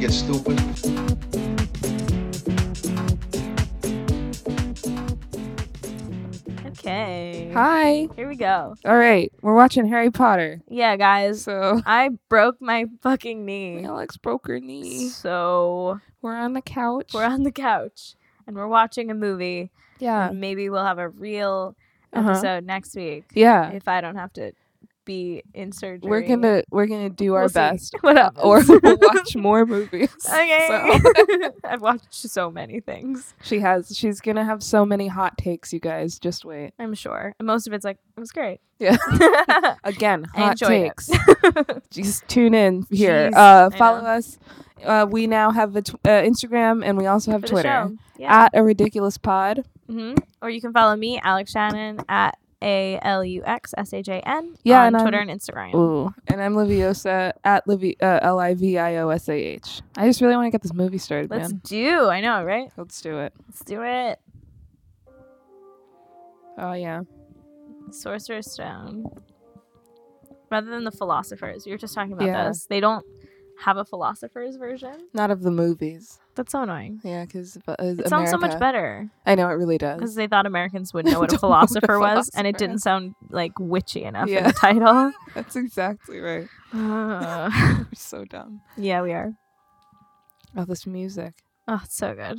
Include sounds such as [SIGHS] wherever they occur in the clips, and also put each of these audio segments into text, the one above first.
get stupid. Okay. Hi. Here we go. All right, we're watching Harry Potter. Yeah, guys. So I broke my fucking knee. Alex broke her knee. So We're on the couch. we're on the couch and we're watching a movie. yeah. And maybe we'll have a real Uh. Uh-huh. episode next week Yeah. if I don't have to be in surgery. We're gonna we're gonna do our We'll see [LAUGHS] best. what Uh, [LAUGHS] or happens. we'll watch more movies. [LAUGHS] Okay. So [LAUGHS] I've watched so many things. she has she's gonna have so many hot takes, you guys. Just wait. I'm sure. And most of it's like it was great. Yeah. [LAUGHS] I Again, hot enjoyed takes. Just tune in here. Jeez, uh, I follow know. us. Uh, we now have a tw- uh, Instagram and we also have it. For the Twitter show. Yeah. at a ridiculous pod. hmm Or you can follow me, Alex Shannon, at A L U X S H A N. Yeah, on and I'm- Twitter and Instagram. Ooh, and I'm Liviosa at Livi- uh, L I V I O S A H. I just really want to get this movie started, Let's man. do. I know, right? Let's do it. Let's do it. Oh yeah, Sorcerer's Stone. Rather than the philosophers, you were just talking about Yeah. those. They don't have a philosopher's version. not of the movies. That's so annoying. Yeah, because it It sounds so much better I know it really does. because they thought Americans would know what a Don't know what a philosopher was, and it philosopher didn't is. sound like witchy enough in Yeah. the [LAUGHS] title. [LAUGHS] [LAUGHS] That's exactly right. [LAUGHS] Ugh. We're so dumb. yeah, we are. Oh, this music. Oh, it's so good.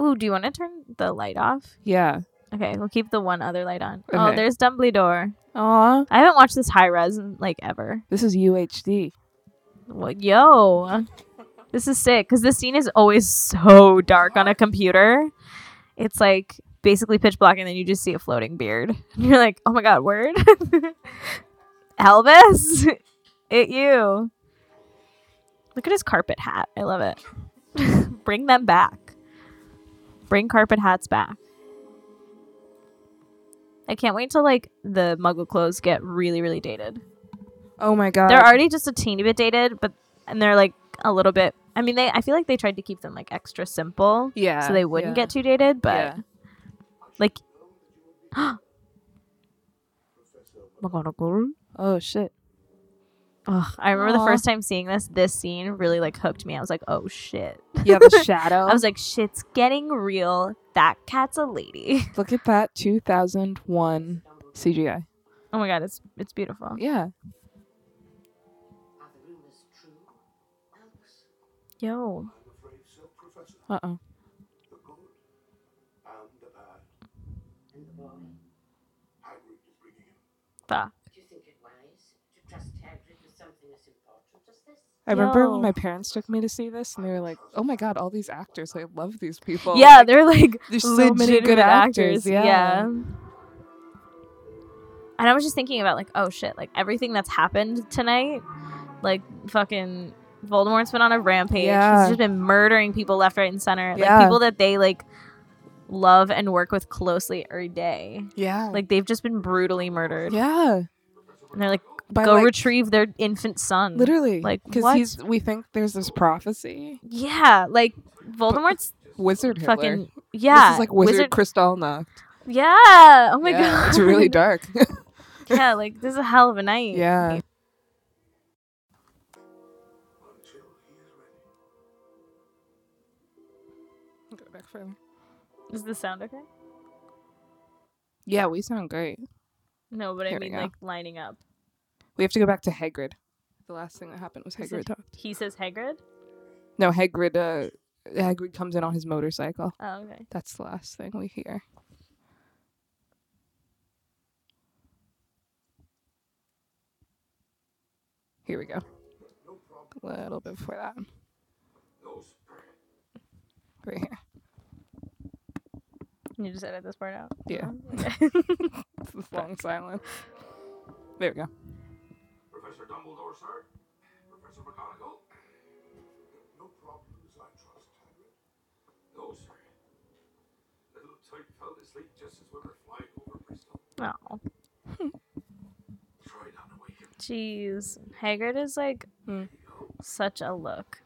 Ooh, do you want to turn the light off? Yeah. Okay, we'll keep the one other light on. Oh, Okay. there's Dumbledore. Aw. I haven't watched this high res in like ever. This is UHD. Well, yo, this is sick because this scene is always so dark on a computer. It's like basically pitch black, and then you just see a floating beard, [LAUGHS] and you're like, "Oh my god, word, [LAUGHS] Elvis, [LAUGHS] it you." Look at his carpet hat. I love it. [LAUGHS] Bring them back. Bring carpet hats back. I can't wait till like the Muggle clothes get really, really dated Oh my god. they're already just a teeny bit dated, but and they're like a little bit. I mean, they. I feel like they tried to keep them like extra simple, yeah. so they wouldn't yeah, get too dated. But yeah. like, [GASPS] McGonagall. [GASPS] Oh shit. Ugh, I remember Aw. the first time seeing this. This scene really like hooked me. I was like, oh shit. Yeah, [LAUGHS] the shadow. I was like, shit's getting real. That cat's a lady. [LAUGHS] Look at that 2001 CGI. Oh my god, it's it's beautiful. Yeah. Yo, Uh oh. fuck. Do you think it wise to trust Hagrid with something as important as this? I remember when Yo. my parents took me to see this, and they were like, "Oh my god, all these actors! I love these people." yeah, Like, they're like there's so many good legitimate actors. Yeah. And I was just thinking about like, oh shit, like everything that's happened tonight, like fucking Voldemort's been on a rampage. Yeah. He's just been murdering people left, right, and center. Like Yeah. people that they like love and work with closely every day. Yeah. Like they've just been brutally murdered. yeah. And they're like, By go like, retrieve their infant son. Literally. Like, because what? he's we think there's this prophecy. Yeah. Like Voldemort's Wizard Hitler. fucking yeah. This is like Wizard, wizard- Kristallnacht. Yeah. Oh my Yeah, [LAUGHS] god. It's really dark. [LAUGHS] yeah, like this is a hell of a night. yeah. Go back further. Is the sound okay? Yeah, we sound great. No, but There I we mean go. like lining up. We have to go back to Hagrid. The last thing that happened was Is it- Hagrid talked. He says Hagrid. No, Hagrid. Uh, Hagrid comes in on his motorcycle. Oh, okay. That's the last thing we hear. Here we go. A little bit before that. Right here. Can You just edit this part out. Yeah. Okay. It's this [LAUGHS] long silence. There we go. Professor Dumbledore, sir. Professor McGonagall. No problems, I trust, Hagrid. No, sir. Little Tyke fell asleep just as we were flying over Bristol. [LAUGHS] oh, Try not to wake him. jeez. Hagrid is like Hmm. such a look.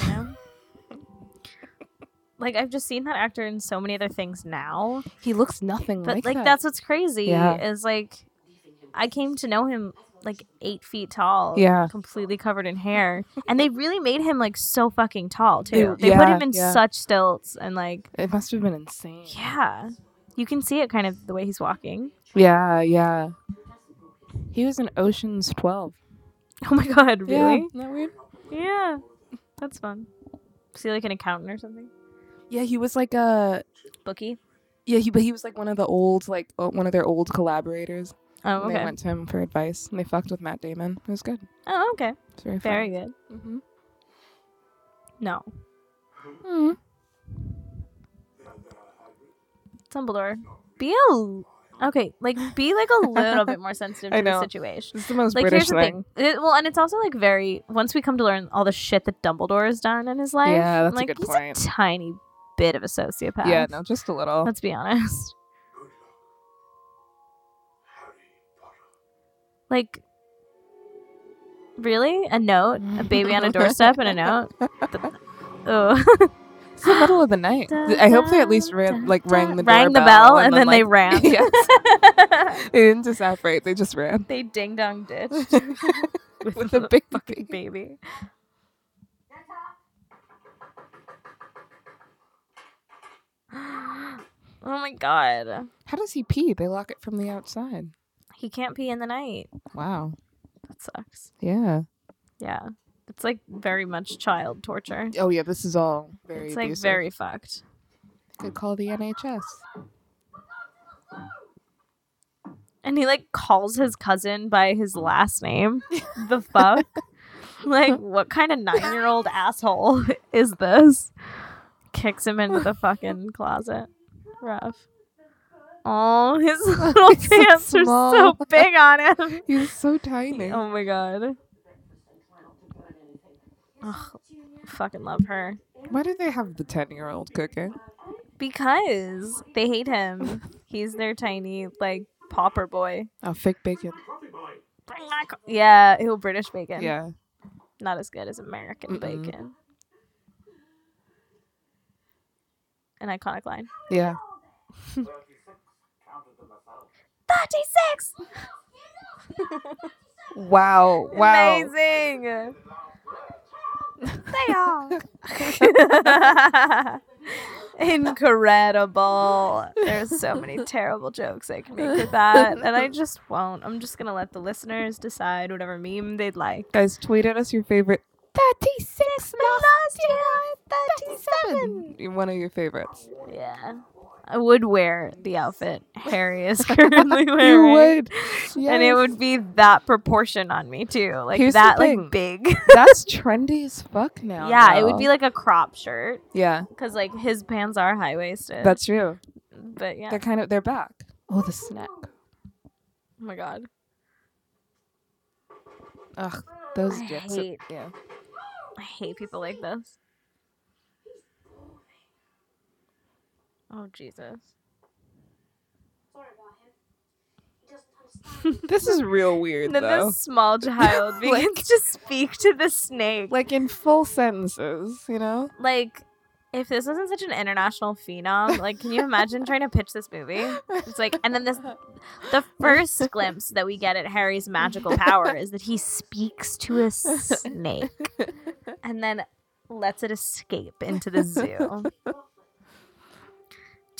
You know? [LAUGHS] like I've just seen that actor in so many other things now, He looks nothing but like, like that. that's what's crazy Yeah. is like Leaving him I came to know him like eight feet tall. Yeah. Completely covered in hair. And they really made him like so fucking tall too. They- They put yeah, him in yeah. such stilts and like It must have been insane. yeah. You can see it kind of the way he's walking. [LAUGHS] Yeah, yeah. He was in Ocean's 12. Oh my god, Yeah, really? isn't that weird? Yeah. That's fun. Is he like an accountant or something? Yeah, he was like a Bookie? yeah, he but he was like one of the old like o- one of their old collaborators. Oh, And They okay. went to him for advice, and they fucked with Matt Damon. It was good. Oh, okay. It's very fun. Very good. Mm-hmm. No. Mm-hmm. Dumbledore. Be a l- okay, like be like [LAUGHS] a little bit more sensitive I to the know. situation. It's the most Like here's British the thing. thing. It- well, and it's also like very once we come to learn all the shit that Dumbledore has done in his life. Yeah, that's a like, good he's point. A tiny bit of a sociopath. Yeah, no, just a little. Let's be honest. Good luck, Harry Potter. Like, really? A note? A baby on a doorstep and a [LAUGHS] note? Oh, It's the middle of the night. Da, I hope they at da, least da, ran, like rang the Rang the doorbell bell and then they like- [LAUGHS] ran. yes, they didn't just separate. They just ran [LAUGHS] [LAUGHS] they ding dong ditched with, with the the big baby. [GASPS] oh my god. How does he pee? They lock it from the outside. He can't pee in the night. Wow. That sucks. Yeah. Yeah. It's like very much child torture. Oh yeah, this is all very. it's like abusive. very fucked. Could call the NHS. And he like calls his cousin by his Mm. last [LAUGHS] name. the fuck? Like, what kind of nine year [LAUGHS] old asshole [LAUGHS] is this? Kicks him into the [LAUGHS] fucking closet. Rough. Oh, his [LAUGHS] little [LAUGHS] He's so pants are so small. big on [LAUGHS] him. He's so tiny. Oh my god. Ugh, fucking love her. Why do they have the ten-year-old cooking? Because they hate [LAUGHS] him. He's their tiny, like, pauper boy. Oh, fake bacon. Coffee boy. Bring my co- yeah, ew, British bacon. Yeah. Not as good as American Mm-mm. bacon. An iconic line. Yeah. 36. Counted them myself. 36! Wow. Wow. Amazing! They are. [LAUGHS] Incredible. There's so [LAUGHS] many terrible jokes I can make with that. And I just won't. I'm just going to let the listeners decide whatever meme they'd like. Guys, tweet at us your favorite. Thirty-six. Last year, 37. One of your favorites. Yeah. I would wear the outfit Harry [LAUGHS] is currently You wearing. would. And it Yes. [LAUGHS] would be that proportion on me too. Like Here's the that thing. like big. [LAUGHS] That's trendy as fuck now. yeah, it would though. be like a crop shirt Yeah, cuz like his pants are high-waisted. that's true. but yeah. They're Oh kind of they're back. Oh, the snack. my god. Ugh, those I jets. are- hate- yeah. I hate people like this. Oh Jesus. [LAUGHS] This is real weird And then though. this [LAUGHS] small child begins to speak to the snake. Like in full sentences, you know? like if this wasn't such an international phenom, like can you imagine trying to pitch this movie? It's like and then this the first glimpse that we get at Harry's magical power is that he speaks to a snake and then lets it escape into the zoo.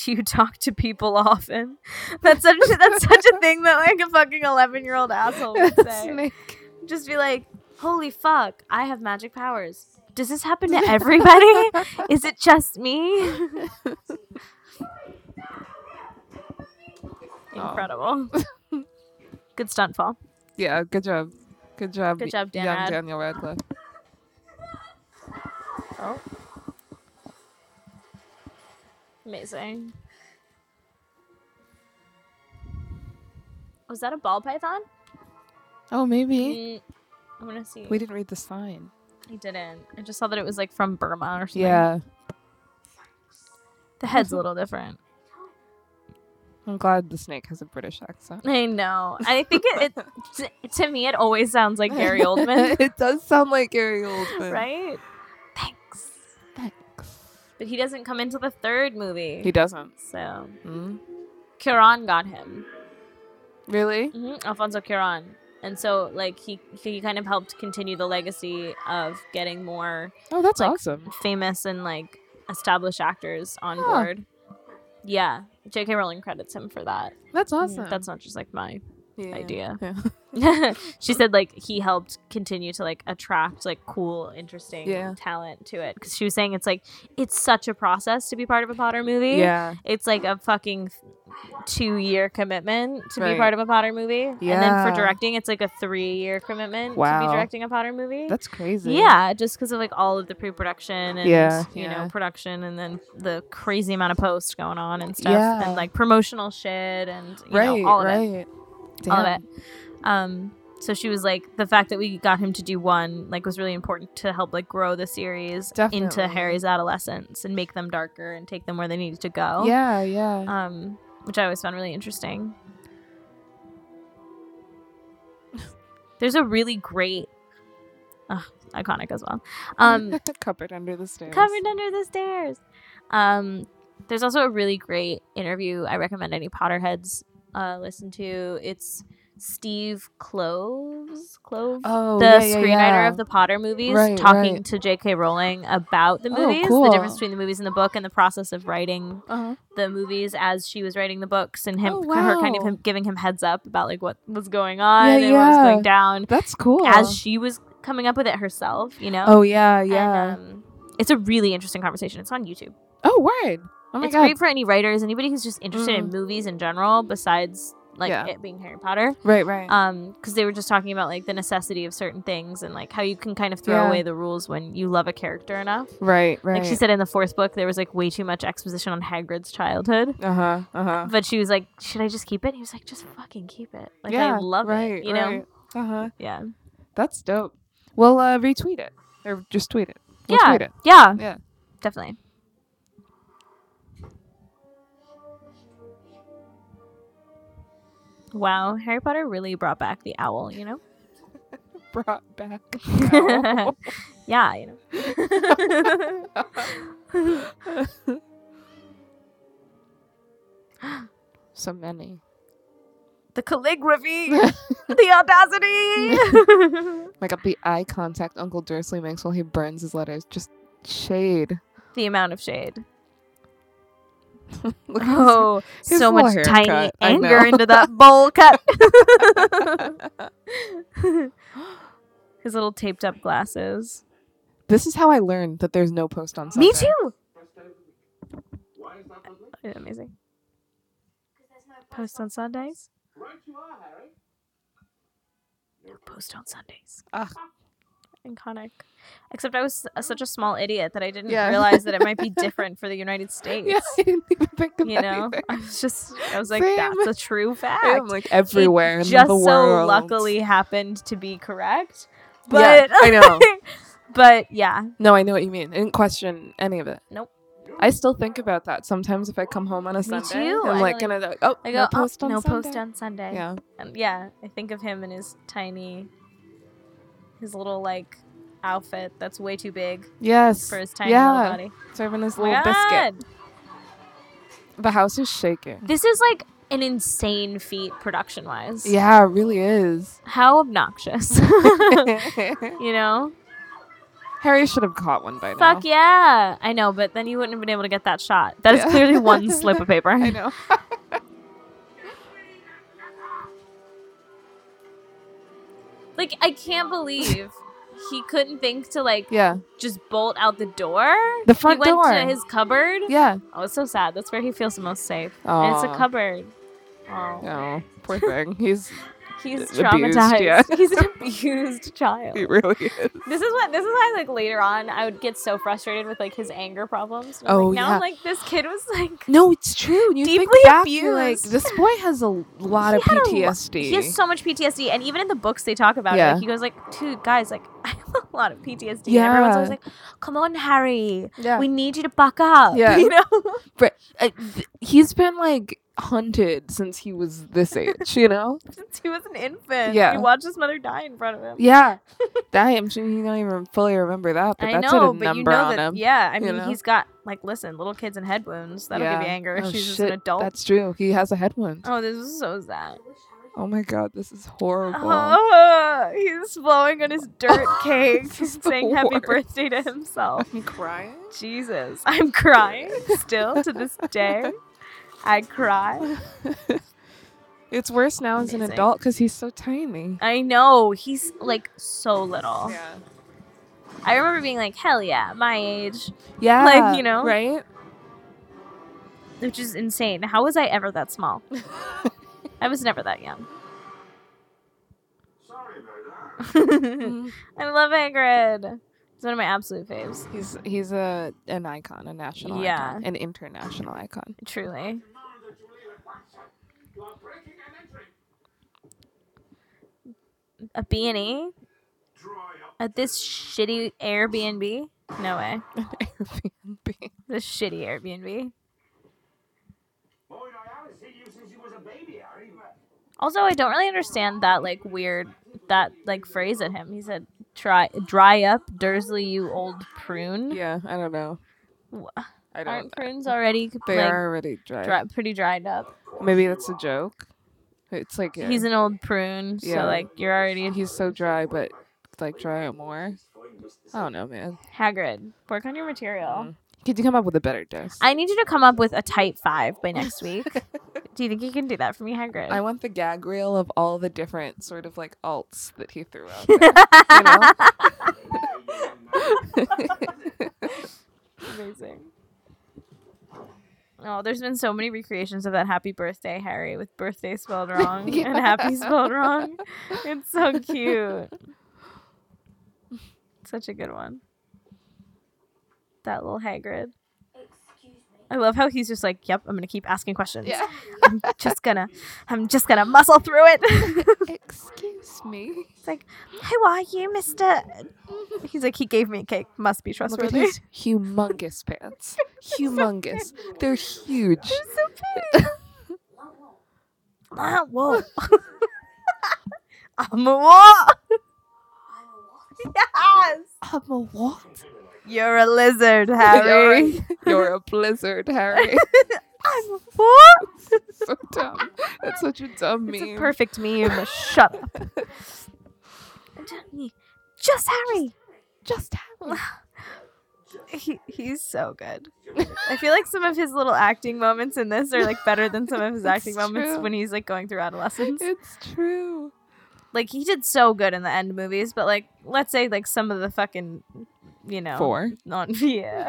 Do you talk to people often? That's such that's such a thing that like a fucking eleven year old asshole would say [LAUGHS] Snake. just be like, holy fuck, I have magic powers. Does this happen to [LAUGHS] everybody? Is it just me? [LAUGHS] Incredible. Good stunt fall. Yeah, good job. Good job. Good y- job, Dan Young Ad. Daniel Radcliffe. Oh. Amazing. Was that a ball python? Oh, maybe. Mm, I want to see. We didn't read the sign. I didn't. I just saw that it was like from Burma or something. Yeah. The head's a little different. I'm glad the snake has a British [LAUGHS] accent. I know. I think it, [LAUGHS] it t- to me it always sounds like Gary Oldman. it does sound like Gary Oldman. right? Thanks. Thanks. But he doesn't come into the third movie. He doesn't. so Mm. Cuaron got him. Really? hmm Alfonso Cuaron. and so like he he kind of helped continue the legacy of getting more Oh, that's Like- awesome. famous and like established actors on Huh. board. Yeah, J.K. Rowling credits him for that. Mm-hmm. That's awesome. mm, That's not just like my Yeah. idea. Yeah. [LAUGHS] she said like he helped continue to like attract like cool, interesting Yeah. talent to it because she was saying it's like it's such a process to be part of a Potter movie. Yeah. It's like a fucking two year commitment to Right. be part of a Potter movie. And then Yeah. for directing, it's like a three year commitment to Wow. be directing a Potter movie. That's crazy. Yeah, just because of like all of the pre-production and Yeah. you Yeah. know production, and then the crazy amount of posts going on and stuff, Yeah. and like promotional shit and you Right. know, all of it, right. all of it. Damn. Um, so she was like, the fact that we got him to do one like was really important to help like grow the series into Definitely. Harry's adolescence and make them darker and take them where they needed to go. Yeah. Yeah. Um, which I always found really interesting. [LAUGHS] There's a really great, Ugh, iconic as well. Um, [LAUGHS] covered under the stairs. covered under the stairs. Um, there's also a really great interview I recommend any Potterheads uh, listen to. It's Steve Cloves, Clove, Oh, the yeah, yeah, screenwriter yeah. of the Potter movies, Right, talking right. to J.K. Rowling about the Oh, movies, cool. the difference between the movies and the book, and the process of writing Uh-huh. the movies as she was writing the books, and him, Oh, her kind of wow. him, giving him heads up about like what was going on Yeah, and what was yeah. going down That's cool. as she was coming up with it herself. You know. oh yeah, yeah. And, um, it's a really interesting conversation. It's on YouTube. oh word. Oh my it's god. great for any writers, anybody who's just interested in Mm. movies in general, besides like Yeah. it being Harry Potter. Right, right. Um, because they were just talking about like the necessity of certain things and like how you can kind of throw Yeah. away the rules when you love a character enough. right, right. Like she said in the fourth book, there was like way too much exposition on Hagrid's childhood. uh huh, uh huh. But she was like, "Should I just keep it?" He was like, "Just fucking keep it. Like I love it. You know? Uh huh. Yeah, That's dope. Well, uh, retweet it or just tweet it. We'll yeah, tweet it. yeah, Yeah. [LAUGHS] definitely." Wow, Harry Potter really brought back the owl. You know. Brought [LAUGHS] back. yeah, [LAUGHS] you know. so many. the [LAUGHS] calligraphy, the audacity, [LAUGHS] Like up the eye contact Uncle Dursley makes while he burns his letters. Just shade. the amount of shade. Look at his- Oh, his so little much haircut, tiny I know. anger into that bowl [LAUGHS] cut. [LAUGHS] His little taped up glasses. This is how I learned that there's no post on Sunday. Me too. Best day of the week. Why is that public? Amazing. Post on Sundays. Right you are, Harry. Post on Sundays. Ah. Iconic. Except I was s- such a small idiot that I didn't Yeah. realize that it might [LAUGHS] be different for the United States. [LAUGHS] Yeah, I didn't even think of you know that i was just i was like [LAUGHS] Same. that's a true fact either. I am like everywhere it in just the world. so luckily happened to be correct Yeah, but I know. [LAUGHS] but yeah No, I know what you mean. I didn't question any of it. Nope. I still think about that sometimes if I come home on a Sunday. too. I'm I like, know, gonna like, oh, i go no no post on no Sunday. post on sunday Yeah. And yeah i think of him in his tiny his little like outfit that's way too big Yes. for his tiny yeah. little body Serving his Oh my little biscuit. God. The house is [LAUGHS] shaking. this is like an insane feat production wise Yeah, it really [LAUGHS] is. how [LAUGHS] obnoxious [LAUGHS] you know Harry should have caught one by now. Fuck yeah. I know, but then you wouldn't have been able to get that shot. That is Yeah. clearly [LAUGHS] one slip of paper. [LAUGHS] I know. Like, I can't believe he couldn't think to, like, Yeah. just bolt out the door. The front he went door. to his cupboard. Yeah. Oh, it's so sad. That's where he feels the most safe. And it's Aw. a cupboard. Oh. Oh, poor thing. He's He's Abused, traumatized. yeah. [LAUGHS] He's an [LAUGHS] abused child. he really is. This is what this is why like later on I would get so frustrated with like his anger problems. And I was Oh, like, now yeah. I'm like this kid was like No, it's true. You think Deeply back, you're like abused. this boy has a lot of He had a lo- PTSD. He has so much PTSD, and even in the books they talk about Yeah. it. Like, he goes like, "Dude, guys, like [LAUGHS] I have a lot of PTSD." And everyone's always Yeah. like, "Come on, Harry, yeah. we need you to buck up." [LAUGHS] Yeah. you know. I- th- he's been like hunted since he [LAUGHS] was this age, you know? Since he was an infant, Yeah. he watched his mother die in front of him. [LAUGHS] Yeah. I am sure you don't even fully remember that, but I that's know, a but you number know on that. him. Yeah, I you mean, know? he's got like, listen, little kids and head wounds that'll give you anger. Oh, She's just an shit, adult. That's true. He has a head wound. Oh, this is so sad. Oh my god, this [LAUGHS] is horrible. Ah, he's blowing on his dirt [LAUGHS] cake, This is the saying happy worst. birthday to [LAUGHS] himself. I'm crying. Jesus, I'm crying still to this day. I cry. [LAUGHS] It's worse now as an Amazing. adult because he's so tiny. I know he's like so little. Yeah. I remember being like, hell yeah, my age, [LAUGHS] Yeah. Like, you know? Right? which is insane. How was I ever that small? I was never that young. Sorry about that. Mm. [LAUGHS] I love Hagrid. He's one of my absolute faves. He's he's a an icon, a national Yeah. icon, an international icon. [LAUGHS] Truly. Demand that you leave at once. You are breaking and entering. A B&E Dry up. at this shitty Airbnb? No way. An [LAUGHS] Airbnb. This shitty Airbnb. Boyd, I haven't seen you since you was a baby, Harry. But Also, I don't really understand that like weird that like phrase at him. He said, "Try dry up, Dursley, you old prune." Yeah, I don't know. Wha- I don't. Aren't prunes already they like, are already dry. dry, pretty dried up? Maybe that's a joke. It's like a- He's an old prune, so Yeah. like you're already he's so dry, but like dry it more. I don't know, man. Hagrid. Work on your Mm-hmm. material. Could you come up with a better dose? I need you to come up with a type five by next week. [LAUGHS] do you think you can do that for me, Hagrid? I want the gag reel of all the different sort of like alts that he threw out. [LAUGHS] There, you know? Amazing. Oh, there's been so many recreations of that happy birthday, Harry, with birthday [LAUGHS] spelled wrong and happy spelled wrong. It's so cute. [LAUGHS] Such a good one. That little Hagrid. Excuse me. I love how he's just like, yep, I'm going to keep asking questions. yeah. [LAUGHS] I'm just going to, I'm just going to muscle through [LAUGHS] it. [LAUGHS] Excuse me. it's like, who are you, mister? He's like, he gave me a cake. Must be Look at trustworthy. these humongous pants. Humongous. They're huge. [LAUGHS] Whoa, whoa. Ah, whoa. [LAUGHS] I'm a what? I'm a what? [LAUGHS] Yes. I'm a what? You're a [LAUGHS] lizard, You're a- Harry. [LAUGHS] You're a blizzard, [LAUGHS] Harry. I'm a what? so dumb. That's such a dumb It's meme. a perfect meme. Shut up. [LAUGHS] Just Harry. Just Harry. He, he's so good. I feel like some of his little acting moments in this are like better than some of [LAUGHS] his acting It's moments true. when he's like going through adolescence. It's true. Like he did so good in the end movies, but like let's say like some of the fucking you know Four. not [LAUGHS] yeah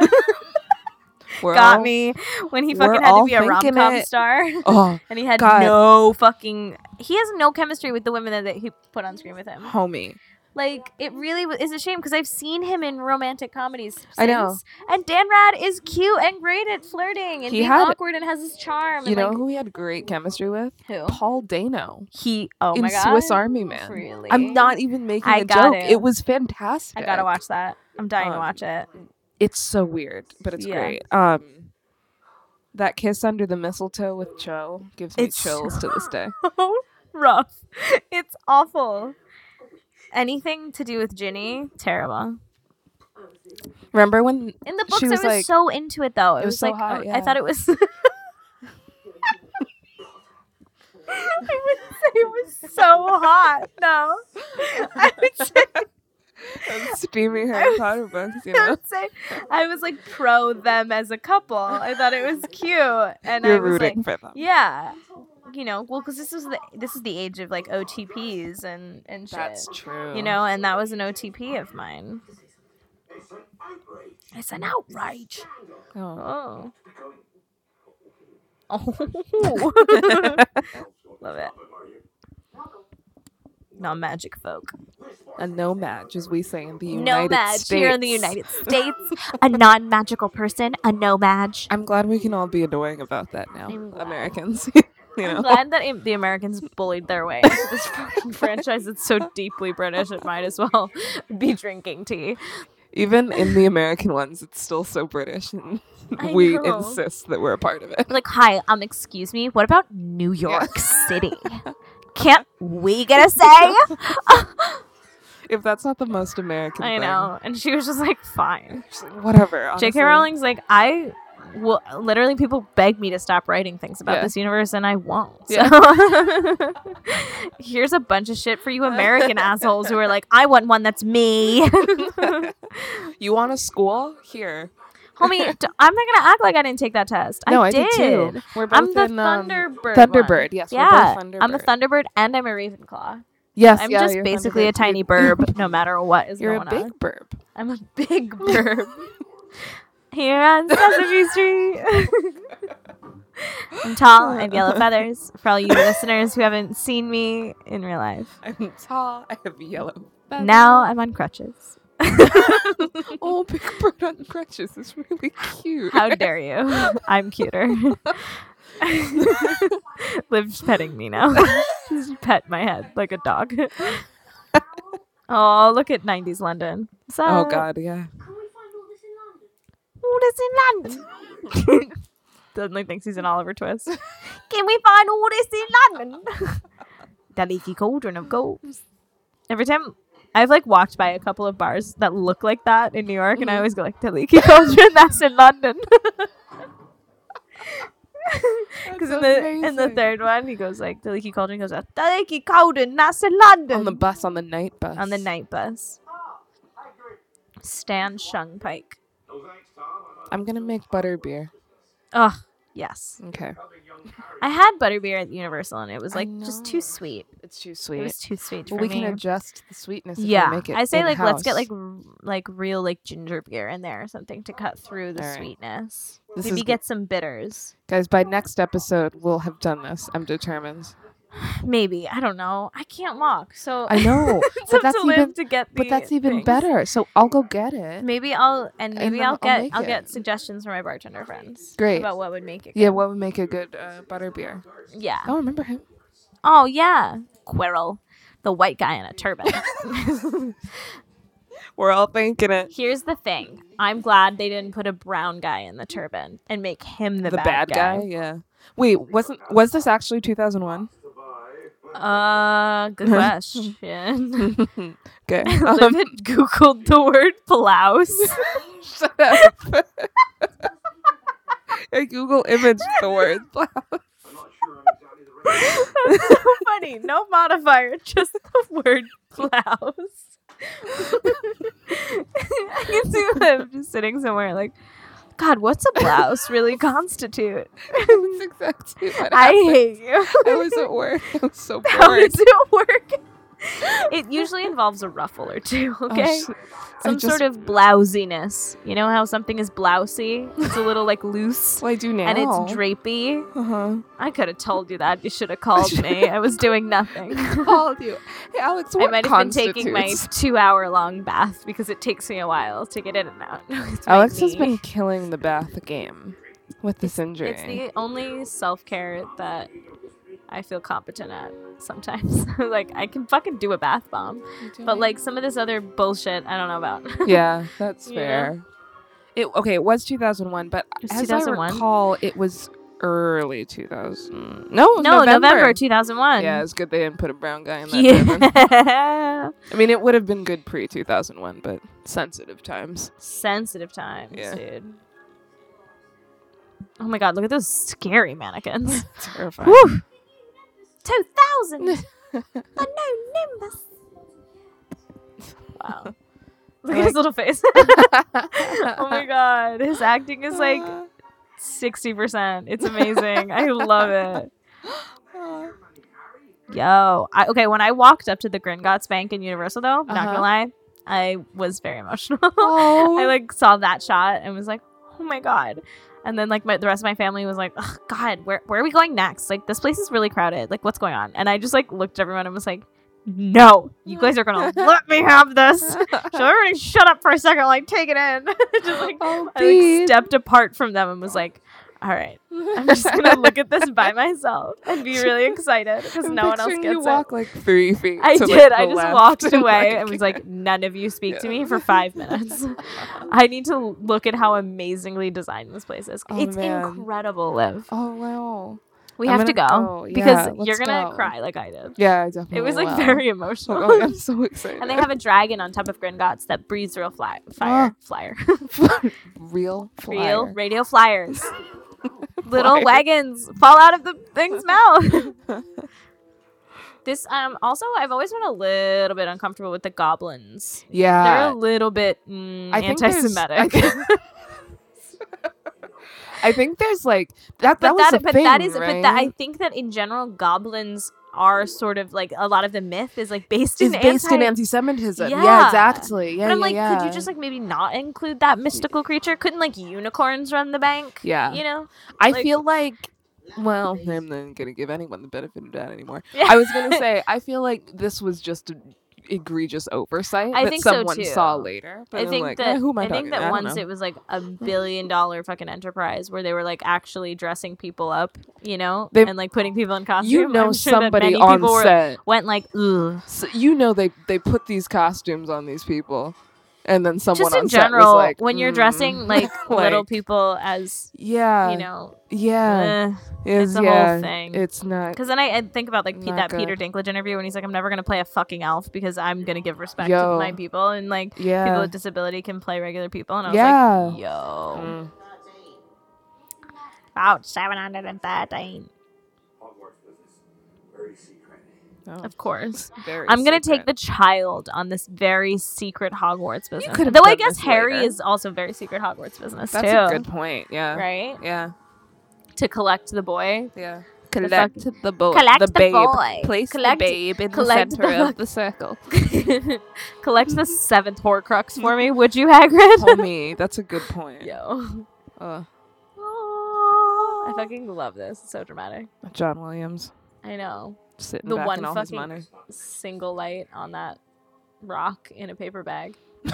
We're got [LAUGHS] all- me when he we're fucking had to all be a rom thinking com it. star. [LAUGHS] Oh, And he had God. no fucking. He has no chemistry with the women that, that he put on screen with him. homie. Like it really wa- is a shame because I've seen him in romantic comedies. Since, I know. And Dan Rad is cute and great at flirting and He being had- awkward and has his charm. You and know like, who he had great chemistry with? who? Paul Dano He. Oh in my god. Swiss Army Man. Really? I'm not even making I a got joke. it. It. was fantastic. I gotta watch that. I'm dying to Um, watch it. It's so weird, but it's Yeah. great. Um, that kiss under the mistletoe with Cho gives me It's- chills to this [LAUGHS] day. Rough. It's awful. Anything to do with Ginny, terrible. Remember when In the books, She was I was like- so into it though. It, It was, was so like oh, hot, I- I yeah. thought it was. [LAUGHS] I would say it was so hot. No, [LAUGHS] I would say, [LAUGHS] [LAUGHS] steamy Harry Potter books? You I know, [LAUGHS] would say I was like pro them as a couple. I thought it was cute, [LAUGHS] and I you're was rooting like, for them. yeah, you know, well, because this is the this is the age of like OTPs and and shit. That's true. you know, and that was an OTP of mine. It's an outrage. It's an outrage. Oh. Oh. [LAUGHS] Becoming Oh. Love it. Robin, are you? Not magic folk. a nomad, as we say in the United nomad States. here in the United States. a non magical person, a nomad. I'm glad we can all be adoring about that now, I'm glad. Americans. [LAUGHS] you know, I'm glad that im- the Americans bullied their way into this fucking franchise that's so deeply British, it might as well be drinking tea. even in the American ones, it's still so British, and [LAUGHS] I [LAUGHS] we know. insist that we're a part of it. Like, hi, um, excuse me, what about New York [LAUGHS] City? Can't we get a say? If that's not the most American, I thing, know. And she was just like, fine. Whatever. J.K. honestly. Rowling's like, I well, literally people beg me to stop writing things about Yeah. this universe and I won't. So [LAUGHS] here's a bunch of shit for you [LAUGHS] American assholes who are like, I want one that's me. [LAUGHS] You want a school here? Homie, [LAUGHS] d- I'm not gonna act like I didn't take that test. I did. We're both I'm the in, um, Thunderbird. Thunderbird. one. Yes, we're both yeah. I'm a Thunderbird. Thunderbird and I'm a Ravenclaw. Yes, I'm yeah, just you're basically a Thunderbird. tiny burb, [LAUGHS] no matter what is You're, you're a going big on. burb. I'm a [LAUGHS] big [LAUGHS] burb. Here on Sesame Street. I'm tall. I have yellow feathers. For all you listeners who haven't seen me in real life, [LAUGHS] I'm tall. I have yellow. feathers. now I'm on crutches. oh, big bird on crutches is really cute. How dare you? I'm [LAUGHS] cuter. Liv's petting me now. [LAUGHS] Just pet my head like a [LAUGHS] dog. oh, look at 90s London. So, oh God, yeah. Can we find all this in London? What is in [LAUGHS] London? Suddenly thinks he's an Oliver Twist. [LAUGHS] Can we find all this in London? [LAUGHS] the leaky cauldron of goals. Every time I've like walked by a couple of bars that look like that in New York, and I always go like, "The leaky [LAUGHS] cauldron, that's in [LAUGHS] London." Because in the in the third one, he goes like, "The leaky cauldron goes, the leaky cauldron, that's in London." on the bus on the night bus on the night bus, I agree. Stan Shung Pike. No thanks, Tom. I'm not I'm gonna make butterbeer. Ugh, yes. Okay, helping young Harry. I had butterbeer at Universal and it was I like just too know. sweet. it's too It sweet. was too sweet for well, we me. can adjust the sweetness. If yeah, we make it I say like let's get in-house. like r- like real like ginger beer in there or something to cut through the All right. sweetness. This Maybe is- get some bitters. guys by next episode we'll have done this. I'm determined. Maybe I don't know. I can't walk, so [LAUGHS] I know, it's but up that's to Liv even- to get. But the that's even things. better. So I'll go get it. Maybe I'll and And maybe then I'll I'll get make I'll it. get suggestions from my bartender friends. Great. about what would make it. Yeah, good. what would make a good uh, butterbeer? yeah. Oh, remember him? Oh yeah, Quirrell, the white guy in a turban. [LAUGHS] We're all thinking it. Here's the thing. I'm glad they didn't put a brown guy in the turban and make him the, The, bad, guy. Yeah. Wait, wasn't was this actually 2001? [LAUGHS] Uh, good [LAUGHS] question. [LAUGHS] Good. Liv had googled the word [LAUGHS] blouse. [LAUGHS] Shut up. [LAUGHS] I Google image the word. [LAUGHS] I'm not sure I'm exactly the right person. That's so funny. No modifier, just the word blouse. [LAUGHS] I can see Liv just sitting somewhere like, God, what's a blouse [LAUGHS] really constitute? That's exactly what I happened. hate you. [LAUGHS] I was at work. [LAUGHS] I was so How bored. does it work? It usually involves a ruffle or two, okay? Oh, Some just- sort of blousiness. You know how something is blousy? It's a little like loose well, I do now. and it's drapey. [LAUGHS] [LAUGHS] Uh-huh. I could have told you that. You should have called me. [LAUGHS] I was doing nothing. Called you. Hey, Alex, I what might have been taking my constitutes- two hour long bath because it takes me a while to get in and out. [LAUGHS] It's [LAUGHS] my Alex has knee. been killing the bath game with this injury. It's the only self care that I feel competent at sometimes. [LAUGHS] like, I can fucking do a bath bomb. But like some of this other bullshit, I don't know about. [LAUGHS] [LAUGHS] yeah, that's Yeah. fair. It okay. It was 2001, but was as 2001? I recall, it was early 2000. No, it was no, November, Oh, November. 2001. [LAUGHS] Yeah, it's good they didn't put a brown guy in that. ribbon. Yeah. I mean, it would have been good pre 2001, but sensitive times. Sensitive times, Yeah. dude. Oh my god, look at those scary mannequins. [LAUGHS] Terrifying. Woo! 2000! [LAUGHS] the no Nimbus! [LAUGHS] Wow. Look at his little face. oh my god, his acting is [LAUGHS] like 60%. It's amazing. I love it. Yo, I, okay. When I walked up to the Gringotts Bank in Universal, though, not gonna Uh-huh. lie, I was very emotional. Oh. [LAUGHS] I like saw that shot and was like, "Oh my god!" And then like my, the rest of my family was like, "Ugh, "God, where where are we going next? Like this place is really crowded. Like what's going on?" And I just like looked at everyone and was like, "No, you guys are [LAUGHS] gonna let me have this." So everybody shut up for a second, like take it in. [LAUGHS] just like Oh, I like Pete. stepped apart from them and was like, "All right." I'm just gonna [LAUGHS] look at this by myself and be really excited because I'm no one else picturing gets you it. walk like three feet. I to, like, did. the I just left walked and, [LAUGHS] away and was like, "None of you speak to Yeah. me for five [LAUGHS] minutes. I need to look at how amazingly designed this place is. Oh, it's man. incredible, Liv. "Oh wow." we I'm have to go, gonna go. because Yeah, you're let's gonna go. cry like I did. Yeah, I definitely. It was like will. very [LAUGHS] Oh, emotional. God, I'm so [LAUGHS] excited. and they have a dragon on top of Gringotts that breathes real [GASPS] fly- fire, flyer, [LAUGHS] real real [LAUGHS] flyer. radio [LAUGHS] flyers. Little Flyer. wagons fall out of the [LAUGHS] thing's mouth. this um also I've always been a little bit uncomfortable with the goblins. They're Yeah, a little bit mm, I think there's- anti-Semitic. I [LAUGHS] think- [LAUGHS] I think there's like that. That but was that, a but thing, that is but that I right? think that in general goblins are sort of like a lot of the myth is like based is in based in anti- anti-Semitism. Yeah, Yeah. exactly. Yeah, but I'm yeah, like, yeah. could you just like maybe not include that mystical creature? Couldn't like unicorns run the bank? Yeah. You know? I like- feel like. Well, I'm not gonna give anyone the benefit of that anymore. Yeah. I was [LAUGHS] gonna say I feel like this was just an egregious oversight I that think so, someone too. saw later. But I I'm think like, eh, that who am I I, think talking that to? I don't once know. it was like [LAUGHS] a billion dollar fucking enterprise where they were like actually dressing people up, you know, They- and like putting people in costume. you know I'm sure that somebody many on people were- set. went like, ugh. So you know they they put these costumes on these people, and then someone Just on in set was general, like, when you're "Mm." dressing like, little [LAUGHS] Like, people as yeah, you know, uh, yeah, is- it's a whole yeah, thing. It's not. Because then I, I think about like Pete, Not that good. Peter Dinklage interview when he's like, "I'm never gonna play a fucking elf because I'm gonna give respect Yo. to my people and like people Yeah, with disability can play regular people." And I was yeah. like, "Yo, Mm. about 713." Hogwarts business. Very secret. Oh, Of course, very I'm gonna take secret. the child on this very secret Hogwarts business. could have Though I done guess this Harry later. is also very secret Hogwarts business That's too, a good point. Yeah. right? Yeah. To collect the boy. Yeah. Collect Collect the boy. collect the the babe. boy. Place Collect- the babe in the collect center the- of the circle. [LAUGHS] collect [LAUGHS] the seventh Horcrux for me, would you, Hagrid? [LAUGHS] Homie, that's a good point. Oh Yo, Uh, I fucking love this. It's so dramatic. John Williams I know. sitting The back one in all his fucking- money. Single light on that rock in a paper bag. [LAUGHS]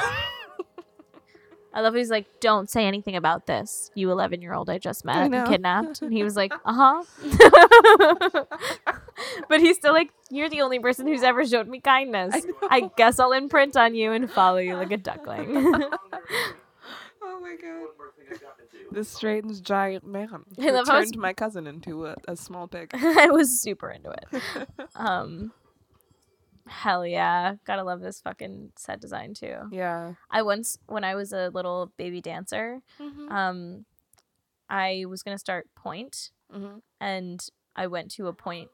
I love he's like, don't say anything about this, you 11 year old I just met I know. and kidnapped. And he was [LAUGHS] like, uh huh. but he's still like, you're the only person who's ever showed me kindness. I, guess I'll imprint on you and follow you like a duckling. [LAUGHS] Oh my god. One more thing I got to do. This strange giant man I love who how it's- turned my cousin into a, a [LAUGHS] small pig. I was super into [LAUGHS] it. Um, hell yeah. Gotta love this fucking set design too. Yeah. I once, when I was a little baby dancer, um, I was gonna start point, Mhm. and I went to a point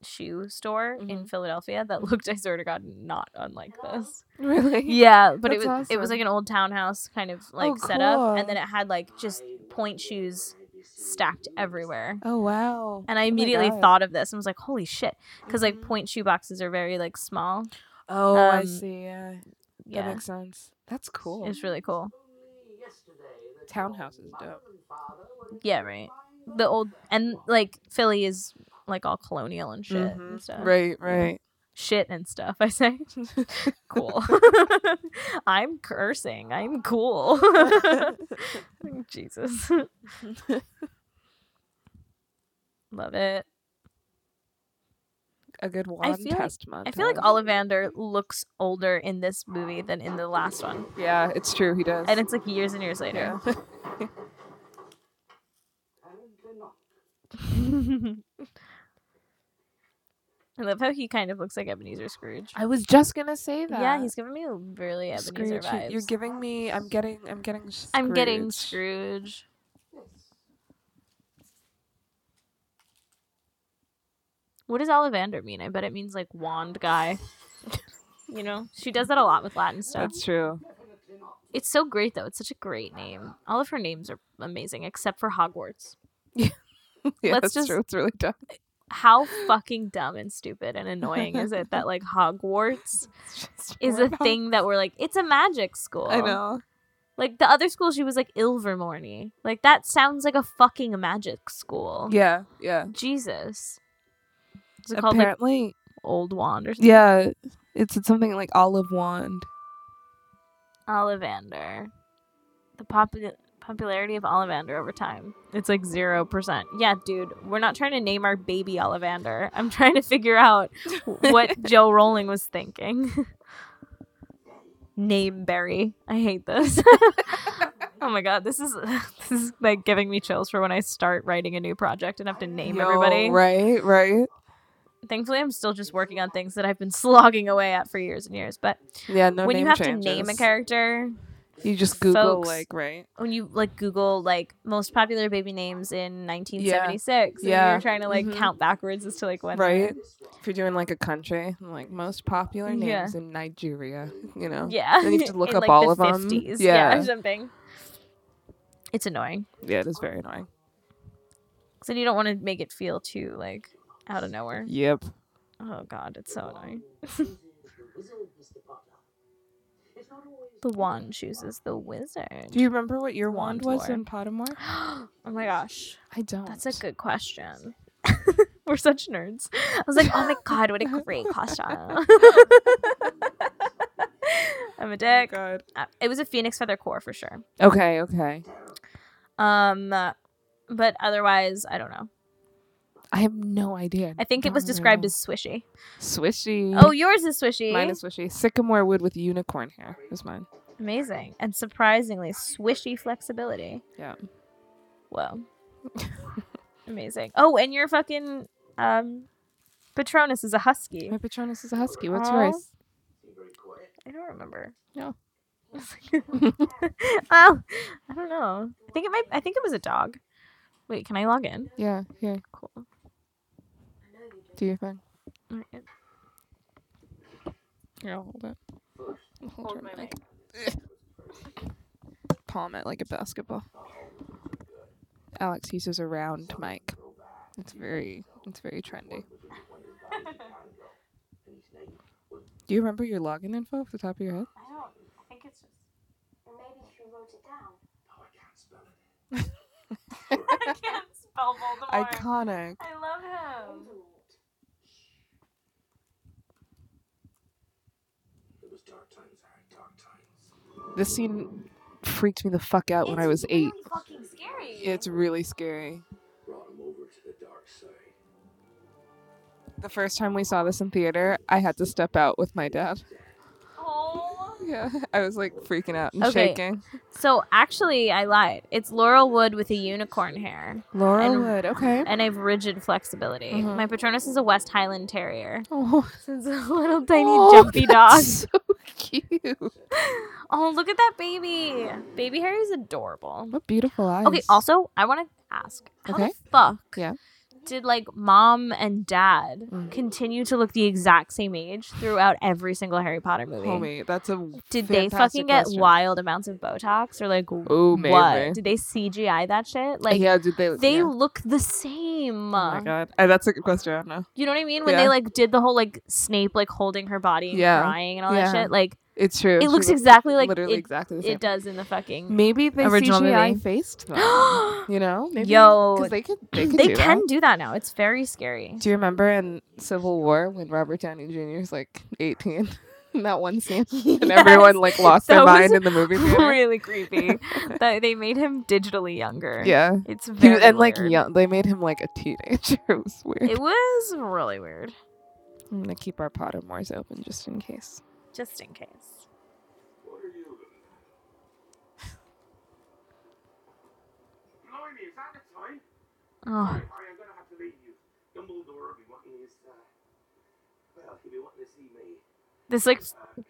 shoe store Mm-hmm. in Philadelphia that [LAUGHS] looked, I swear to God, not [GASPS] unlike this. Really? Yeah, but it was That's it was awesome. Oh, like an old townhouse kind of like setup, and then it had like just point shoes stacked everywhere. Oh wow. And I immediately God. thought of this and was like, "Holy shit!" Because Mm-hmm. like point shoe boxes are very like small. Oh, I Um, see. Yeah. That Yeah, makes sense. That's cool. it's really cool. Townhouse is dope. Yeah, right. The old and like Philly is like all colonial and shit and Mhm. stuff. Right, right. Shit and stuff. [LAUGHS] I say, cool. [LAUGHS] I'm cursing. I'm cool. [LAUGHS] [LAUGHS] Jesus, love it. a good wand feel like- test month. I feel like Ollivander looks older in this movie than in the last one, Yeah, it's true. He does. and it's like years and years later. yeah. [LAUGHS] I love how he kind of looks like Ebenezer Scrooge. I was just gonna say that. Yeah, he's giving me really Ebenezer Scrooge. you- vibes. You're giving me. I'm getting. I'm getting. Scrooge. I'm getting Scrooge. What does Ollivander mean? I bet it means like wand guy. you know, she does that a lot with Latin stuff. That's true. [LAUGHS] It's so great though. It's such a great name. All of her names are amazing except for Hogwarts. Yeah, Let's that's just- true. It's really [LAUGHS] dumb. How fucking dumb and stupid and annoying is it [LAUGHS] that like Hogwarts It's just is a horrible. thing that we're like it's a magic school. I know. Like the other school she was like Ilvermorny. Like that sounds like a fucking magic school. Yeah, yeah. Jesus. Is it called like [LAUGHS] Apparently, Old Wand or something? yeah. It's, it's something like olive wand. Ollivander. The popu- popularity of Ollivander over time. It's like 0%. Yeah, dude, we're not trying to name our baby Ollivander. I'm [LAUGHS] trying to figure out [LAUGHS] what Joe Rowling was [LAUGHS] thinking. name Barry. I hate this. Oh my god, this is [LAUGHS] this is like giving me chills for when I start writing a new project and have to name everybody. Yo, Right, right. Thankfully, I'm still just working on things that I've been [LAUGHS] slogging away at for years and years. But Yeah, no. when you name have changes. to name a character, you just Google folks- like right. when you like Google like most popular baby names in 1976, and Yeah. you're trying to like Mhm. count backwards as to like when. Right. If you're doing like a country, like most popular names Yeah. in Nigeria, you know. Yeah. Then [LAUGHS] you have to look In, up like, all the of 'em. 50s. Yeah. or something. It's annoying Yeah, it is very annoying. because then you don't want to make it feel too like out of nowhere. Yep. Oh god, it's so annoying. [LAUGHS] Wizard, Mr. Potter. It's not always The wand chooses the wizard. Do you remember what your wand was Wandlore. in Pottermore? [GASPS] oh my gosh. I don't. That's a good question. [LAUGHS] We're such nerds. I was like, oh [LAUGHS] my god, what a great [LAUGHS] costume. I'm a Oh my dick. God. Uh, It was a phoenix feather core for sure. Okay, okay. Um, uh, but otherwise, I don't know. I have no idea. I think it Don't was described remember. as swishy. swishy. Oh, yours Mm-hmm. is swishy. mine is swishy. Sycamore wood with unicorn hair is mine. Amazing and surprisingly swishy flexibility. Yeah. [LAUGHS] Whoa. Amazing. Oh, and your fucking um, Patronus is a husky. My Patronus is a husky. What's Aw. yours? I don't remember. [LAUGHS] No. oh, I don't know. I think it might. I think it was a dog. Wait, can I log in? Yeah, here. Cool. Do your thing. Alright. Here, I'll hold it. I'll Hold, your my mic. [LAUGHS] Palm it like a basketball. Alex uses a round mic. It's very, it's very trendy. Do you remember your login info off the top of your head? I don't. I think it's just. Maybe if you wrote it down. [LAUGHS] I can't spell Voldemort. Iconic. I love him. It was dark times, Harry, dark times. This scene freaked me the fuck out when I was eight. fucking scary. It's really scary. Brought him over to the dark side. The first time we saw this in theater, I had to step out with my dad. Oh. Yeah, [LAUGHS] I was like freaking out and Okay. shaking. So actually, I lied. It's Laurel Wood with a unicorn hair Laura And- Wood, okay. [LAUGHS] and I have rigid flexibility. Mhm. My Patronus is a West Highland Terrier. Oh, So it's a little tiny Oh, jumpy dog. [LAUGHS] that's So cute. Oh, look at that baby. Baby Harry's adorable. What beautiful eyes. Okay, also, I want to ask how Okay. the fuck Yeah. did like mom and dad Mm. continue to look the exact same age throughout every single Harry Potter movie? Homie, that's a Did they fantastic fucking get question. wild amounts of Botox or like Oh, maybe. Uh, what? Did they CGI that shit? Like yeah, did they? they yeah. look the same. Oh my god, Uh, that's a good question. I don't know. You know what I mean? When Yeah. they like did the whole like Snape like holding her body and Yeah. crying and all Yeah. that shit, like It's true. it She looks looked exactly like literally it, exactly the same. it does in the [GASPS] [GASPS] fucking. Maybe they Original CGI movie. faced [GASPS] them. you know, maybe Yo, 'cause they could. They, could they do that. can do that now. It's very scary. Do you remember in Civil War when Robert Downey Jr. is like 18 [LAUGHS] in that [LAUGHS] one scene? And everyone like lost That their was mind in the [LAUGHS] movie theater? really creepy. [LAUGHS] that they made him digitally younger. Yeah. it's He, very and like weird. young, they made him like a teenager. [LAUGHS] It was weird. It was really weird. I'm gonna keep our Pottermores open just in case. Just in case. What are you? Blimey, is that the time? Oh, Sorry, Harry, I'm gonna have to leave you. Dumbledore will be wanting his, uh, well, he'll be wanting to see me. this like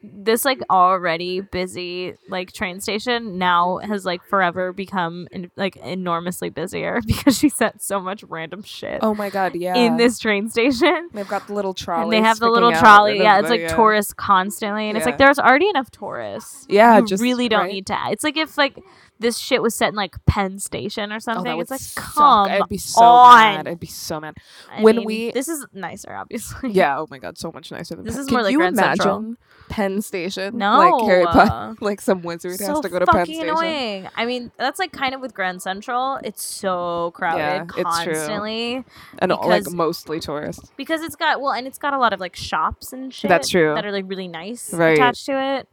this like already busy like train station now has like forever become en- like enormously busier [LAUGHS] because she set so much random shit Oh my god, yeah. in this train station. they've got the little trolley. And they have the little trolley. Yeah, it's like tourists constantly, and it's Yeah. like there's already enough tourists. Yeah, you just- really don't right. need to. Add. It's like if like this shit was set in like Penn Station or Oh, something. that would it's like suck. come I'd be so on. mad. I'd be so mad. I when mean, we- this is nicer, obviously. [LAUGHS] Yeah. Oh my god, so much nicer than. This Penn. is more Could like you Grand imagine Central. Penn Station? No. Like Harry Potter. [LAUGHS] Like some wizard has So to go to Penn fucking Station. annoying. I mean, that's like kind of with Grand Central. It's so crowded Yeah, it's true. constantly and all, like because- mostly tourists. because it's got well, and it's got a lot of like shops and shit. That's true. That are like really nice Right. attached to it,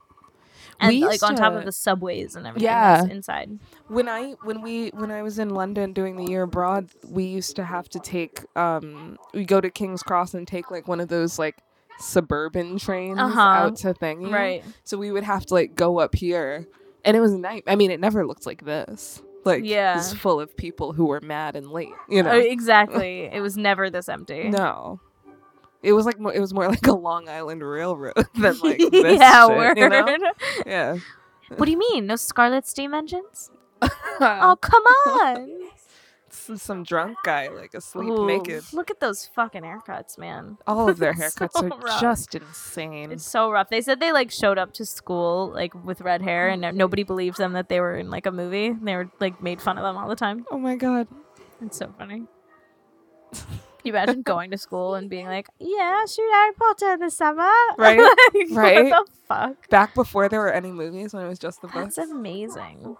and We like used on top to- of the subways and everything Yeah. that's inside. When I when we when I was in London doing the year abroad, we used to have to take um we go to King's Cross and take like one of those like suburban trains Uh-huh. out to thingy. Right. So we would have to like go up here and it was night. I mean, it never looked like this. Like, Yeah. it's full of people who were mad and late. You know, Uh, [LAUGHS] exactly. it was never this empty. [LAUGHS] no. It was like mo- it was more [LAUGHS] like a Long Island Railroad [LAUGHS] [LAUGHS] than like this yeah, shit, word. you [LAUGHS] know? Yeah. What do you mean? No Scarlet Steam engines? Oh, come on. S- some drunk guy like asleep Ooh, [LAUGHS] naked. Look at those fucking haircuts, man. All of their It's haircuts so are rough. just insane. It's so rough. They said they like showed up to school like with red hair, and no- nobody believed them that they were in like a movie. And they were like made fun of them all the time. oh my god. It's so funny. You imagine going to school and being like, "Yeah, shoot Harry Potter this summer," [LAUGHS] Right? Like, Right? What the fuck? Back before there were any movies when it was just the That's books. amazing.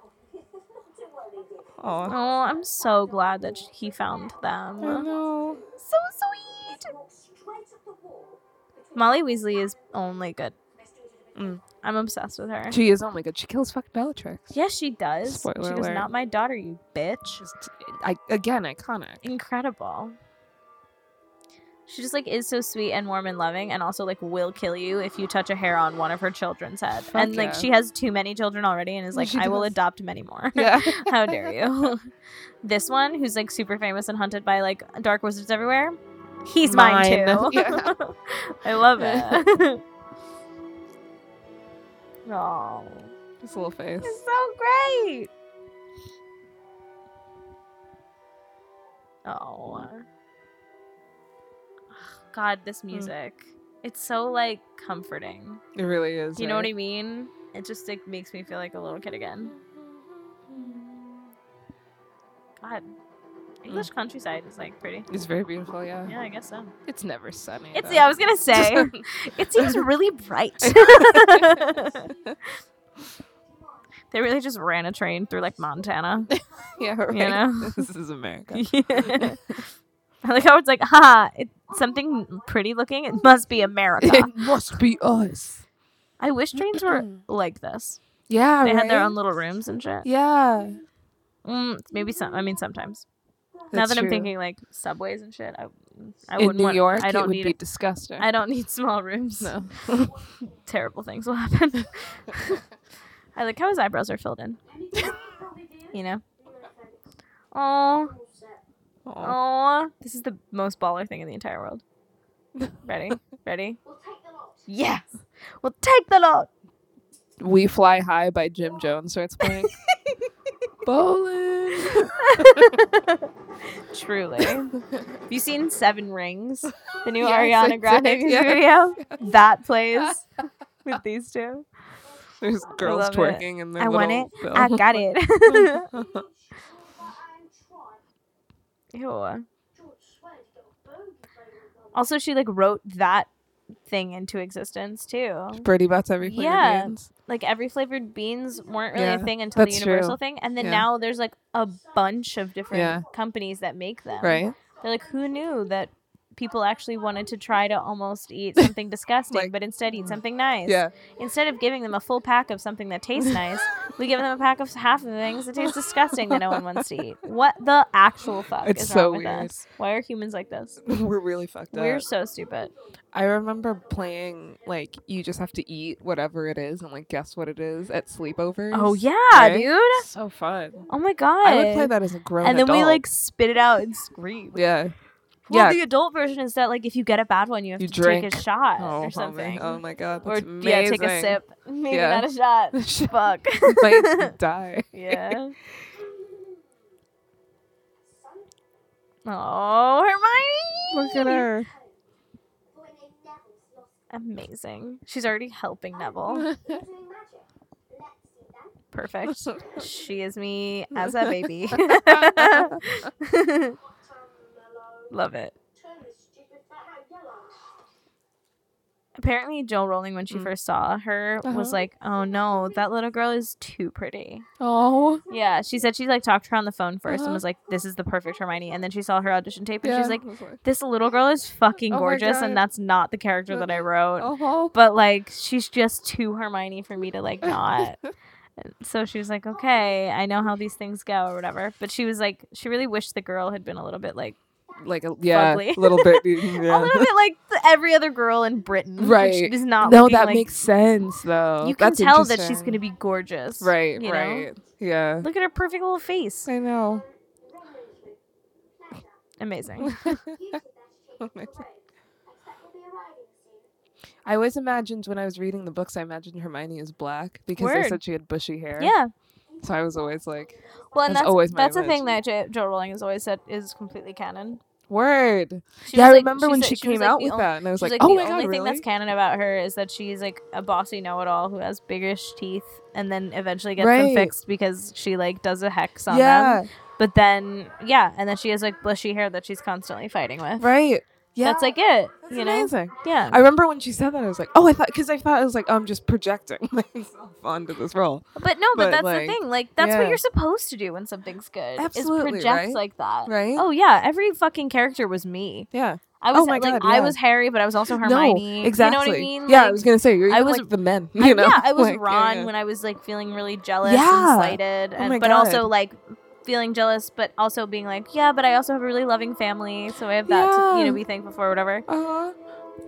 Aw. Oh, I'm so glad that sh- he found I them. know. So sweet. Molly Weasley is only good. Mm. I'm obsessed with her. She is only good. She kills fucking Bellatrix. Yes, she does. Spoiler she was alert. not my daughter, you bitch. Just I again iconic. [LAUGHS] Incredible. She just like is so sweet and warm and loving, and also like will kill you if you touch a hair on one of her children's head. Fuck and like yeah. she has too many children already, [LAUGHS] and is like, She I will does. adopt many more. [LAUGHS] Yeah. [LAUGHS] How dare you? [LAUGHS] this one, who's like super famous and hunted by like dark wizards everywhere, he's mine, Mine. too. [LAUGHS] [LAUGHS] Yeah. I love it. [LAUGHS] Oh, His little face. it's so great. Oh, God, this music. It's so like comforting. It really is. You know what I right? mean? It just like makes me feel like a little kid again. God, English countryside is like pretty. It's very beautiful, yeah. Yeah, I guess so. It's never sunny. It's though. yeah, I was gonna say [LAUGHS] it seems really bright. [LAUGHS] [LAUGHS] they really just ran a train through like [LAUGHS] Montana. yeah, right. know? [LAUGHS] this is America. [LAUGHS] I like how it's like, ha, it's something pretty looking. It must be [LAUGHS] America. It must be us. I wish trains [LAUGHS] were like this. Yeah, They had their right? own little rooms and shit. Yeah. Mm, maybe some. I mean, sometimes. now that's that I'm true. thinking like subways and shit, I, I in wouldn't New want- York, I it don't would need. be disgusting. I don't need small rooms. no. [LAUGHS] Terrible things will [LAUGHS] happen. I like how his eyebrows are filled in. You know. Oh, Aw. oh! This is the most baller thing in the entire world. [LAUGHS] Ready? Ready? We'll take the lot. Yes. Well, take the lot. We Fly High by Jim Jones [LAUGHS] starts playing. Bowling. [LAUGHS] Truly. Have you seen Seven Rings? The new Yes, I Ariana did, Grande music yes, video? [LAUGHS] That plays with these two. There's girls love it. twerking and their I want little [LAUGHS] it. I bill. got it. [LAUGHS] Ew. Also, she like wrote that thing into existence too. Birdie Bots every flavor Yeah. beans. Like every flavored beans weren't really a Yeah, thing until the that's universal true. thing, and then Yeah. now there's like a bunch of different Yeah. companies that make them. Right? They're like, who knew that people actually wanted to try to almost eat something disgusting, [LAUGHS] Like- mm. but instead eat something nice. Yeah. [LAUGHS] Instead of giving them a full pack of something that tastes nice, we give them a pack of half of things that taste disgusting that no one wants to eat. What the [LAUGHS] actual fuck It's is so wrong with weird. us? Why are humans like this? We're really fucked up. We're so stupid. I remember playing like you just have to eat whatever it is and like guess what it is at sleepovers. Oh yeah, Right? dude. So fun. Oh my god. I would play that as a grown and then we adult. like spit it out and scream. Yeah. Well, yeah. the adult version is that like if you get a bad one, you have You to drink. take a shot oh, or homie. something. Oh my god. or That's yeah, take a amazing. [LAUGHS] sip. Maybe Yeah. not a shot. [LAUGHS] Shit, Fuck. [LAUGHS] might die. yeah. Oh, Hermione! Look at her. Amazing. She's already helping Neville. [LAUGHS] Perfect. she is me as a [LAUGHS] baby. [LAUGHS] Love it. Apparently, Joe Rowling, when she Mm. first saw her, was Uh-huh. like, "Oh no, that little girl is too pretty." Oh. Yeah, she said she like talked to her on the phone 1st and Uh-huh. was like, "This is the perfect Hermione," and then she saw her audition tape and Yeah. she's like, "This little girl is fucking Oh my gorgeous, and God. that's not the character that I wrote." oh. But like, she's just too Hermione for me to like [LAUGHS] not. And so she was like, "Okay, I know how these things go, or whatever." But she was like, she really wished the girl had been a little bit like like a yeah, Fugly. a little bit. mm, [LAUGHS] yeah. A little bit like the, every other girl in Britain, Right. Which is not. no, looking that like- makes sense though. You can That's tell that she's interesting. going to be gorgeous, right, you know? right, yeah. Look at her perfect little face. I know. [LAUGHS] Amazing. I always imagined when I was reading the books, I imagined Hermione is black because Word. they said she had bushy hair. Yeah. So I was always like, Well, and That's that's always my that's the thing that J- Joe Rowling has always said is completely canon. word. She yeah, was I like- remember when said- she was came like out the with only- that, and I was She's like, like, oh the my god, only thing really? that's canon about her is that she's like a bossy know-it-all who has biggish teeth and then eventually gets Right. them fixed because she like does a hex on yeah, them. But then, yeah, and then she has like bushy hair that she's constantly fighting with. right. Yeah, That's like it, That's you know? amazing. Yeah. I remember when she said that, I was like, oh, I thought because I thought I was like, oh, I'm just projecting [LAUGHS] myself onto this role. But no, but, But, that's like, the thing. Like that's yeah. what you're supposed to do when something's good. Absolutely, is project right? like that. Right? Oh yeah, every fucking character was me. Yeah, I was Oh my like God, I yeah. was Harry, but I was also Hermione. No, exactly. You know what I mean? Yeah, I Like, was gonna say you're I even, was- like the men. I- [LAUGHS] You know? yeah, I was Like, yeah, Ron yeah. when I was like feeling really jealous Yeah. and slighted, Oh and my but also God. like feeling jealous, but also being like, yeah, but I also have a really loving family, so I have that to you Yeah. know be thankful for, or whatever. Uh-huh.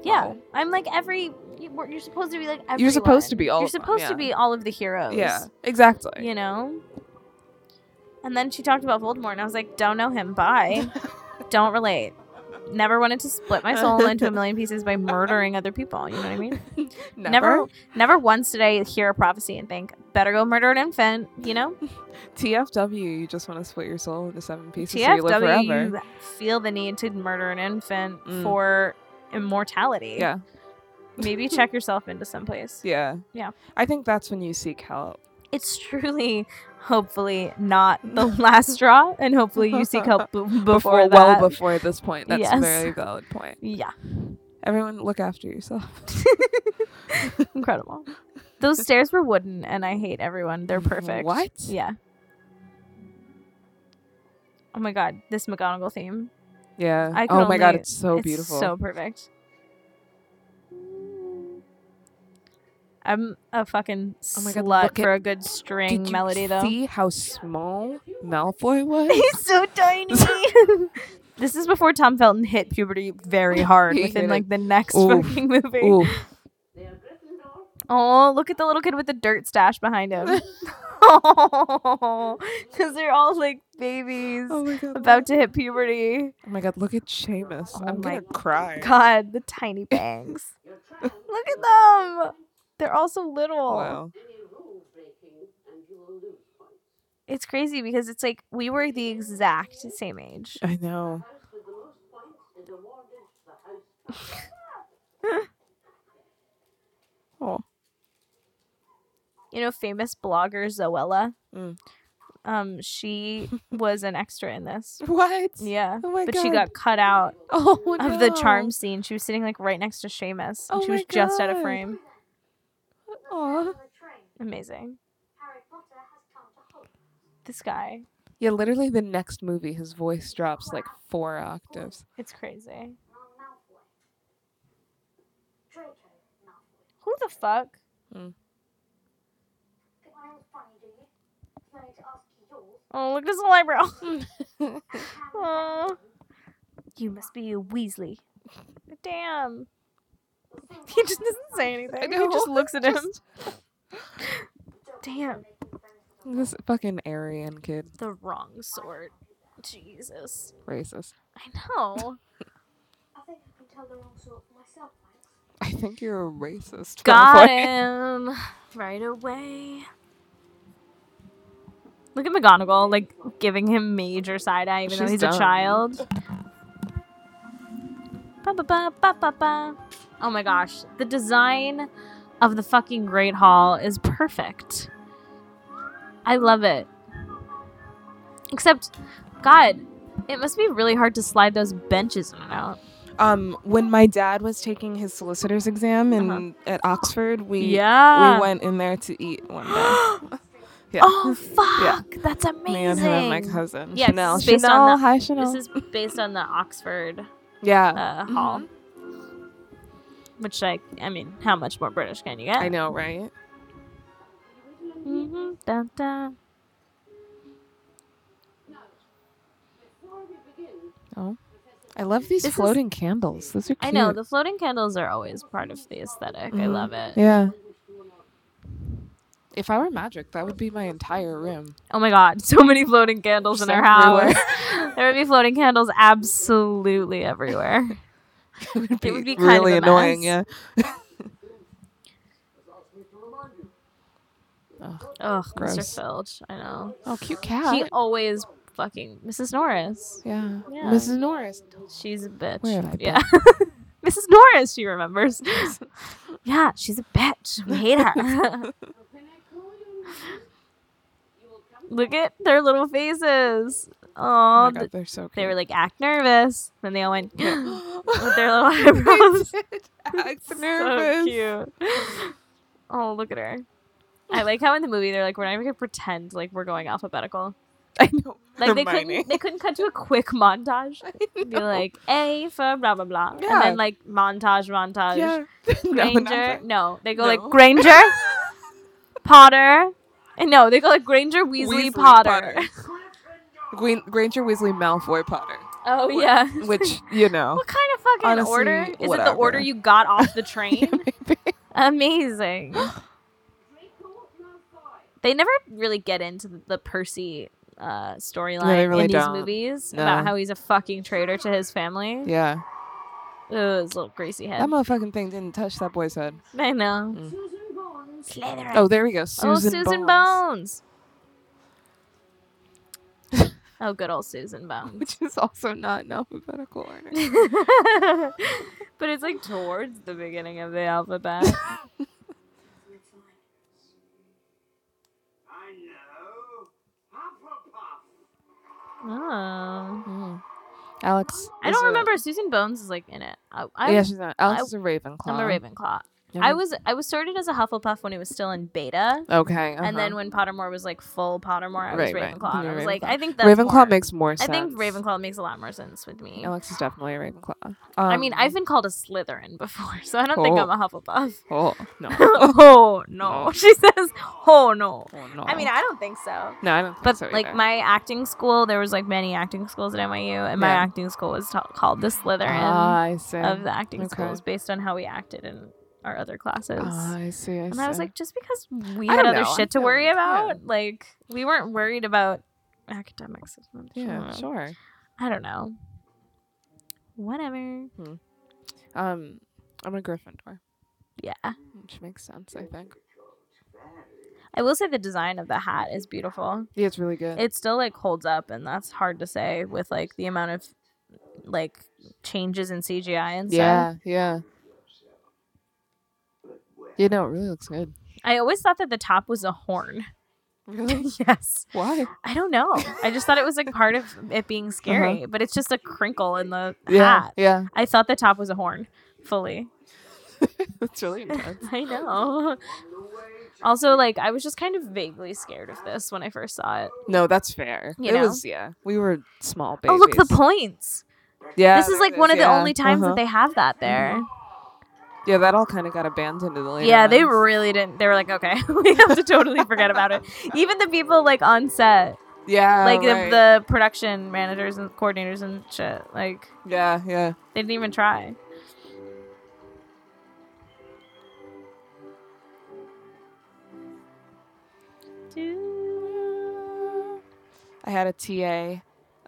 Yeah, Oh. I'm like every you- we're- you're supposed to be like everyone. You're supposed to be all. You're of them, supposed yeah. to be all of the heroes. Yeah, exactly. you know. And then she talked about Voldemort, and I was like, don't know him. [LAUGHS] Bye. don't relate. Never wanted to split my [LAUGHS] soul into a million pieces by murdering other people. You know what I mean? Never, never, once did I hear a prophecy and think, better go murder an infant, you [LAUGHS] know? TFW, you just want to split your soul into seven pieces so you live TFW, forever. you feel the need to murder an infant Mm. for immortality. Yeah. [LAUGHS] Maybe check yourself into someplace. Yeah. Yeah. I think that's when you seek help. It's truly, hopefully, not the [LAUGHS] last straw, and hopefully you seek help [LAUGHS] b- before, that. well before this point. That's a Yes. very valid point. yeah, Everyone look after yourself. incredible. Those stairs were wooden, and I hate everyone. They're perfect. What? Yeah. Oh my god, this McGonagall theme. [LAUGHS] Yeah. I oh could my god, only- it's so it's beautiful. So perfect. I'm a fucking Oh my God, slut look at- for a good string Did you melody though. see how small Malfoy was? [LAUGHS] He's so [LAUGHS] tiny. this is before Tom Felton hit puberty very hard [LAUGHS] He within hit like the next Oof. fucking movie. Ooh, They are Gryffindor. Oh, look at the little kid with the dirt stash behind [LAUGHS] him. [LAUGHS] oh, because they're all like babies oh my god! about to hit puberty. Oh my god! Look at Seamus. Oh I'm my gonna cry. God, the tiny bangs. You're trying Look at them. They're all so little. Wow. any rule breaking and you will lose points. It's crazy because it's like we were the exact same age. I know. House with the most points is awarded the house. Oh, You know, famous blogger Zoella. Mm. Um, she was an extra in this. what? Yeah, Oh my but god! she got cut out oh, of the no. charm scene. She was sitting like right next to Seamus, and Oh she was my just out of God. frame. Aw. Amazing. This guy, Yeah, literally the next movie, his voice drops like four octaves. it's crazy. Who the fuck? Oh, look at his little eyebrow. [LAUGHS] Aw. You must be a Weasley. Damn. He just doesn't say [LAUGHS] anything. He just know. looks at him. Damn. This fucking Aryan kid, The wrong sort. Jesus. racist. I know. I think I can tell the wrong sort for myself, thanks. I think you're a racist. Got Malfoy. him right away. Look at McGonagall, like giving him major side eye, even though She's he's dumb. a child. Ba, ba, ba, ba, ba, ba. Oh my gosh, the design of the fucking Great Hall is perfect. I love it. Except, God, it must be really hard to slide those benches in and out. Um, when my dad was taking his solicitor's exam in at Oxford, we Uh-huh. yeah. we went in there to eat one day. [GASPS] Yeah. Oh fuck! That's [LAUGHS] Me amazing. and her and my cousin. Yeah, 'cause this is Chanel. based on Chanel. the- hi, Chanel. This is based on the Oxford yeah. uh, hall, which like I mean, how much more British can you get? I know, right? hmm Dun, dun. Now, before we begin, Oh. Professor I love these This is- floating candles. Those are cute. I know the floating candles are always part of the esthetic I Mhm. love it. yeah. If I were magic, that would be my [LAUGHS] entire room. Oh my god, so many floating candles in Just our everywhere. house. [LAUGHS] there would be floating candles absolutely everywhere. [LAUGHS] it would be, would be kind of really a annoying. mess. Yeah. Ugh, Gross. Mr. Filch, I know. Oh, cute cat. He always fucking Mrs. Norris. yeah. Yeah. Mrs. Norris. Oh She's a bitch. Where have I been? yeah. [LAUGHS] Mrs. Norris, she remembers. yeah, she's a bitch. We hate her. [LAUGHS] Look at their little faces. Oh Oh, my God, they're so cute. they were like act nervous. Then they all [GASPS] went [LAUGHS] with their little [LAUGHS] They [LAUGHS] eyebrows. did. Act So nervous. cute. Oh, look at her. I like how in the movie they're like, we're not even gonna pretend like we're going alphabetical. I know. [LAUGHS] Like they Hermione. couldn't they couldn't cut to a quick [LAUGHS] montage. Be like A for blah blah blah, Yeah. and then like montage montage. Yeah. [LAUGHS] No, Granger, nothing. no, they go No. like [LAUGHS] Granger, Potter, and no, they go like Granger Weasley, Potter. Gwen- Granger Weasley Malfoy Potter, [LAUGHS] Oh yeah, which you know. [LAUGHS] what kind of fucking Honestly, order is it? The order whatever. you got off [LAUGHS] the train? Maybe. [GASPS] Amazing. They never really get into the, the Percy uh, storyline really in these don't. movies No. about how he's a fucking traitor to his family. yeah, Ugh, his little greasy head. that motherfucking thing didn't touch that boy's head. I know. Mm. Slytherin. Oh, there we go. oh, Susan, Susan Bones, Bones. [LAUGHS] oh, good old Susan Bones. which is also not in [LAUGHS] alphabetical order. but it's like towards the beginning of the [LAUGHS] alphabet. I know. Oh. Mm. Alex, I is don't a- remember. Susan Bones is like in it. I, I, yeah, she's not. Alex I- is a Ravenclaw. I'm a Ravenclaw. Yeah. I was I was sorted as a Hufflepuff when it was still in beta, Okay, and then uh-huh. when Pottermore was like full Pottermore, I was Right, right. Ravenclaw. and You're I was like, Ravenclaw. I think that's Ravenclaw more- makes more I sense. think Ravenclaw makes a lot more sense with me. Alex is definitely a Ravenclaw. I mean, Um, I've been called a Slytherin before, [LAUGHS] so I don't think I'm Oh. a Hufflepuff. Oh no. [LAUGHS] oh no, [LAUGHS] she says. Oh no. Oh, no. I mean, I don't think so. no, I don't. Think But so like either. my acting school, there was like many acting schools at NYU, and my Yeah. acting school was ta- called the Slytherin. Ah, I see. of the acting Okay. schools based on how we acted in our other classes. Ah, I see. I and I was see. like, just because we I had don't other know, I shit to feel worry like, yeah. about, like we weren't worried about academics. as much. I don't yeah, know. sure. I don't know. Whatever. Um, I'm a Gryffindor, Yeah. which makes sense. I think. I will say the design of the hat is beautiful. Yeah, it's really good. It still like holds up, and that's hard to say with like the amount of like changes in CGI and stuff. yeah, yeah. You know, it really looks good. I always thought that the top was a horn. [LAUGHS] [LAUGHS] Really? yes. Why? I don't know. I just thought it was like part of it [LAUGHS] being scary, but it's just a crinkle in the Uh-huh. Yeah, hat. yeah. [LAUGHS] I thought the top was a horn, fully. [LAUGHS] It's really intense. I know. Also, like I was just kind of vaguely scared of this when I first saw it. No, that's fair. You it know? was yeah. We were small babies. Oh, look the points. yeah. this is there like it one of the Yeah, only times uh-huh. that Mm-hmm. they have that there. Yeah, that all kind of got abandoned in the later. Yeah, they ones. really didn't. They were like, okay, [LAUGHS] we have to totally forget about it. Even the people like on set, Yeah. like Oh, the, right. the production managers and coordinators and shit, like Yeah, yeah. they didn't even try. I had a TA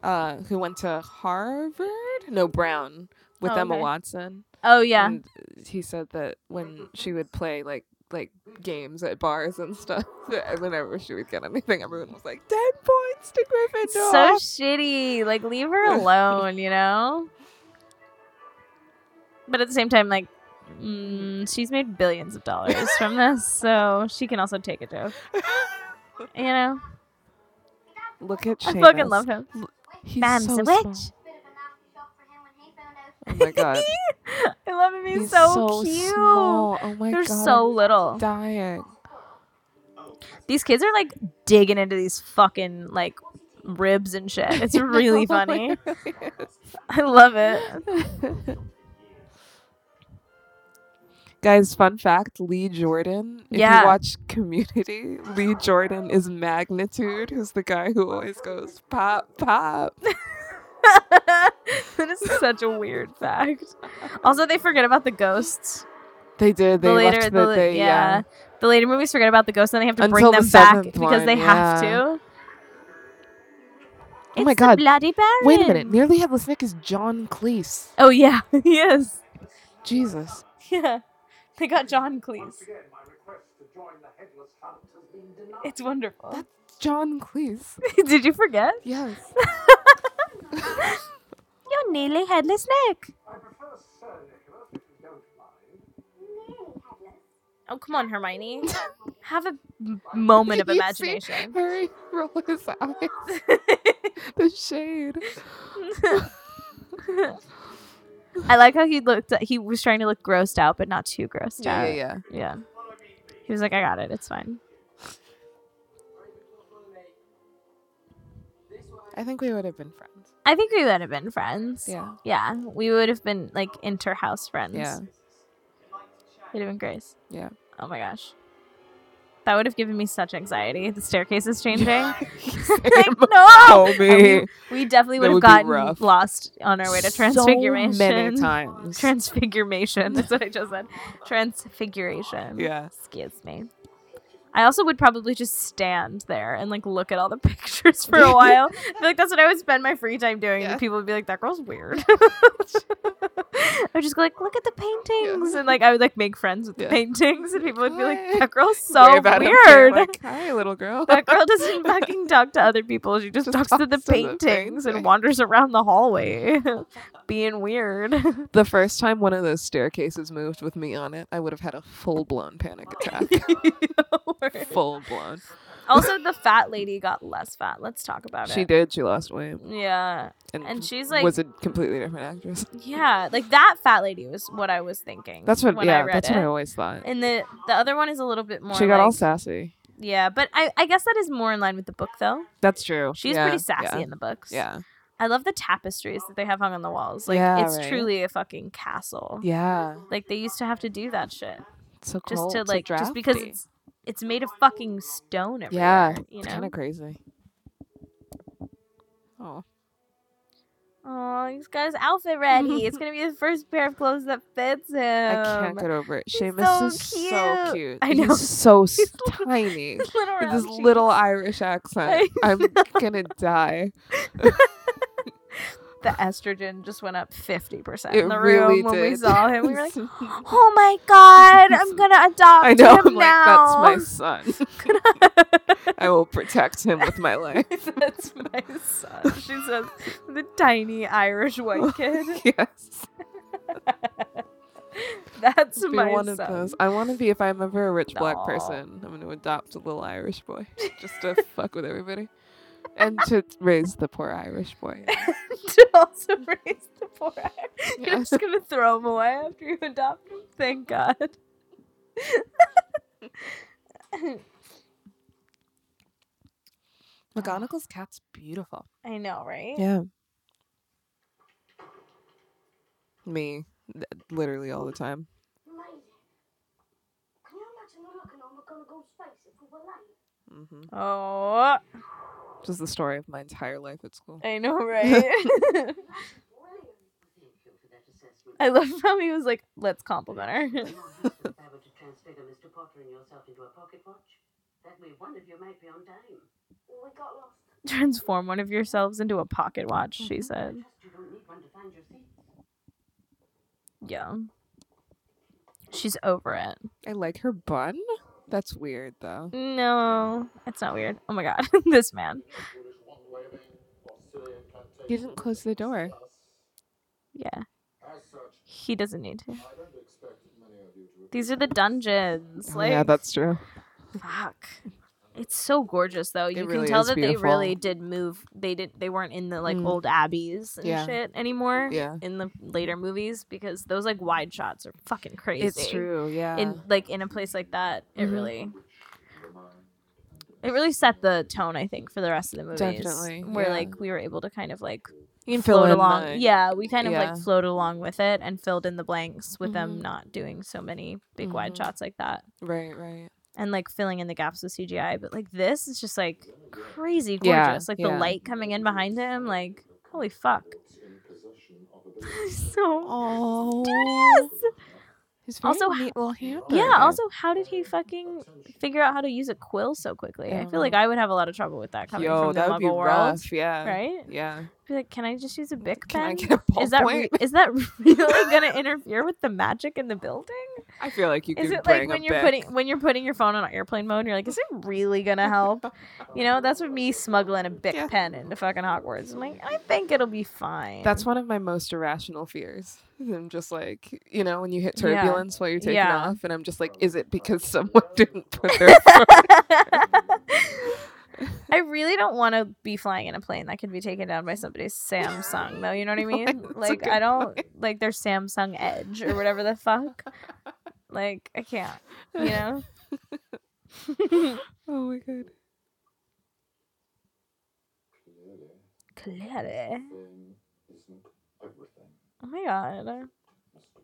uh, who went to Harvard, no Brown, with Oh, Emma okay. Watson. Oh yeah. And he said that when she would play like like games at bars and stuff, whenever she would get anything, everyone was like ten points to So Gryffindor. shitty. Like leave [LAUGHS] her alone, you know? But at the same time, like mm, she's made billions of dollars [LAUGHS] from this, so she can also take a joke. You know? Look at I Seamus. fucking love him. He's Bam's so a small. witch. Bit of a nasty shock for him when he found out. Oh [LAUGHS] my god, I love him. He's, he's so, cute. small. Oh my They're god, I'm so little. dying. These kids are like digging into these fucking like ribs and shit. [LAUGHS] It's really funny. It really is. I love it. Guys, fun fact Lee Jordan. If Yeah. you watch Community, Lee Jordan is [LAUGHS] Magnitude, who's the guy who always goes pop, pop. that [LAUGHS] is such a weird fact. Also, they forget about the ghosts. They did. They the later, left the, the, la- they, yeah. yeah. the later movies forget about the ghosts, and they have to bring Until the them back seventh because one, they have yeah. to. Oh my It's the God. bloody Baron. Wait a minute. Nearly Headless Nick is John Cleese. Oh yeah, [LAUGHS] yes, Jesus. yeah. They got John Cleese. again, my request to join the Headless Hunt has been denied. It's wonderful. [LAUGHS] That's John Cleese. Did you forget? Yes. You're nearly headless Nick. I prefer Sir Nicholas, if you don't mind. Oh come on, Hermione. [LAUGHS] Have a [LAUGHS] m- moment of You see [LAUGHS] imagination. Harry roll his [LAUGHS] eyes. the shade. I like how he looked. He was trying to look grossed out, but not too grossed Yeah, out. yeah, yeah. Yeah. He was like, I got it. It's fine. I think we would have been friends. I think we would have been friends. Yeah. Yeah. We would have been like inter-house friends. Yeah. It'd have been Grace. Yeah. Oh my gosh. That would have given me such anxiety. The staircase is changing. [LAUGHS] Same. [LAUGHS] like, no. Told And me. we, we definitely would That have would be gotten rough. lost on our way to transfiguration. So many times. Transfiguration. That's what I just said. Transfiguration. yeah. Excuse me. I also would probably just stand there and like look at all the [LAUGHS] pictures for [LAUGHS] a while. I feel like that's what I would spend my free time doing. Yeah. And people would be like, "That girl's weird." [LAUGHS] I would just go like, "Look at the paintings," and like I would like make friends with the Yeah. paintings, and people would be like, Hi. "That girl's [LAUGHS] so Wave at him too, weird." like, Hi, little girl. that girl doesn't fucking talk to other people. She just, Just talks to the talks to the paintings and painting. wanders around the [LAUGHS] hallway, being weird. [LAUGHS] [LAUGHS] the first time one of those staircases moved with me on it, I would have had a full blown panic attack. [LAUGHS] full blown. also, the fat lady got less fat. Let's talk about She it. did. She lost weight, Yeah, and, and she's like, was a completely different actress. yeah, like that fat lady was what I was thinking. That's what. when I yeah, read that's it. what I always thought. and the the other one is a little bit more. She got all like- sassy. Yeah, but I I guess that is more in line with the book though. That's true. She's Yeah, pretty sassy Yeah. in the books. Yeah. I love the tapestries that they have hung on the walls. Like Yeah, it's right. truly a fucking castle. Yeah. Like they used to have to do that shit It's so just cold. to so like just because drafty. it's it's made of fucking stone yeah, everywhere. you it's know. kind of crazy. Oh, Oh, he's got his outfit [LAUGHS] ready. it's gonna be the first pair of clothes that fits him. I [LAUGHS] can't get over it. Um, he's Seamus so is so cute. cute. I know. He's so s- [LAUGHS] He's little- tiny. His little With round this cheeks. little Irish accent. I I'm gonna die. the estrogen just went up 50% It [LAUGHS] in the really room when we did. saw him. We [LAUGHS] were like, oh my God, I'm going to adopt I know. him I'm now. [LAUGHS] like, that's my son. [LAUGHS] I will protect him [LAUGHS] with my life. That's my son. She says, the tiny Irish [LAUGHS] white kid. [LAUGHS] yes. That's be my one son. of those. I want to be if I'm ever a rich black Aw. person. I'm going to adopt a little Irish [LAUGHS] boy just to fuck with everybody, and to raise the poor Irish [LAUGHS] boy. to [LAUGHS] also raise the poor Irish. You're Yeah. just going to throw him away after you adopt him. Thank God. McGonagall's cat's beautiful. I know, right? Yeah. Me, th- literally all the time. Made it. Can you imagine the look on our McGonagall's face if we were hmm late? Oh, Just the story of my entire life at school. I [LAUGHS] know, [LAUGHS] right? Brilliant. Thank you for that assessment. [LAUGHS] I love how he was like, let's compliment her. [LAUGHS] If I were to transfigure Mr. Potter and yourself into a pocket watch, that way one of you might be on time. We got lost. Transform one of yourselves into a pocket watch, she I said. trust you don't need one to find your seat. Yeah. She's over it. I like her bun. That's weird though. No, it's not weird. Oh my god, [LAUGHS] this man. You didn't close the door. Yeah, As such, he doesn't need to. I don't expect many of you to These are the dungeons. Like, yeah, that's true. fuck. It's so gorgeous though. you really can tell is that they really beautiful. did move. They did. They weren't in the like Mm. old abbeys and Yeah. shit anymore. Yeah. In the later movies, because those like wide shots are fucking crazy. It's true. Yeah. in like in a place like that it Mhm. really it really set the tone i think for the rest of the movies Definitely, where yeah. like we were able to kind of like you can float in along the- yeah we kind of yeah. like float along with it and filled in the blanks with them Mhm. not doing so many big Mhm. wide shots like that Right. Right. and like filling in the gaps with cgi but like this is just like crazy gorgeous Yeah, like yeah. the light coming in behind him like holy fuck [LAUGHS] in possession. so Oh. studious. He's very Also, neat little hand. Yeah. Also, how did he fucking figure out how to use a quill so quickly? I don't feel like I would have a lot of trouble with that coming yo, from the that would be Muggle world, rough. Yeah. right? Yeah. Be like, can I just use a Bic Can I pen? get a ballpoint? Is that re- is that [LAUGHS] really gonna interfere with the magic in the building? [LAUGHS] I feel like you Is could it bring like a when you're Bic. putting when you're putting your phone on airplane mode? And you're like, is it really gonna help? You know, that's what me smuggling [LAUGHS] a Bic Yeah. pen into fucking Hogwarts. I'm like, I think it'll be fine. That's one of my most irrational fears. I'm just like, you know, when you hit Yeah. turbulence while you're taking Yeah. off, and I'm just like, is it because [LAUGHS] someone didn't put [LAUGHS] their [LAUGHS] I really don't want to be flying in a plane that could be taken down by somebody's Samsung, though. You [LAUGHS] know what I mean? That's a Like, good I don't like their Samsung Edge or whatever the fuck. Like, I can't, you [LAUGHS] know? Oh my god. Clearly, Clearly. then isn't everything. Oh my god.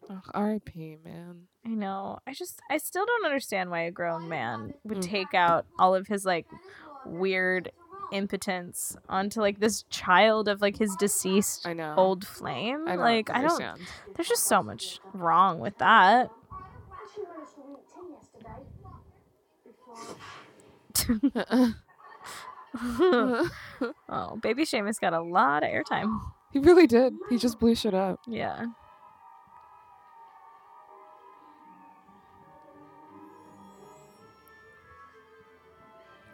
Ugh, R.I.P. Man. I know. I just, I still don't understand why a grown man would take out all of his, like, weird impotence onto, like, this child of, like, his deceased I know. old flame. I don't like, I don't understand. There's just so much wrong with that. [LAUGHS] She managed to read tea yesterday. Before oh, baby Seamus got a lot of airtime. [LAUGHS] [LAUGHS] He really did. He just blew shit up. Yeah.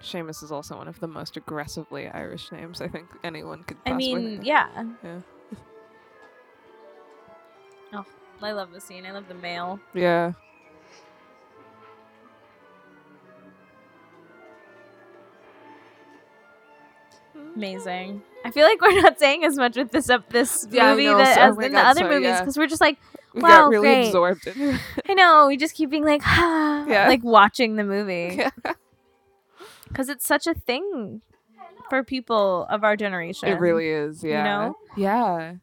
Seamus is also one of the most aggressively Irish names I think anyone could. I possibly mean, think yeah. Yeah. Oh, I love the scene. I love the mail. of. yeah. Amazing. I feel like we're [LAUGHS] not saying as much with this up this Yeah, I movie know, that, so- as oh my in the God, other so, movies yeah. because we're just [LAUGHS] like, We Wow, got really great. absorbed [LAUGHS] in I know. We just keep being like, Yeah. like watching the [LAUGHS] movie. it. because it's such a thing for people of our generation. It really is, yeah. know? Yeah.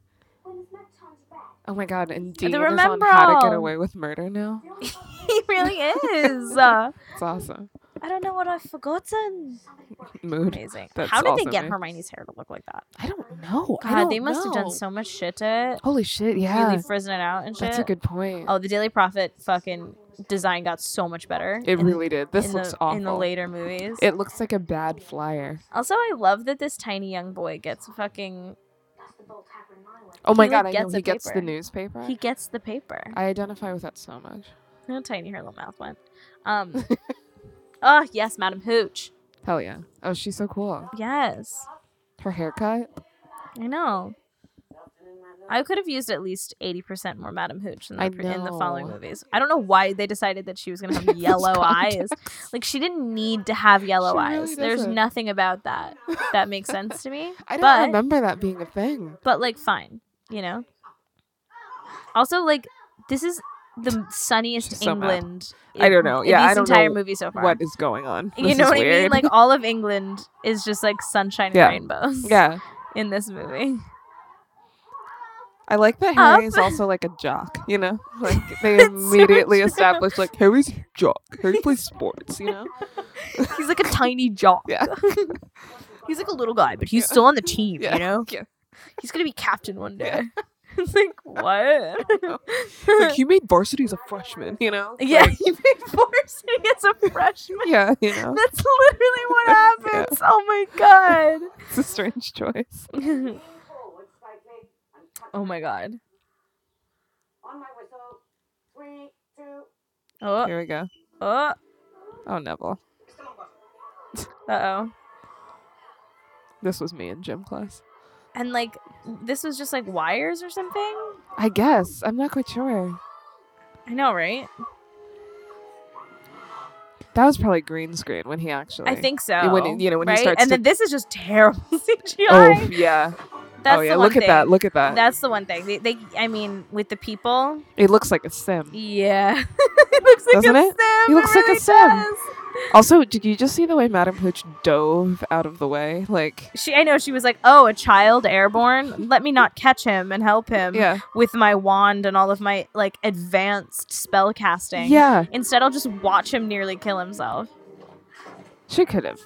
when his bedtime's back, Oh my god, and Dean is on remember how to get all. away with murder now. the only problem [LAUGHS] he really [LAUGHS] is. Uh, It's awesome. I don't know what I've forgotten. is somebody broke Mood. Amazing. That's How did awesome, they get eh? Hermione's hair to look like that? I don't know. I God, they don't must have know. done so much shit to it. Holy shit, yeah. Really frizzing it out and shit. That's a good point. Oh, the Daily Prophet fucking design got so much better. it in- really did. This in looks the, awful. in the later movies. It looks like a bad flyer. also, I love that this tiny young boy gets fucking. That's the bolt tavern my way. Oh my He, god, like, I know gets a he gets the paper. newspaper. He gets the paper. I identify with that so much. No tiny her little mouth went. [LAUGHS] Um. oh yes, Madam Hooch. Hell yeah. Oh, she's so cool. Yes. Her haircut? I know. I could have used at least eighty percent more Madame Hooch in the, I pre- in the following know. movies. I don't know why they decided that she was [LAUGHS] gonna have yellow eyes. Like she didn't need to have yellow She really eyes. There's doesn't. nothing about that that makes sense to me. [LAUGHS] I don't but remember that being a thing. but like fine, you know. Also, like this is the sunniest She's so mad. England. I don't know. in Yeah, I this don't entire know movie so far. What is going on? you This know is what I mean? weird. Like all of England is just like sunshine Yeah. and rainbows. [LAUGHS] yeah. In this [LAUGHS] movie. I like that Up. Harry is also like a jock, [LAUGHS] you know? Like they immediately true. established like Harry's a jock. [LAUGHS] Harry plays sports, you know? He's like a tiny jock. Yeah. he's like a little guy, but he's Yeah. still on the team, Yeah. you know? [LAUGHS] [LAUGHS] Yeah. He's gonna be captain one Yeah. day. [LAUGHS] it's like [LAUGHS] what? Like he made varsity as a freshman, you know? yeah, Like, he made force and he gets a freshman. yeah, [LAUGHS] you know. That's literally [LAUGHS] what happens. Oh my It's a strange choice. god. Lean forward slightly and touch oh my god. on my whistle. Three, two. Oh, Here we go. oh, Oh Neville. Mr. Longbottom. uh oh. This was me in gym class. And like this was just like wires or something? I guess. I'm not quite sure. I know, right? That was probably green screen when he actually I think so. When he- you know, when he right? starts and to- then this is just terrible [LAUGHS] CGI. Oh yeah. That's oh yeah. the one Look at thing. that. Look at that. That's the one thing. They, they, I mean, with the people, it looks like a sim. yeah, [LAUGHS] it looks like Doesn't a it? sim. He looks like a really sim. does. Also, did you just see the way Madame Hooch dove out of the way? Like She, I know, she was like, "Oh, a child airborne. Let me not catch him and help him Yeah. with my wand and all of my like advanced spell casting. Yeah. Instead, I'll just watch him nearly kill himself. She could have.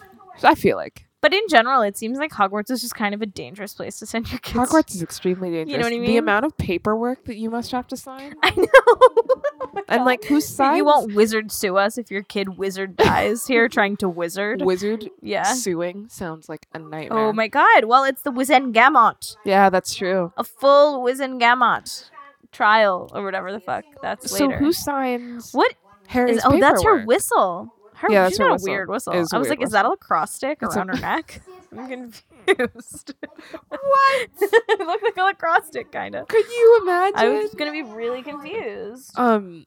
I feel like But in general, it seems like Hogwarts is just kind of a dangerous place to send your kids. Hogwarts is extremely dangerous. what I The mean? amount of paperwork that you must have to sign, [LAUGHS] I [LAUGHS] know. and like who signs? you won't wizard sue us if your kid wizard dies here trying to wizard. Wizard yeah. suing sounds like a nightmare. Oh my god. Well, it's the Wizengamot. Yeah, that's true. A full Wizengamot trial or whatever the fuck. That's So later. who signs? what Harry's is Oh, that's her paperwork? whistle. Her, Yeah, that's she's her got a whistle. weird whistle. It is a I was weird like, is that a lacrosse stick It's a- [LAUGHS] around her neck? I'm confused. [LAUGHS] what? it looked like a lacrosse stick, kind of. Could you imagine? I was gonna be really confused. um,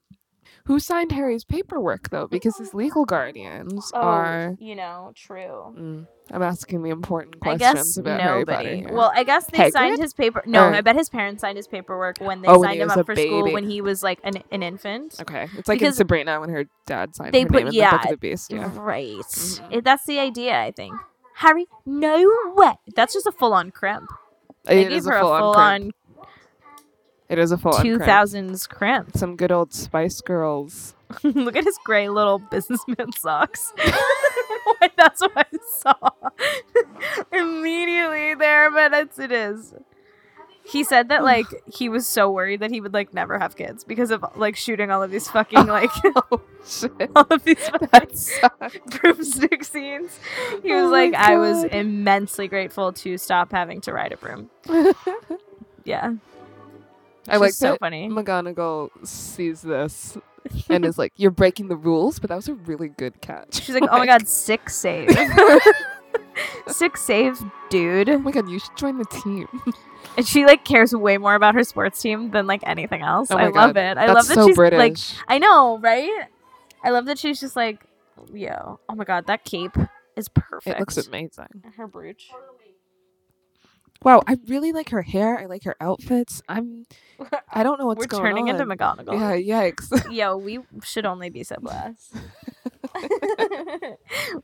who signed Harry's paperwork though? Because his legal guardians are. Oh, you know, true. Mm, I'm asking the important I questions guess about Harry Potter. nobody. here. Well, I guess they Hagrid? signed his paper. No, Or- I bet his parents signed his paperwork when they Oh, when signed he him was up for a school baby. when he was like an, an infant. okay, it's like in because Sabrina when her dad signed they her put- name in yeah, the Book of the Beast. Yeah. Right. Mhm. It- that's the idea, I think. Harry, no way. That's just a full on crimp. They it gave is her a full on. on It is a full on. two thousands crimp. Some good old Spice Girls. [LAUGHS] [LAUGHS] Look at his gray little businessman [LAUGHS] socks. Why, That's what I saw [LAUGHS] immediately there, but it's it is. He said that [SIGHS] like he was so worried that he would like never have kids because of like shooting all of these fucking like [LAUGHS] Oh shit. all of [LAUGHS] these That fucking sucks. broomstick scenes. He was Oh my like, I was God. immensely grateful to stop having to ride a [LAUGHS] broom. Yeah, I she's like so that funny. McGonagall [LAUGHS] sees this and is like, "You're breaking the rules," but that was a really good catch. She's like, oh my god, six save, [LAUGHS] six save, dude. Oh my god, you should join the team. And she like cares way more about her sports team than like anything else. Oh I my love God. it. I That's love that so she's British. like I know, right? I love that she's just like, yo, oh my god, that cape is perfect. it looks amazing. her brooch. Wow, I really like her hair. I like her outfits. [LAUGHS] I'm. I don't know what's We're going turning on. into McGonagall. Yeah, [LAUGHS] yikes. Yo, we should only be so blessed. [LAUGHS]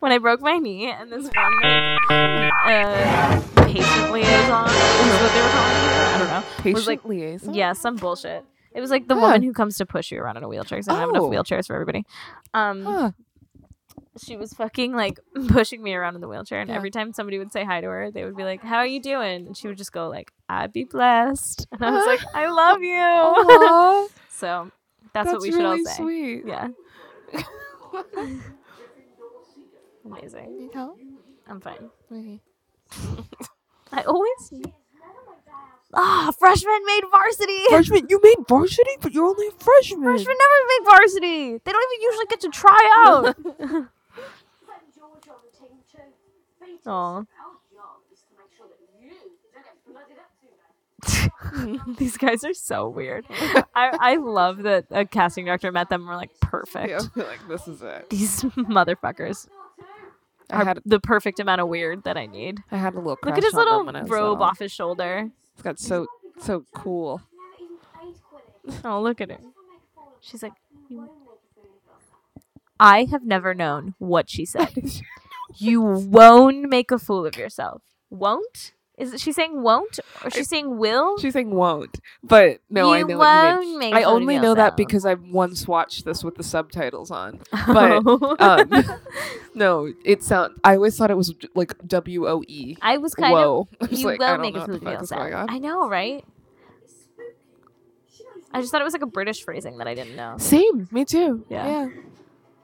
when I broke my knee and this one uh, patient liaison is what they were calling her. I don't know. Patient like, liaison. Yeah, some bullshit. It was like the Huh. woman who comes to push you around in a wheelchair because I don't have Oh. enough wheelchairs for everybody. Um, [LAUGHS] Huh. she was fucking like [LAUGHS] pushing me around in the wheelchair, and Yeah. every time somebody would say hi to her, they would be like, "How are you doing?" And she would just go like, "I'd be blessed," and I was like, "I love you." Aw, [LAUGHS] so that's, what we should Oh. really all say. Sweet. [LAUGHS] Yeah, amazing. Need help? I'm fine. Okay. I always. Ah, freshmen made varsity. Freshman, you made varsity, but you're only a freshman. Freshmen never make varsity. They don't even usually get to try out. Putting George on the team too. Beaters. Aw. Our job is to make sure that you don't get blooded up too bad. These guys are so weird. I, I love that a casting director met them and were like, perfect. Yeah, I feel like this is it. These motherfuckers I are had the perfect amount of weird that I need. I had a little crush Look at his on little them when I was robe little. off his shoulder. It's got so so cool. I've never even played Quidditch. Oh, look at her. If I make a fool of She's like, myself, you won't make a fool of us. I have never known what [LAUGHS] she said. you won't make a fool of yourself. Won't? Is she saying won't? Or she's saying will? [LAUGHS] She's saying won't, but no, I You know what you won't mean. make I fun of only know that yourself. because I once watched this with the [LAUGHS] subtitles on. [LAUGHS] Oh. but, uh, Um, no, it sound. I always thought it was j- like W O E. I was kind of Whoa! [LAUGHS] I was You like, I will don't make know a what the fool of fuck is yourself. going on. I know, right? I just thought it was like a British phrasing that I didn't know. Same, me too. Yeah. Yeah.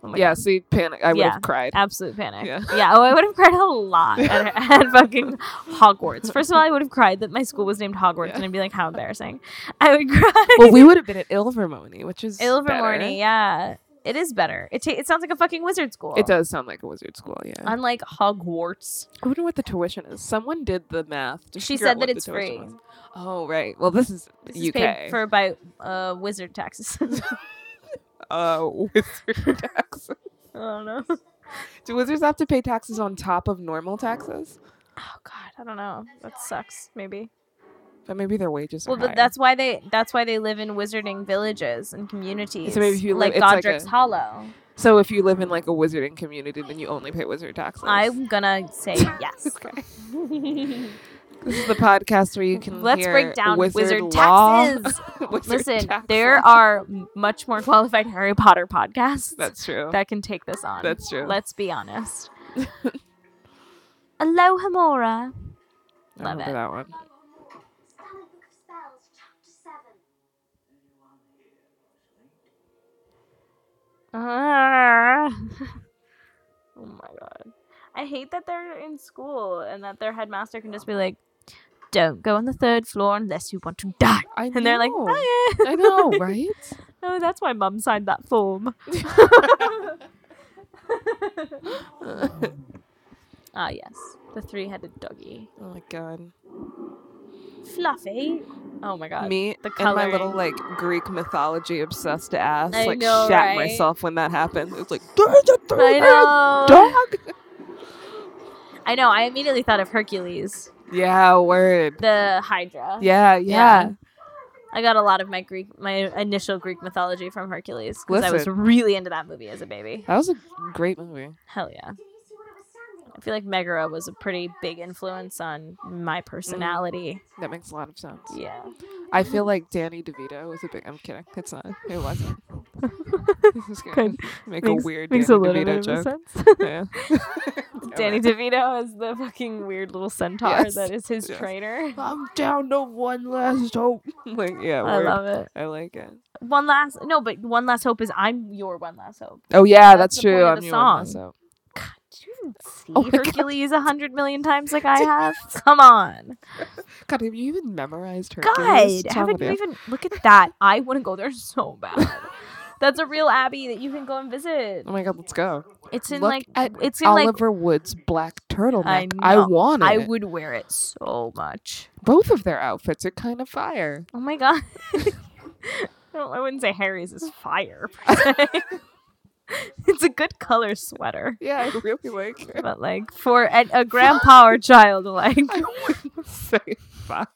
Oh my yeah. See, panic. I would Yeah. [LAUGHS] have cried. Absolute panic. Yeah. Yeah. oh, I would have cried a [LAUGHS] lot at, at fucking Hogwarts. First of all, I would have cried that my school was named Hogwarts, Yeah. and I'd be like, how embarrassing. I would cry. [LAUGHS] well, we would have been at Ilvermorny, which is better. Ilvermorny, yeah. It is better. It, ta- it sounds like a fucking wizard school. It does sound like a wizard school. Yeah. Unlike Hogwarts. I wonder what the tuition is. Someone did the math. To She figure said that out what the it's free. tuition was. Oh right. Well, this is This is UK. paid [LAUGHS] for by uh, wizard taxes. [LAUGHS] uh, wizard taxes. I don't know. Oh, Do wizards have to pay taxes on top of normal taxes? Oh, God. I don't know. That sucks, maybe. But maybe their wages. Well, are but higher. that's why they that's why they live in wizarding villages and communities. maybe if you live- like it's like Godric's a- Hollow. so. If you live in like a wizarding community, then you only pay wizard taxes. I'm gonna say yes. [LAUGHS] Okay. this is the podcast where you can Let's hear break down wizard, wizard, law. taxes. [LAUGHS] Wizard Listen, tax there law. are m- much more qualified Harry Potter podcasts That's true. that can take this on. [LAUGHS] That's true. Let's be honest. [LAUGHS] Alohomora. I Love remember it. [LAUGHS] that one. Stanley Book of Spells, Chapter 7. Ah. oh my god. I hate that they're in school and that their headmaster can just be like, don't go on the third floor unless you want to die. I And they're like, know. [LAUGHS] okay. I know, right? oh, that's why mum signed that form. [LAUGHS] oh ah, yes. The three headed doggy. Oh my god. Fluffy. Oh my god. Me the and my little coloring. like Greek mythology obsessed ass I like know, right? shat myself when that happened. It's like there's a I three-headed know. dog. I know. I immediately thought of Hercules, Yeah, word. the Hydra. Yeah, yeah. I got a lot of my Greek, my initial Greek mythology from Hercules because I was Listen. really into that movie as a baby. That was a great movie. Hell yeah. Did you see what it was standing I feel like Megara was a pretty big influence on Mm. my personality. That makes a lot of sense. Yeah. I feel like Danny DeVito was a big. I'm kidding. It's not. [LAUGHS] It wasn't. Just gonna Good. Make a weird Danny DeVito joke. sense. [LAUGHS] Yeah. [LAUGHS] Danny DeVito is the fucking weird little centaur Yes. that is his Yes. trainer. I'm down to one last hope. [LAUGHS] Like yeah, [LAUGHS] I word. love it. I like it. One last no, but one last hope is I'm your one last hope. Oh yeah, That's that's, the point true. of I'm the your one last song. hope. God, did you even see Oh my God. Hercules a hundred million times like [LAUGHS] I have? Come on. God, have you even memorized her? God, haven't you even look at that? I want to go there so bad. [LAUGHS] That's a real abbey that you can go and visit. Oh my god, let's go. It's in Look like at it's in like Oliver Wood's black turtleneck. I I, know. want it. I would wear it so much. Both of their outfits are kind of fire. Oh my god. [LAUGHS] No, I wouldn't say Harry's is fire. per se. [LAUGHS] it's a good color sweater, Yeah, I really like it. [LAUGHS] but like for a, a grandpa or child, like I wouldn't say fire.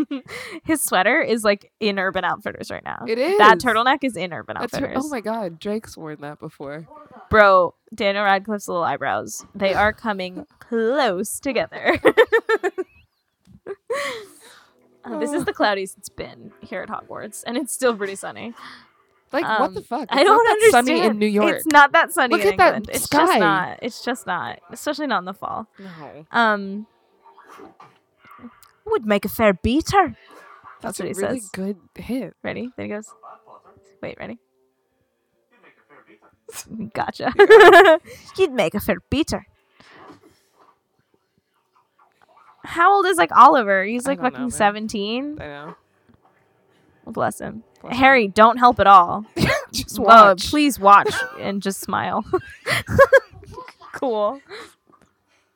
[LAUGHS] his sweater is like in Urban Outfitters right now. It is. That turtleneck is in Urban That's Outfitters. her- oh my god, Drake's worn that before. Bro, Daniel Radcliffe's little eyebrows. They are coming close together. [LAUGHS] Uh, Oh. this is the cloudiest it's been here at Hogwarts, and it's still pretty sunny. Like what the Um, fuck? It's I don't not that understand. Sunny in New York. It's not that sunny Look in at that England. it's just sky. not. It's just not. Especially not in the fall. no, Um, would make a fair beater. that's, That's a what he really says. good hit. Ready? There he goes. Wait, ready? [LAUGHS] You'd make a fair pizza. Gotcha. [LAUGHS] You'd make a fair beater. How old is like Oliver? He's I like don't know, fucking man. seventeen. I know. Bless him. Bless him. Harry, don't help at all. [LAUGHS] Just Whoa, watch. please watch and just [LAUGHS] smile. cool.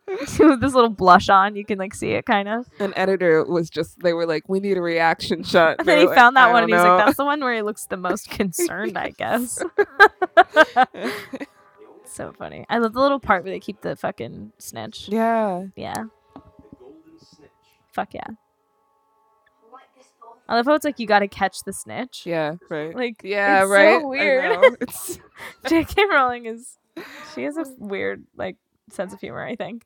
With [LAUGHS] this little blush on, you can like see it kind of. An editor was just. They were like, "We need [LAUGHS] a reaction shot." And then they he were like, found that "I one and he don't was like, know." that's the one where he looks the [LAUGHS] most concerned, I guess. [LAUGHS] so funny. I love the little part where they keep the fucking snitch. yeah. Yeah. The golden snitch. Fuck yeah. Wipe this bowl. I love how it's like you gotta catch the snitch. Yeah, right. Like yeah, it's so right. I weird. know. It's- J.K. Rowling is she has a weird like sense of humor. I think.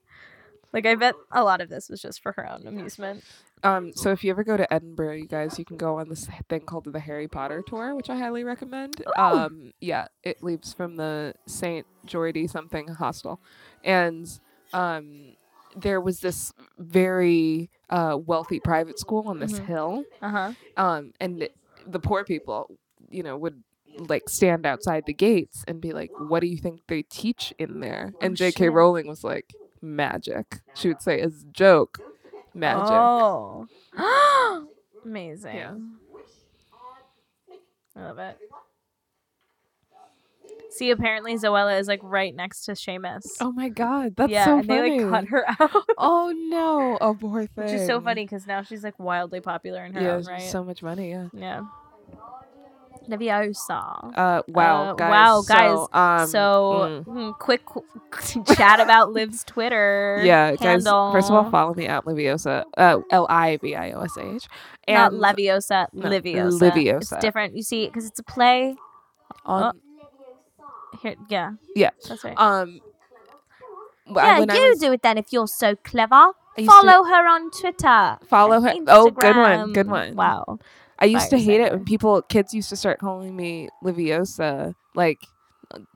Like I bet a lot of this was just for her own amusement. um, Oh. so if you ever go to Edinburgh, you guys, you can go on this thing called the Harry Potter tour, which I highly recommend. Oh. Um, yeah, it leaves from the Saint Geordie something hostel, and um, there was this very uh, wealthy private school on this Mhm. hill, Uh huh. um, and the poor people, you know, would like stand outside the gates and be like, "What do you think they teach in there?" And J.K. Oh, shit. Rowling was like, "Magic." She would say as a joke, "Magic." Oh. [GASPS] Amazing. Yeah. I love it. See, apparently Zoella is like right next to Seamus. Oh my god, that's yeah, so and funny. they like cut her [LAUGHS] out, Oh no, oh poor thing. [LAUGHS] which is so funny because now she's like wildly popular in her Yeah, own it's right. so much money. Yeah. yeah. Leviosa. Uh, wow, Uh, guys. wow, guys, So, um, so mm, quick qu- [LAUGHS] chat about Liv's Twitter. mm, [LAUGHS] yeah, handle. guys. First of all, follow me at Liviosa. Uh, L I V I O S H. not And Leviosa, No, Liviosa. It's Liviosa. different. You see, because it's a play. on, Here, yeah, yeah. that's right. Um. wh- yeah, when I you was- do it then if you're so clever. I used to- Follow her on Twitter. Follow her. and Oh, good one. Instagram. Good one. Wow. I used to Fires hate it everywhere. when people, kids used to start calling me Liviosa, like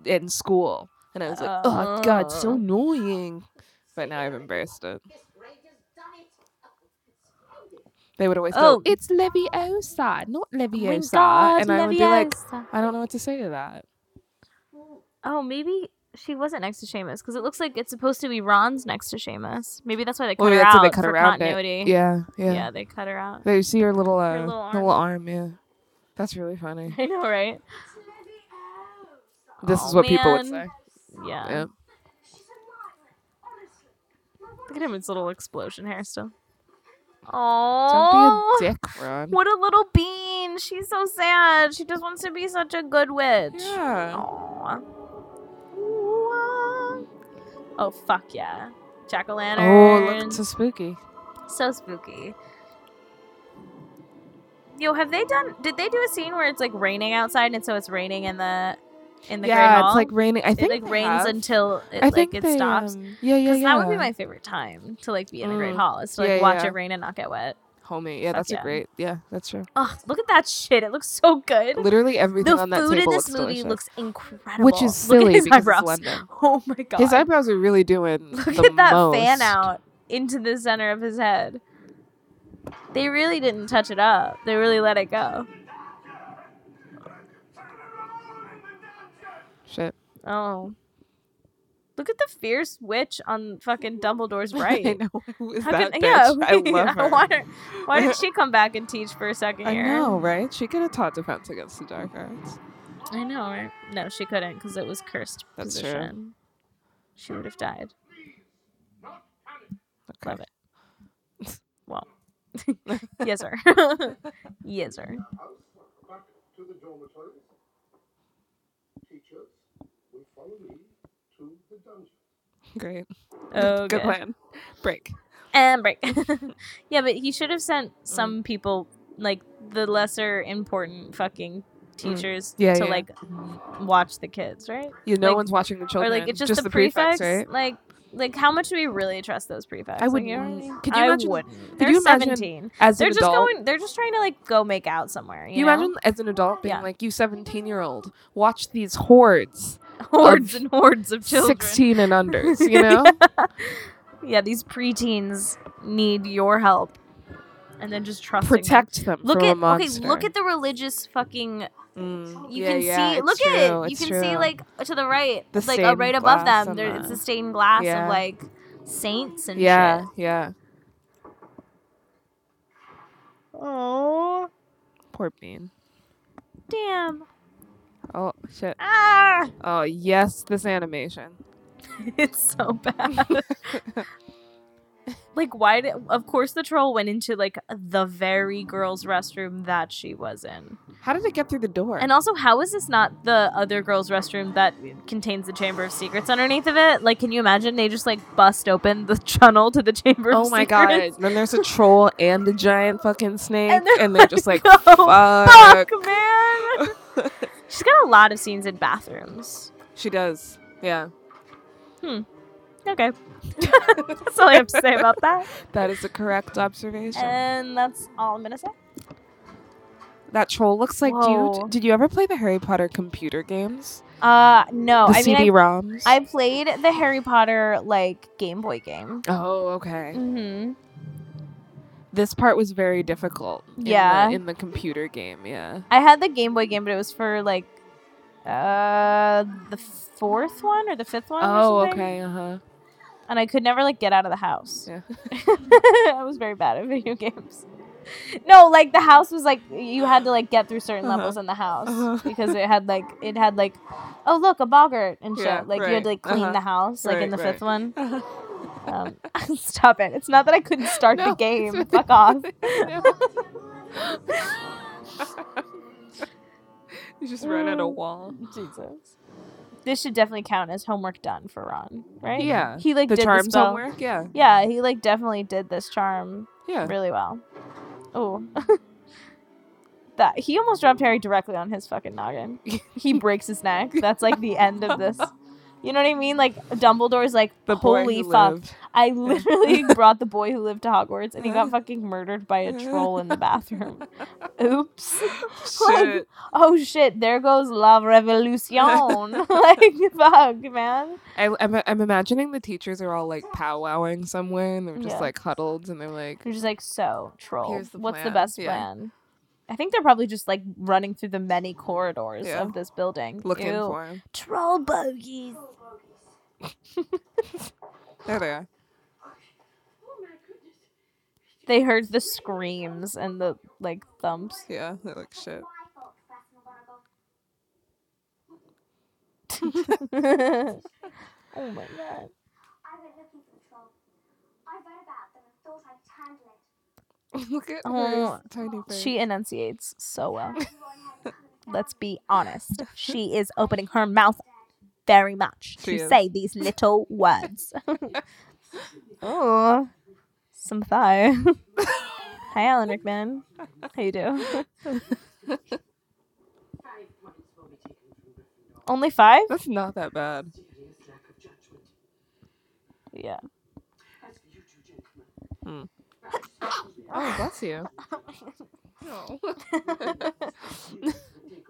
in school. And I was like, oh, God, so Oh. annoying. but now I've embraced it. This ranger's done it. They would always Oh. go, "It's Leviosa, not Leviosa," and I would be like, "I don't know what to say to that." oh, maybe she wasn't next to Seamus because it looks like it's supposed to be Ron's next to Seamus. Maybe that's why they cut Well, her that's out what they cut for around continuity. it. Yeah, yeah, yeah, they cut her out. [LAUGHS] They see her little, uh, Her little little, arm. arm. Yeah, that's really funny. [LAUGHS] I know, right? This Aw, is what people would Oh, man. say. Yeah. Yeah. Look at him, his little explosion hair still. Don't Oh, be a dick, Ron. what a little bean! She's so sad. She just wants to be such a good witch. Yeah. Aw. Ooh, ah. Oh fuck yeah! Jack o' Oh, lantern. look, it's so spooky. So spooky. Yo, have they done? Did they do a scene where it's like raining outside, and so it's raining in the in the Great yeah, Hall? it's like raining. I it think like they rains have. until it I like think it they, stops. um, yeah, yeah, 'Cause yeah. That would be my favorite time to like be in a Great Mm. Hall is to like Yeah, watch yeah. it rain and not get wet. homie. Yeah, Fuck that's yeah. a great. Yeah, that's true. Oh, look at that shit! It looks so good. Literally everything the on that food in table this looks movie delicious. looks incredible, which [LAUGHS] is Look at silly his because eyebrows. it's London. [LAUGHS] Oh my god! His eyebrows are really doing Look the at that most. fan out into the center of his head. They really didn't touch it up. They really let it go. [LAUGHS] Shit. Oh. Look at the fierce witch on fucking Dumbledore's [LAUGHS] I right. know. Who is How that can- bitch? [LAUGHS] yeah, I love her. why, don't- why [LAUGHS] did she come back and teach for a second I year? know, right? She could have taught Defense Against the Dark Arts. I know, right? No, she couldn't because it was cursed That's true. position. She would have died. Okay. Love it. [LAUGHS] Well, yes, sir. yes, sir. Back to the dormitories. Teachers will follow me to the dungeon. Great. Oh, Good plan. Break. And break. [LAUGHS] yeah, but he should have sent Mm. some people, like the lesser important fucking Mm. teachers, Yeah, to yeah. like watch the kids, right? Yeah, no Like- one's watching the children. Or like it's just, the, prefects, prefects, right? Like, like how much do we really trust those prefects? I Like, wouldn't. you know what I mean? Could you I imagine? wouldn't. could They're you imagine seventeen. As They're an just adult, going. They're just trying to like go make out somewhere. You, you know? imagine as an adult being Yeah. like, you seventeen-year-old, watch these hordes, [LAUGHS] hordes and hordes of children. sixteen and unders. [LAUGHS] You know, Yeah, these preteens need your help, and then just trusting them. [LAUGHS] protect them Look from at a monster. okay. Look at the religious fucking. Mm. You Yeah, can yeah, see. it's Look true, at it. You it's can true. see like to the right, The like uh, stained right above glass them. on There, the- it's a stained glass Yeah. of like saints and Yeah, shit. yeah. Oh Poor Bean. damn! Oh shit. Ah, [LAUGHS] Oh yes, this animation. it's so bad. [LAUGHS] like why? Did, of course, the troll went into like the very girl's restroom that she was in. How did it get through the door? And also, how is this not the other girls' restroom that contains the Chamber of Secrets underneath of it? Like, can you imagine they just like bust open the [LAUGHS] tunnel to the Chamber of oh my Secrets? [LAUGHS] god. Then there's a troll and a giant fucking snake, And and they're [LAUGHS] they're, just like, like, fuck. Fuck, man! She's got a lot of scenes in bathrooms. [LAUGHS] She does. Yeah, Okay. [LAUGHS] that's all I have to say about [LAUGHS] that. that is a correct observation. And that's all I'm gonna say. that troll looks like. Do you, Whoa. did you ever play the Harry Potter computer games? Uh, no, the I mean, CD-ROMs. I, I played the Harry Potter, like, Game Boy game. oh, okay. Mm-hmm. This part was very difficult. in the- Yeah. in the computer game. Yeah. I had the Game Boy game, but it was for like uh the fourth one or the fifth one. or Oh, something, okay. Uh huh. And I could never like get out of the house. Yeah. [LAUGHS] I was very bad at video games. No, like the house was like you had to like get through certain Uh-huh. levels in the house Uh-huh. [LAUGHS] because it had like it had like oh look a boggart and shit Yeah, like you had to like right. clean Uh-huh. the house like in Right, the right. fifth one. [LAUGHS] Uh-huh. Um, [LAUGHS] stop it! It's not that I couldn't start No, the it's game. really- Fuck [LAUGHS] off. you just ran at a Oh. wall. Jesus. This should definitely count as homework done for Ron, right? Yeah, He like the did charms the spell. homework. Yeah, Yeah, he like definitely did this charm yeah. really well. Oh. [LAUGHS] that he [LAUGHS] almost dropped Harry directly on his fucking noggin. he breaks his neck. That's like the end of this. You know what I mean? Like Dumbledore's like, The boy holy who fuck! lived. [LAUGHS] I literally brought the boy who lived to Hogwarts, and he got fucking murdered [LAUGHS] by a troll in the bathroom. Oops. [LAUGHS] Shit. Oh shit! There goes La Revolution. [LAUGHS] like fuck, man. I, I'm, I'm imagining the teachers are all like powwowing somewhere and they're just Yeah. like huddled and they're like, They're just like, so troll. Here's the What's the plan." best Yeah. plan? I think they're probably just like running through the many corridors Yeah. of this building looking Ew. for him. troll bogeys. Oh, bogeys. There they are. Oh my goodness. They heard the screams and the like thumps. Yeah, they look shit. I thought Professor McGonagall. oh my god. I went looking for the troll. I read about them and thought I'd handle it. [LAUGHS] look at Oh, her tiny face. She enunciates so well. [LAUGHS] Everyone had to come and Let's be honest. She is opening her mouth very much to She is. say these [LAUGHS] little words. oh, some [LAUGHS] thigh. Hi, Alan Rickman. How you do? Five points will be taken from Gryffindor. Only five? That's not that bad. Serious lack of judgment. Yeah. As for you two gentlemen. Hmm. perhaps Oh, [LAUGHS] bless you. you will take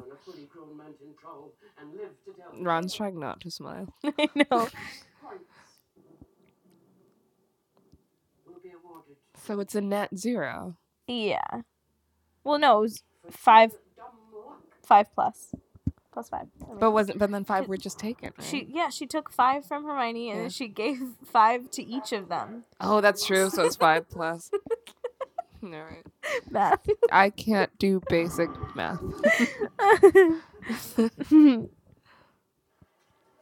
on a fully grown mountain troll and live to tell the [LAUGHS] Ron's trying not to smile. [LAUGHS] I know. points will be awarded So it's a net zero. Yeah. Well, no, it was for Five. Dumbledore. five plus. Plus five. I mean- But wasn't but then five were just taken, right? She yeah, she took five from Hermione and Yeah. then she gave [LAUGHS] five to each of them. Oh, that's true. So it's five [LAUGHS] plus. [LAUGHS] All right. Math. I can't do basic math.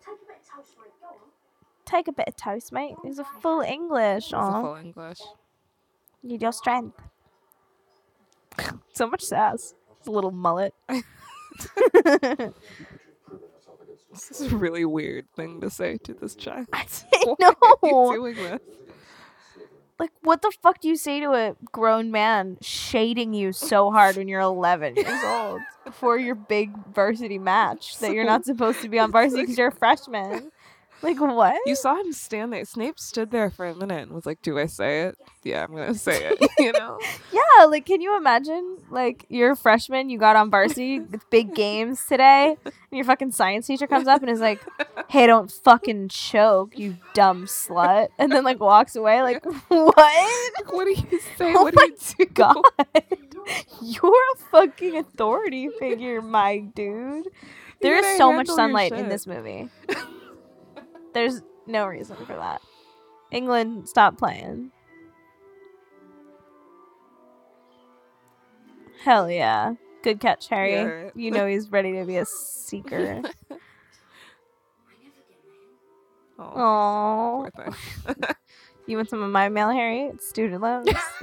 Take a bit of toast, mate. Go on. [LAUGHS] Take a bit of toast, mate. It's a full English. It's a Aw. full English. Need your strength. [LAUGHS] so much sass. It's a little [LAUGHS] mullet. [LAUGHS] Proving herself against us. This is a really weird thing to say to this child. [LAUGHS] Why are you no. [LAUGHS] doing this? Like what the fuck do you say to a grown man shading you so hard when you're 11 years old for your big varsity match that you're not supposed to be on varsity because you're a freshman? Like what? You saw him stand there. Snape stood there for a minute and was like, "Do I say it? Yeah, I'm gonna [LAUGHS] say it." You know? Yeah, like can you imagine? Like you're a freshman, you got on varsity, it's big games today, and your fucking science teacher comes up and is like, "Hey, don't fucking choke, you dumb slut," and then like walks away. Like what? Like, what do [LAUGHS] you say? Oh what do you do? [LAUGHS] God, you're a fucking authority figure, my dude. There is gotta so much handle your sunlight in shit. this [LAUGHS] movie. There's no reason for that. England, stop playing. Hell yeah. Good catch, Harry. Yeah, right. You know he's ready to be a [LAUGHS] seeker. Oh, Oh, poor thing. you want some of my mail, Harry? It's student loans. [LAUGHS] [LAUGHS] [LAUGHS] you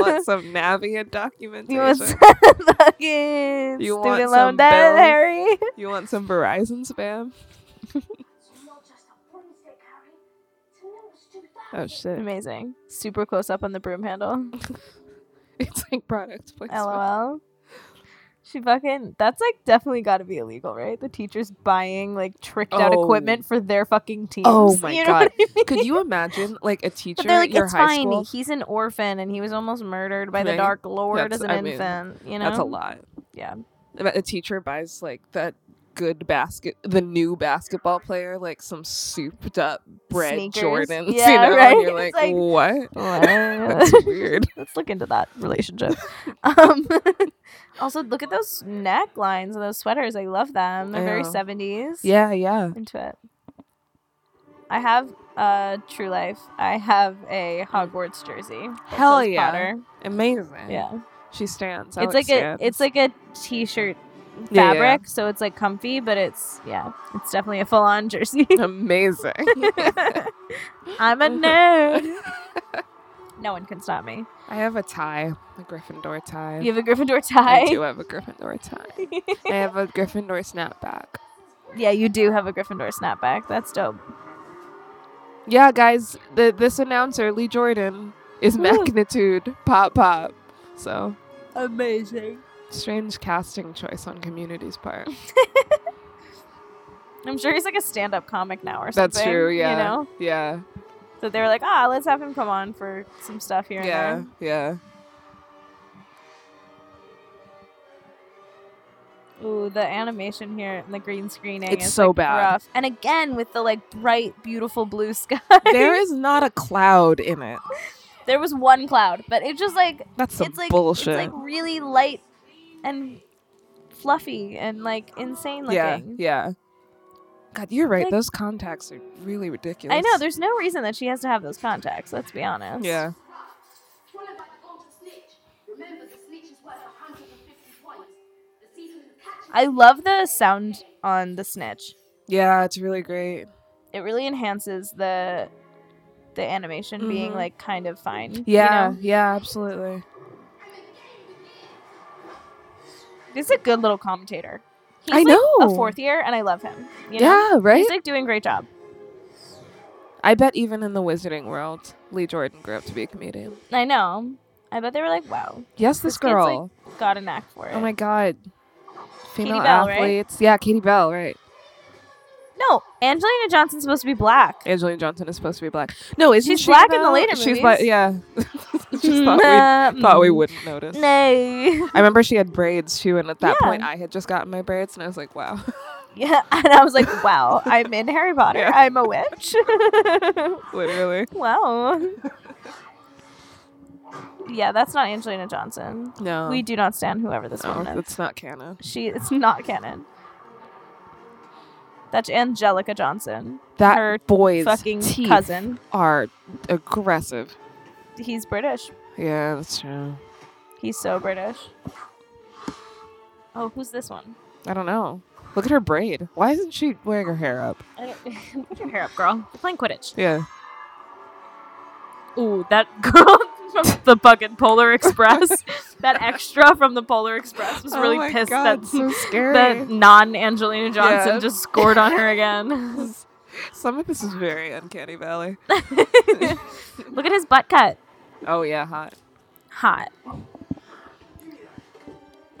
want some Navient documentation? You want some fucking You want student some loan debt, bills? Harry? You want some Verizon spam? It's not just a broomstick, Harry. It's a numerous two Oh thousand. shit! Amazing. Super close up on the broom handle. [LAUGHS] It's like product placement. LOL. She fucking. That's like definitely got to be illegal, right? The teachers buying like tricked out Oh. equipment for their fucking teams. Oh [LAUGHS] my You know what god! I mean? Could you imagine like a teacher But they're like, at your it's high fine. school? He's an orphan, and he was almost murdered by the Right. Dark Lord as That's- an I mean, infant. you know, That's a lot. Yeah. But A teacher buys like that good basket, the new basketball player, like some souped up bread Sneakers. Jordans. Yeah, you know? right? And you're like, [LAUGHS] It's like- what? [LAUGHS] [LAUGHS] What? That's weird. [LAUGHS] Let's look into that [LAUGHS] relationship. um, [LAUGHS] also, look at those necklines and those sweaters. I love them. They're very Yeah. seventies. Yeah, yeah. into it. I have a True Life. I have a Hogwarts jersey. that Hell says yeah. Potter. Amazing. Yeah. She stands. it's like a it's like a t-shirt fabric, so it's like comfy, but it's yeah, it's definitely a full-on [LAUGHS] jersey. [LAUGHS] Amazing. [LAUGHS] I'm [LAUGHS] a nerd. no one can stop me. I have a tie, a Gryffindor tie. You have a Gryffindor [LAUGHS] I tie. do have a Gryffindor tie. I [LAUGHS] have a Gryffindor snapback. yeah, you do have a Gryffindor snapback. That's dope. Yeah, guys, the, this announcer, Lee Jordan, is Ooh. magnitude pop pop. So, Amazing. [LAUGHS] strange casting choice on Community's part. I'm sure he's like a stand-up comic now or something. That's true. Yeah. You know. Yeah. So they were like, ah, let's have him come on for some stuff here and Yeah. there. [LAUGHS] Yeah. Ooh, the animation here and the green screening It's is so like, bad. rough. And again with the like bright, beautiful blue [LAUGHS] sky. there is not a cloud in it. there was one cloud, but it just like That's some it's like bullshit. it's like really light and fluffy and like insane looking. yeah. Yeah. God, you're right. Like- Those contacts are really ridiculous. I know, there's no reason that she has to have those contacts, let's be honest. Yeah. Tell her about the golden snitch. Remember, the snitch is worth 150 points. The season of catching I love the sound on the snitch. Yeah. It's really great. It really enhances the the animation being Mhm. like kind of fine. you Yeah. know? Yeah. Absolutely. He's a good little commentator. He's I like, know. a fourth year, and I love him. you know? Yeah. Right. he's like doing a great job. I bet even in the Wizarding world, Lee Jordan grew up to be a comedian. I know. I bet they were like, "Wow, Yes, this, This kid's, like, girl. got an act for it." oh my god. Female Bell, right? athletes. Yeah, Katie Bell, right. No, Angelina Johnson's supposed to be black. Angelina Johnson is supposed to be black. No, isn't She's she black in the though? later She's black. movies. mm. Yeah, [LAUGHS] just thought we thought we wouldn't notice. No. I remember she had braids too, and at that Yeah. point, I had just gotten my braids, and I was like, "Wow, [LAUGHS] [LAUGHS] Yeah, and I was like, "Wow, I'm in Harry Potter. Yeah. I'm a witch." [LAUGHS] literally." wow. Yeah, that's not Angelina Johnson. No, We do not stand whoever this no, woman is. that's not canon. She it's not canon. That's Angelica Johnson. That Her boy's fucking teeth cousin. are aggressive. He's British. Yeah, that's true. He's so British. Oh, who's this one? I don't know. Look at her braid. Why isn't she wearing her hair up? I don't- [LAUGHS] Put your hair up, girl. You're playing Quidditch. Yeah. Ooh, that [LAUGHS] girl from the fucking Polar [LAUGHS] Express. that extra from the Polar Express was really oh my pissed [LAUGHS] God, [LAUGHS] that so scary. that non Angelina Johnson Yeah. just scored on her [LAUGHS] again. Some of this is very uncanny valley. Look at his butt cut. [LAUGHS] Oh yeah, hot. Hot.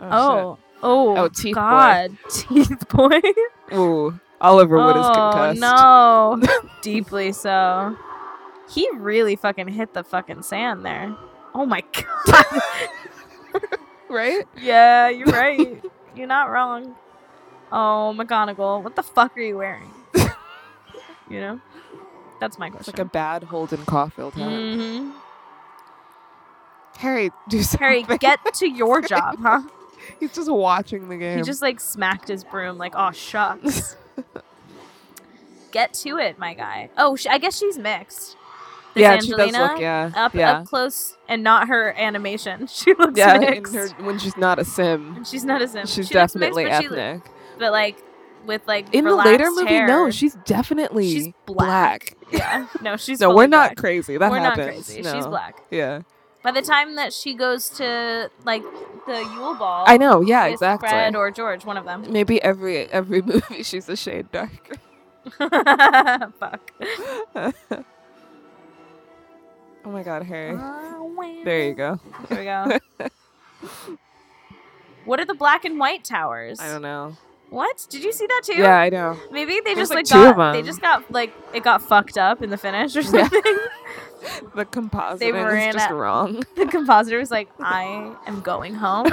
Oh, Oh. Oh, Oh, teeth boy. God. [LAUGHS] Teeth boy. shit. ooh, Oliver Wood is concussed. Oh. no. [LAUGHS] Deeply so. He really fucking hit the fucking sand there. Oh my [LAUGHS] god. right? yeah, you're right. you're not wrong. Oh, McGonagall, what the fuck are you [LAUGHS] wearing? you know? That's my It's question. like a bad Holden Caulfield hat. Mhm. [LAUGHS] Harry, do something. Harry, get to your job, huh? [LAUGHS] He's just watching the game. He just like smacked his broom, like, oh, [LAUGHS] shucks. Get to it, my guy. Oh, sh- I guess she's mixed. This yeah, she does Angelina look yeah, Up, yeah, up close and not her animation. [LAUGHS] She looks yeah. In mixed. her, when she's not a sim, And she's not as she's she looks definitely mixed, but she ethnic. lo- but like with like In the relaxed later movie, hair. no, she's definitely She's black. [LAUGHS] yeah. No, she's No, fully we're not black. crazy. That we're happens. not crazy. No. She's black. Yeah, By the time that she goes to like the Yule Ball, I know. Yeah, with exactly. Fred or George, one of them. [LAUGHS] Maybe every every [LAUGHS] movie she's a shade darker. Fuck. oh my God, Harry. There There you go. There we go. what are the black and white towers? I don't know. What? Did you see that too? Yeah, I know. Maybe they There's, just like, like, two of got they them. just got like it got fucked up in the finish or Yeah. something. [LAUGHS] The compositing ran is just out- wrong. the compositor was like, "I am going home.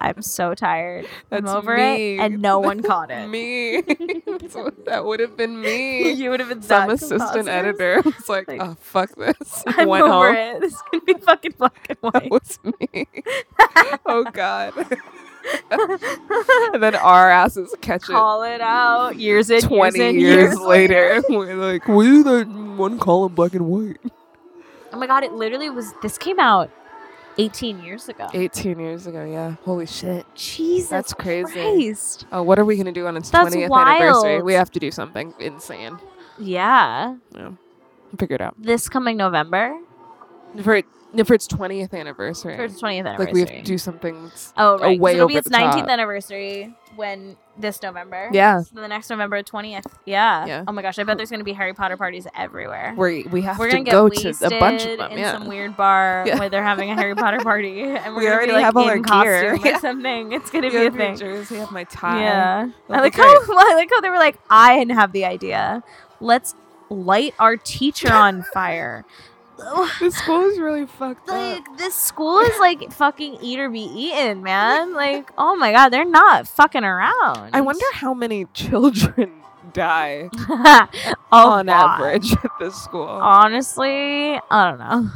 I'm so tired. That's I'm over me. it." And no one caught [LAUGHS] it. me. That's what- that would have been [LAUGHS] me. you would have been Some that assistant compositor's- editor [LAUGHS] was like, Like, "Oh fuck this." [LAUGHS] I'm Went over home. it. [LAUGHS] Oh, This can be fucking black [LAUGHS] and That white. [LAUGHS] was me. oh god. and then our asses catch it Call it out. Years in, twenty years, in, years, later. [LAUGHS] [LAUGHS] We're like, "We the one column black and white." Oh my god, it literally was this came out 18 years ago. Eighteen years ago. Yeah. Holy shit. Jesus That's crazy. Christ. Oh, what are we gonna do on its That's twentieth anniversary? wild. We have to do something insane. Yeah. Figure it out. This coming November. for it, no, for its twentieth anniversary. for its 20th anniversary. like we have to do something. that's- oh, right. 'cause way it'll be over its the top. 19th anniversary when this November. Yeah, So the next November 20th. Yeah. Yeah. Oh my gosh, I bet there's going to be Harry Potter parties everywhere. we we have We're to gonna get go to wasted a bunch of them. in Yeah, some weird bar [LAUGHS] Yeah. where they're having a Harry Potter party, [LAUGHS] and we're We gonna already be, like, have all our in gear. costume [LAUGHS] Yeah. or something. It's gonna I be a have my thing. jersey, I have my tie. [LAUGHS] Yeah, It'll I be like how [LAUGHS] I like how they were like, I didn't have the idea. Let's light our teacher on fire. The school is really fucked up. Like this school is like fucking eat or be eaten, man. Like, oh my god, they're not fucking around. I wonder how many [LAUGHS] children die [LAUGHS] A on lot. average at this school. Honestly, I don't know.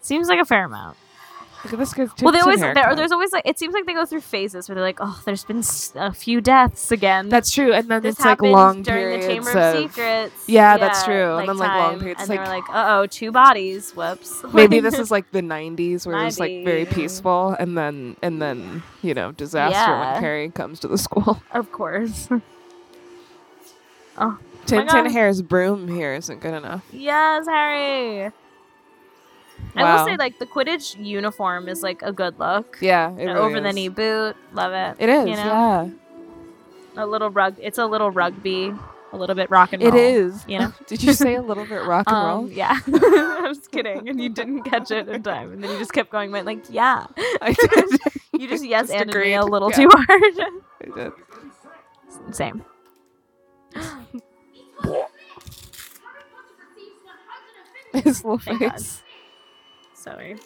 Seems like a fair amount. Look at this guy's well, they tits and always there, haircut. there's always like it seems like they go through phases where they're like, oh, there's been s- a few deaths again. That's true, and then this it's like happened long during periods the Chamber of, of Secrets. Yeah, that's true. And then, like, long periods, and like- they're like, uh oh, two bodies. Whoops. [LAUGHS] Maybe this is like the '90s, where it was like very Maybe. peaceful, and then and then you know disaster Yeah. Oh when Carrie comes to the school. of course. God. Tintin Hare's broom here isn't good enough. Yes, Harry. I Wow. will say, like the Quidditch uniform is like a good look. Yeah, it An really over the is. knee boot, love it. It is, you know? yeah. a little rug. It's a little rugby, a little bit rock and It roll. is. you know? [LAUGHS] Did you say a little bit rock and Um, roll? yeah, [LAUGHS] I was kidding, and you didn't catch it in time, and then you just kept going, went like, yeah. [LAUGHS] I [LAUGHS] did. You just yes [LAUGHS] Just and me agreed. a little Yeah. too hard. [LAUGHS] I did. [LAUGHS] Same. His little Thank God. face. Sorry.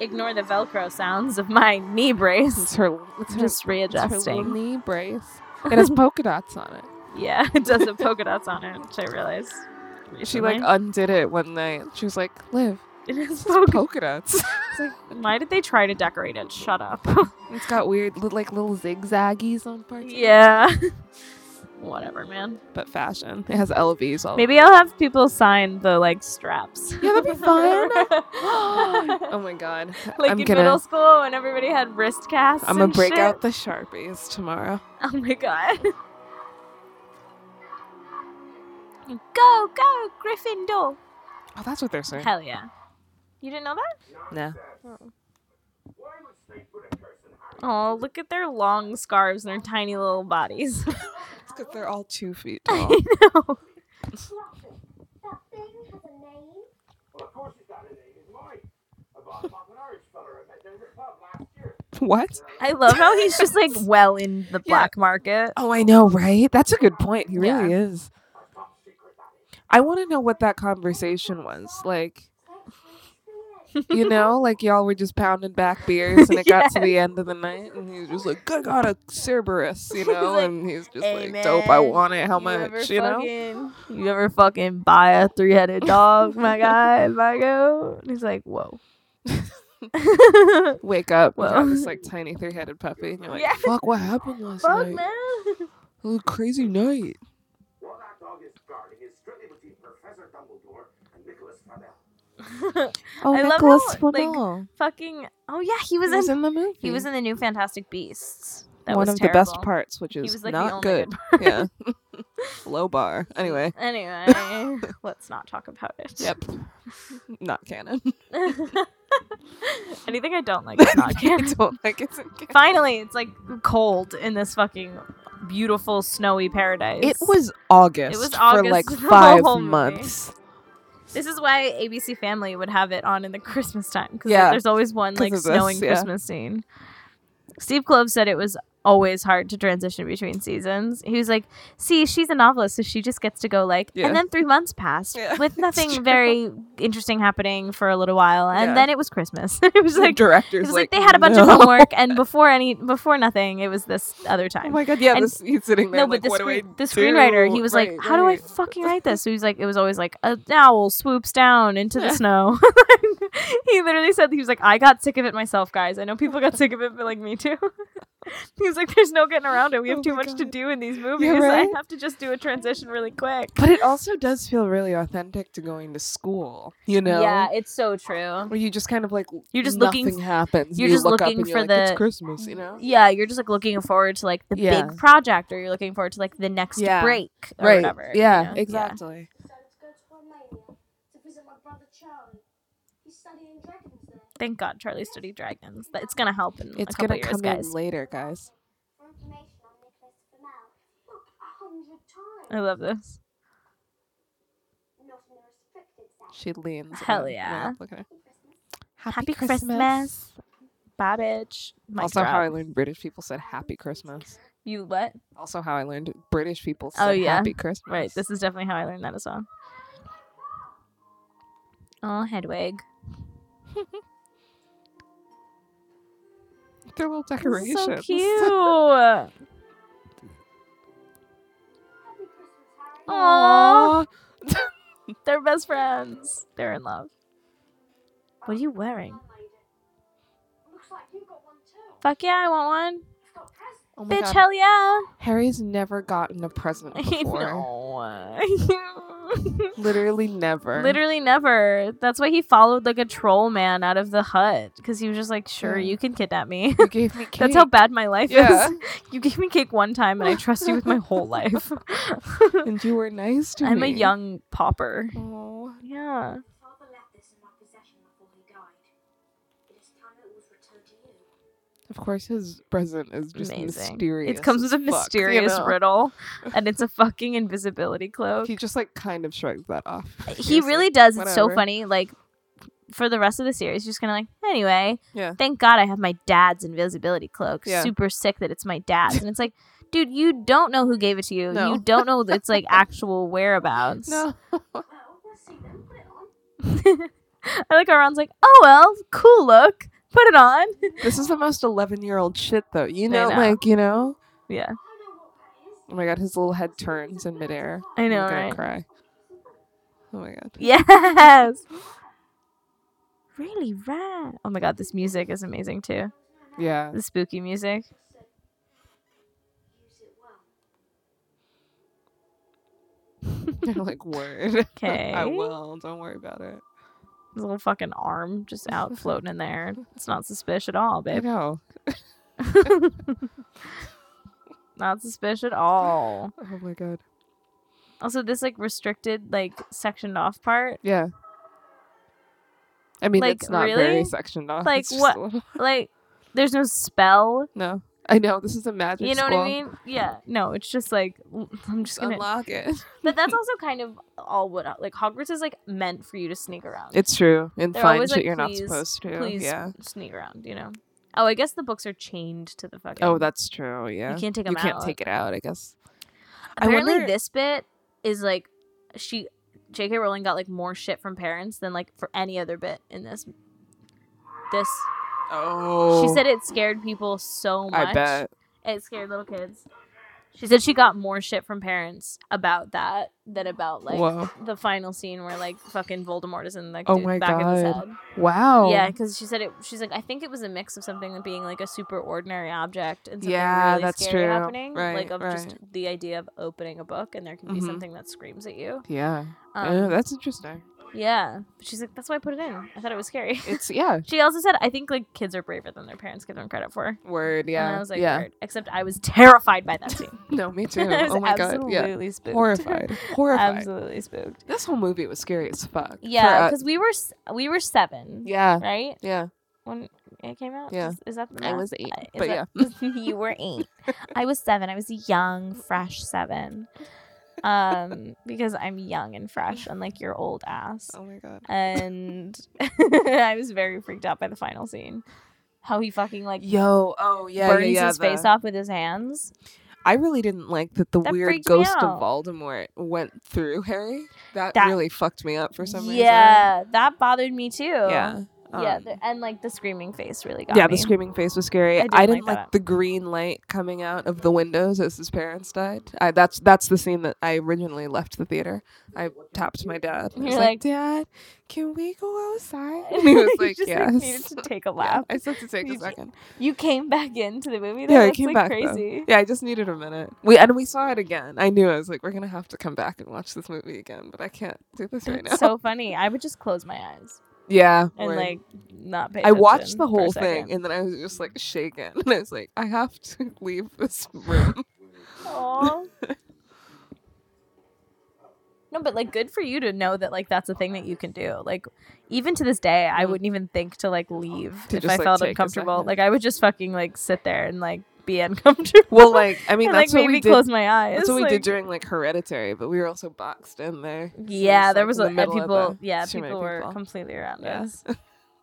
Ignore the Velcro sounds of my knee brace. [LAUGHS] It's her. It's Just her, it's her little readjusting. knee [LAUGHS] brace. It has polka dots on it. Yeah, it does have polka dots on it, which I realized. She like uh, recently. undid it one night. She was like, "Liv, [LAUGHS] it is it's polka. polka dots." [LAUGHS] Why did they try to decorate it? Shut up. [LAUGHS] it's got weird, li- like little zigzaggies on parts. of it. yeah. Whatever, man. but fashion. It has LVs all. Maybe I'll have people sign the like straps. Yeah, [LAUGHS] that'd be [LAUGHS] fun. [GASPS] like oh my [LAUGHS] god. I'm in gonna. middle school when everybody had wrist casts. I'm gonna and break shit. out the sharpies tomorrow. Oh my god. [LAUGHS] go, go, Gryffindor. Oh, that's what they're saying. Hell yeah. You didn't know that? No. Why would Snape put a curse in Harry? Oh, look at their long scarves and their tiny little bodies. [LAUGHS] [LAUGHS] because they're all two [LAUGHS] feet tall. Fluffy. That thing has a name. Well, of course he's got a name. He's mine. I bought him off an Irish fella I met down at the pub last year. what? I love how he's just [LAUGHS] like well in the black market. Oh, I know, right? That's a good point. He really is. Our top secret, that is. I want to know what that conversation was [LAUGHS] like. That's You know, like y'all were just pounding back beers, and it got to the end of the night, and he was just like, "I got a Cerberus," [LAUGHS] you know, like, and he's just "Hey, like, "Dope, I man, want it. How you ever much?" You know. fucking- You ever fucking buy a three headed dog, [LAUGHS] my guy, my go? And he's like, whoa. Wake up, well, Well. this like tiny three-headed [LAUGHS] puppy, and you're like, Yeah. "Fuck, what happened [LAUGHS] last Fuck, night? man. [LAUGHS] It was a crazy night." What that dog is guarding is strictly between Professor Dumbledore and Nicholas Flamel. Oh, I love Nicholas how, like, Flamel. Fucking, oh yeah, he he was, was in, in the movie. he was in the new Fantastic Beasts. That one was of the best terrible. parts, which is was, like, the not only good. good [LAUGHS] yeah, [LAUGHS] low bar. Anyway, [LAUGHS] Anyway, let's not talk about it. yep, not canon. [LAUGHS] [LAUGHS] Anything I don't like is [LAUGHS] not I canon. don't like it's in canon. [LAUGHS] Finally, it's like cold in this fucking beautiful snowy paradise. It was August. for August [LAUGHS] like the five whole movie. months. This is why ABC Family would have it on in the [LAUGHS] Christmas time because Yeah, there's always one 'cause like of this, snowing yeah. Christmas scene. Steve Kloves said it was always hard to transition between seasons. He was like, "See, she's a novelist, so she just gets to go like." Yeah. And then three months passed Yeah, with [LAUGHS] it's true. nothing very interesting happening for a little while, and Yeah. then it was Christmas. [LAUGHS] it was The like it directors. was like, they had a bunch of [LAUGHS] "No." [LAUGHS] homework, and before any before nothing, it was this other Oh time. my god! Yeah, And- this, he's sitting there. No, like, but the, what do I screen, the screenwriter, do?" he was like, Right, "How right. do I fucking write this?" So he was like, "It was always like an owl swoops down into [LAUGHS] the snow." [LAUGHS] he literally said he was like, "I got sick of it myself, guys. I know people got sick of it, but like me too." [LAUGHS] he was like, "There's no getting around it. We have Oh too my much to God. do in these movies. [LAUGHS] right? I have to just do a transition really quick." But it also does feel really authentic to going to school. You know. it's so true. Where you just kind of like You're just nothing looking- happens. you're you just look up looking and you're for like, it's the- Christmas, you know. Yeah, you're just like looking forward to like the Yeah. big project, or you're looking forward to like the next Yeah. break, or right. whatever. you yeah. know? Exactly. Decided to go to Romania to visit my brother Charlie. He's Thank God Charlie studied dragons. That- It's gonna help in It's a couple gonna years, come guys. in later, guys. For information on Nicholas Flamel, look a hundred times. I love this. Not in the restricted section. She leans. Hell in. yeah. Look at her. for Christmas. Happy Christmas. Bye, bitch. Mic also, how I drop. learned British people said Happy Christmas. you what? Also, how I learned British people said Oh, yeah. Happy Christmas. Right. This is definitely how I learned that as well. Oh, Hedwig. Their little This is decorations. [LAUGHS] So cute. Happy Christmas, Harry. Aww. They're best friends. They're in love. What are you wearing? Mum made it. Looks like you got one too. Fuck yeah, I want one. It's got presents. Oh my Bitch, God. hell yeah. Harry's never gotten a present [LAUGHS] I before. know. Literally never. Literally never. That's why he followed like a troll man out of the hut because he was just like, sure, Yeah. you can kidnap me. You gave me cake. [LAUGHS] That's how bad my life Yeah. is. [LAUGHS] You gave me cake one time and I trust you with my whole life. and you were nice to I'm me. a young pauper. Oh. Yeah. My father left this in my possession before he died. It is time it was returned to you. Of course, his present is just Amazing. mysterious. it comes with as a fuck, you mysterious know? riddle [LAUGHS] and it's a fucking invisibility cloak. He just like kind of shrugs that off. Uh, he He's like, really does. It's so "Whatever." funny. Like for the rest of the series, you're just kind of like, anyway, Yeah. thank God I have my dad's invisibility cloak. Yeah. Super sick that it's my dad's, and it's like, dude, you don't know who gave it to you. No. You don't know its like actual whereabouts. No. Well, let's see then. Put it on. [LAUGHS] I like how Ron's like, oh well, cool look, put it on. [LAUGHS] [LAUGHS] This is the most 11 year old shit, though. You I know, know. like, you know? yeah, I know what that is. Oh my god, his little head turns in midair. I know, I'm gonna right? cry. Oh my god. Yes. Really rad. Oh my god, this music is amazing too. Yeah. [LAUGHS] The spooky music. Use it well. They're like, word. [LAUGHS] I Okay. will. Don't worry about it. His little fucking arm just out floating in there. It's not suspicious at all, I babe. know. Not suspicious at all. Oh my god. Also, this like restricted, like sectioned off part, Yeah. I mean, Like, it's not really? very sectioned off. Like, It's just what- a little- [LAUGHS] like there's no spell. No. I know. This is a magic You know what school. I mean? Yeah. No, it's just like [LAUGHS] l- I'm just Just gonna. unlock it. [LAUGHS] But that's also kind of all what like Hogwarts is like meant for you to sneak around. It's true. And They're find always shit like, you're not "Please, supposed to. please Yeah. sneak around. You know. Oh, I guess the books are chained to the fucking. Oh, that's true. Yeah. you can't take them You out. can't take it out, I guess. I Apparently, wonder- this bit is like she, J.K. Rowling got like more shit from parents than like for any other bit in this. This Oh. she said it scared people so much. I bet. it scared little kids. She said she got more shit from parents about that than about like Whoa. the final scene where like fucking Voldemort is in like Oh dude- my back of his God. head. Wow. Yeah, because she said it. She's like, I think it was a mix of something being like a super ordinary object and something Yeah, really that's scary true. happening, like Right, of just right. the idea of opening a book and there can be Mhm. something that screams at you. Yeah. oh, Um, that's interesting. yeah, But she's like, that's why I put it in. I thought it was scary. [LAUGHS] It's yeah. she also said, I think like kids are braver than their parents give them credit for. Word. Yeah. and I was like, yeah. "Weird." except I was terrified by that scene. [LAUGHS] No, [LAUGHS] me [LAUGHS] too. I was oh my god. absolutely Yeah. [LAUGHS] spooked. Horrified. Horrified. absolutely spooked. This whole movie was scary as fuck. Yeah, For us. because we were s- we were seven, Yeah. right? [LAUGHS] Yeah. When it came out, Yeah. is, is that the I math? was eight, Uh, is but that- [LAUGHS] you were eight. I was seven. I was a young, fresh seven. Um, because I'm young and fresh, unlike your old ass. Oh my god. And [LAUGHS] I was very freaked out by the final scene. How he fucking like Yo. Oh yeah. burns yeah, yeah, his the- face off with his hands. I really didn't like that the That weird freaked me ghost out. of Voldemort went through Harry. That, That- really fucked me up for some reason. yeah, that bothered me too. Yeah. yeah, Um, the, and like the screaming face really got yeah, me. the [LAUGHS] screaming face was scary. I I didn't didn't, like like, that. the green light coming out of the windows as his parents died. I, that's that's the scene that I originally left the theater. I tapped my dad. And I You're was like, like- Dad, can we go [LAUGHS] outside? And he was You like, just, yes. needed [LAUGHS] to take a yeah, lap. I just had to take You a ju- second. You came back into the movie. Though? Yeah, I That's came like back, though. [LAUGHS] crazy. Yeah, I just needed a minute. We and we saw it again. I knew I was like, we're gonna have to come back and watch this movie again, but I can't do this right now. It's so funny. I would just close my eyes [LAUGHS] yeah, and word. like not pay. I watched attention the for a whole thing second. and then I was just [LAUGHS] like shaken. And I was like, I have to [LAUGHS] leave this room. Aw. No, but like good for you to know that like that's a thing that you can do. Like even to this day, I wouldn't even think to like leave Mm-hmm. To if just, I like, felt take a uncomfortable. second. Like I would just fucking like sit there and like be [LAUGHS] uncomfortable. [LAUGHS] Well, like [LAUGHS] I mean, and, that's like what maybe we did. close my eyes. That's what we like- did during like Hereditary, but we were also boxed in there. So Yeah, it's, there like, was in the a, and middle of people. it. Yeah, Too people, many were people. completely around Yeah. [LAUGHS] us. [LAUGHS]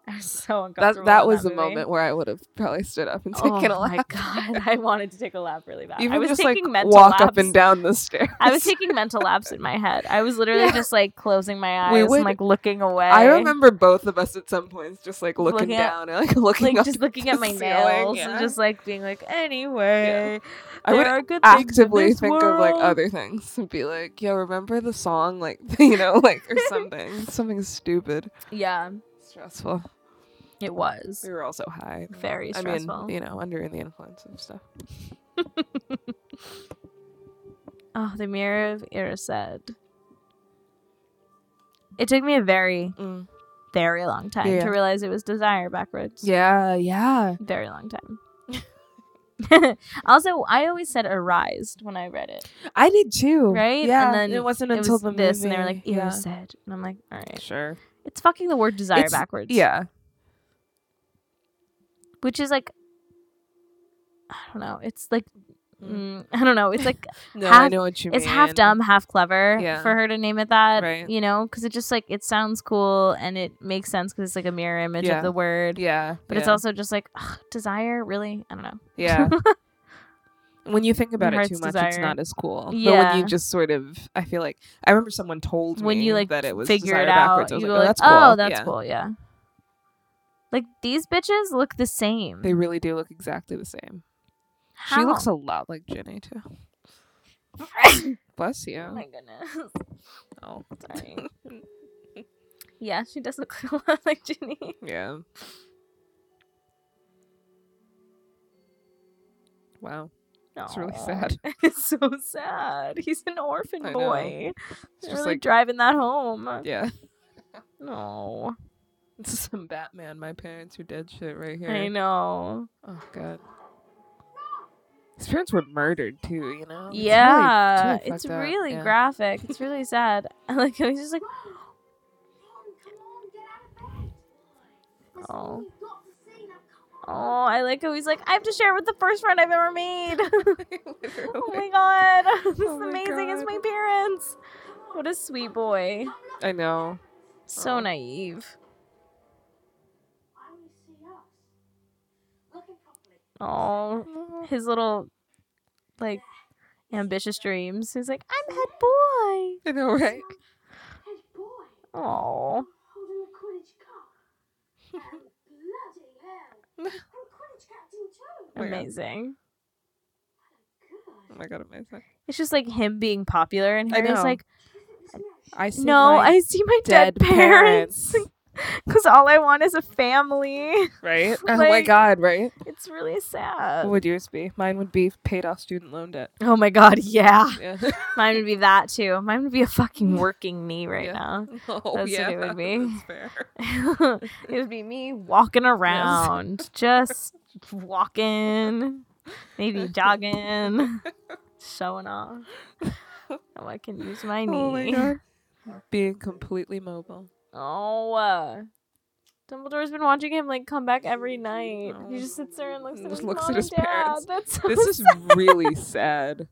I was so That uncomfortable. that in that was the movie. moment [LAUGHS] where I would have probably stood up and Oh taken a my lap. god, I wanted to take a lap really bad. Even I was just like taking mental walk laps. up and down the stairs. I was taking mental laps in my head. I was literally Yeah. just like closing my eyes We would- and like looking away. [LAUGHS] I remember both of us at some points just like looking, Looking at- down and like [LAUGHS] looking like up just at looking the at my ceiling, nails yeah. and just like being like, anyway, I there would are good [LAUGHS] things in actively this think of like world. other things and be like, "Yo, remember the song?" Like [LAUGHS] you know, like [LAUGHS] or something, something stupid, Yeah, stressful. it was We were also high. very I stressful. mean, you know, under the influence of stuff. Oh, the mirror of Irised. It took me a very, Mm. very long time Yeah. to realize it was desire backwards. Yeah, yeah. Very long time. [LAUGHS] also, I always said arised when I read it, I did too. right? Yeah. and then it wasn't it until was the this, movie. and they were like yeah. Irised, and I'm like, all right, Sure. it's fucking the word desire It's- backwards. Yeah. which is like I don't know. It's like mm, [LAUGHS] I don't know. It's like No, [LAUGHS] I Half- know what you mean. it's half dumb, half clever Yeah. for her to name it that. Right. You know, because it just like it sounds cool and it makes sense because it's like a mirror image Yeah. of the word. Yeah. But it's yeah, also just like ugh, desire. Really, I don't know. [LAUGHS] Yeah. when you think about it Heart's too much, it's Desire. not as cool. But when Yeah. you just sort of, I feel like I remember someone told When me you like that it was figure Desire it out, backwards. I was you like, go oh, like, that's cool. oh, that's yeah. cool. Yeah. Like these bitches look the same. They really do look exactly the same. How? She looks a lot like Jenny too. [LAUGHS] Bless you. Oh my goodness. [LAUGHS] Oh. Sorry. [LAUGHS] yeah, she does look [LAUGHS] a lot like Ginny. Yeah. Wow. It's really Aw. sad. [LAUGHS] It's so sad. He's an orphan I know. boy. It's You're just really like, driving that home. yeah. [LAUGHS] No, This is some Batman, my parents are dead shit right here. I know. Oh, God. His parents were murdered too, you know? It's really- yeah, really it's fucked up, really yeah. graphic. It's really sad. I like how he's just like, Oh. oh, I like how he's like, I have to share with the first friend I've ever [LAUGHS] made. [LAUGHS] oh [LAUGHS] Literally. my god, [LAUGHS] this Oh is my amazing. It's God. my parents. What a sweet boy. I know. So Oh. naive. I only see us. Looking properly. Oh, his little like ambitious dreams. He's like, I'm head boy. I know, right? Hey, boy, Oh, holding a Quidditch cup. [LAUGHS] And bloody hell. I'm Quidditch captain too. Oh my God. amazing. Good. Oh my god, amazing. It's just like him being popular, and I Harry's know. like, I see no, my I see my dead, parents. Because all I want is a family. [LAUGHS] [LAUGHS] right? Oh my Like- god, right? It's really sad. What would yours be? Mine would be paid off student loan debt. [LAUGHS] Oh my god, yeah. Yeah. Mine would be that too. Mine would be a [LAUGHS] fucking working knee right Yeah. now. [LAUGHS] Oh, what it would be. [LAUGHS] that's fair. it [LAUGHS] would be me walking around, just walking, [LAUGHS] maybe jogging, showing off. Oh, I can use my knee. Oh my god. Being completely mobile. Oh, uh, Dumbledore's been watching him like come back every night. He Oh. just sits there and looks at Just his looks at mom his and dad. parents. That's so [LAUGHS] This is really sad.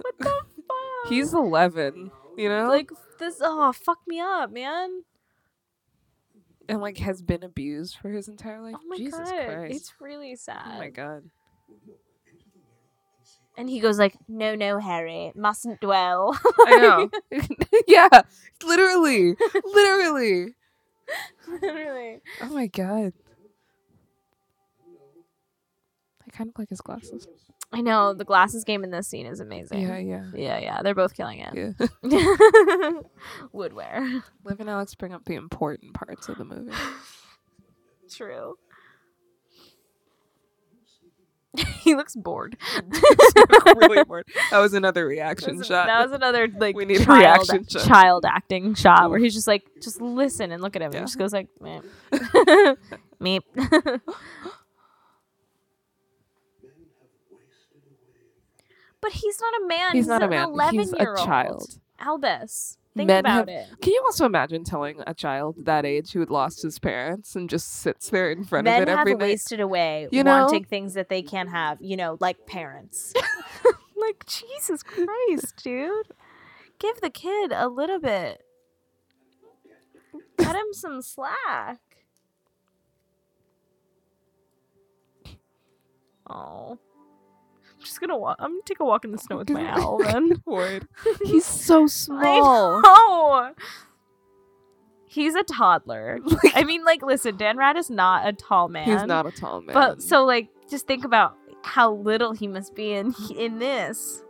what the fuck. He's 11, you know? like this. Oh, fuck me up, man. and like has been abused for his entire life. Oh my Jesus god, Christ. it's really sad. oh my [LAUGHS] god. And he goes like, "No, no, Harry, mustn't dwell." [LAUGHS] I know. [LAUGHS] yeah. Literally. Literally. Literally. Oh my god. I kind of like his glasses. I know the glasses game in this scene is amazing. Yeah, yeah. yeah, yeah, They're both killing it. Yeah. [LAUGHS] [LAUGHS] Woodware. Liv and Alex bring up the important parts of the movie. [LAUGHS] True. [LAUGHS] he looks bored. [LAUGHS] [LAUGHS] really important. That was another reaction That's- shot. That was another like We need a child, reaction shot. child acting shot where he's just like, just listen and look at him. Yeah. And he just goes like, [LAUGHS] meep. meep. [LAUGHS] but he's not a man. he's not a man. 11 He's a child. Albus. Think men about have- it. Can you also imagine telling a child that age who had lost his parents and just sits there in front Men of it have every night? wasted away You wanting know? things that they can't have, you know, like [LAUGHS] parents. [LAUGHS] like Jesus Christ, dude. Give the kid a little bit. Cut him some slack. Oh. I'm just gonna walk I'm gonna take a walk in the snow with [LAUGHS] my owl then. [LAUGHS] Ward. [LAUGHS] He's so small. Oh. He's a [LAUGHS] toddler. I mean, like, listen, Dan Rad is not a tall man. He's not a tall man. But so, like, just think about how little he must be in [LAUGHS] in this.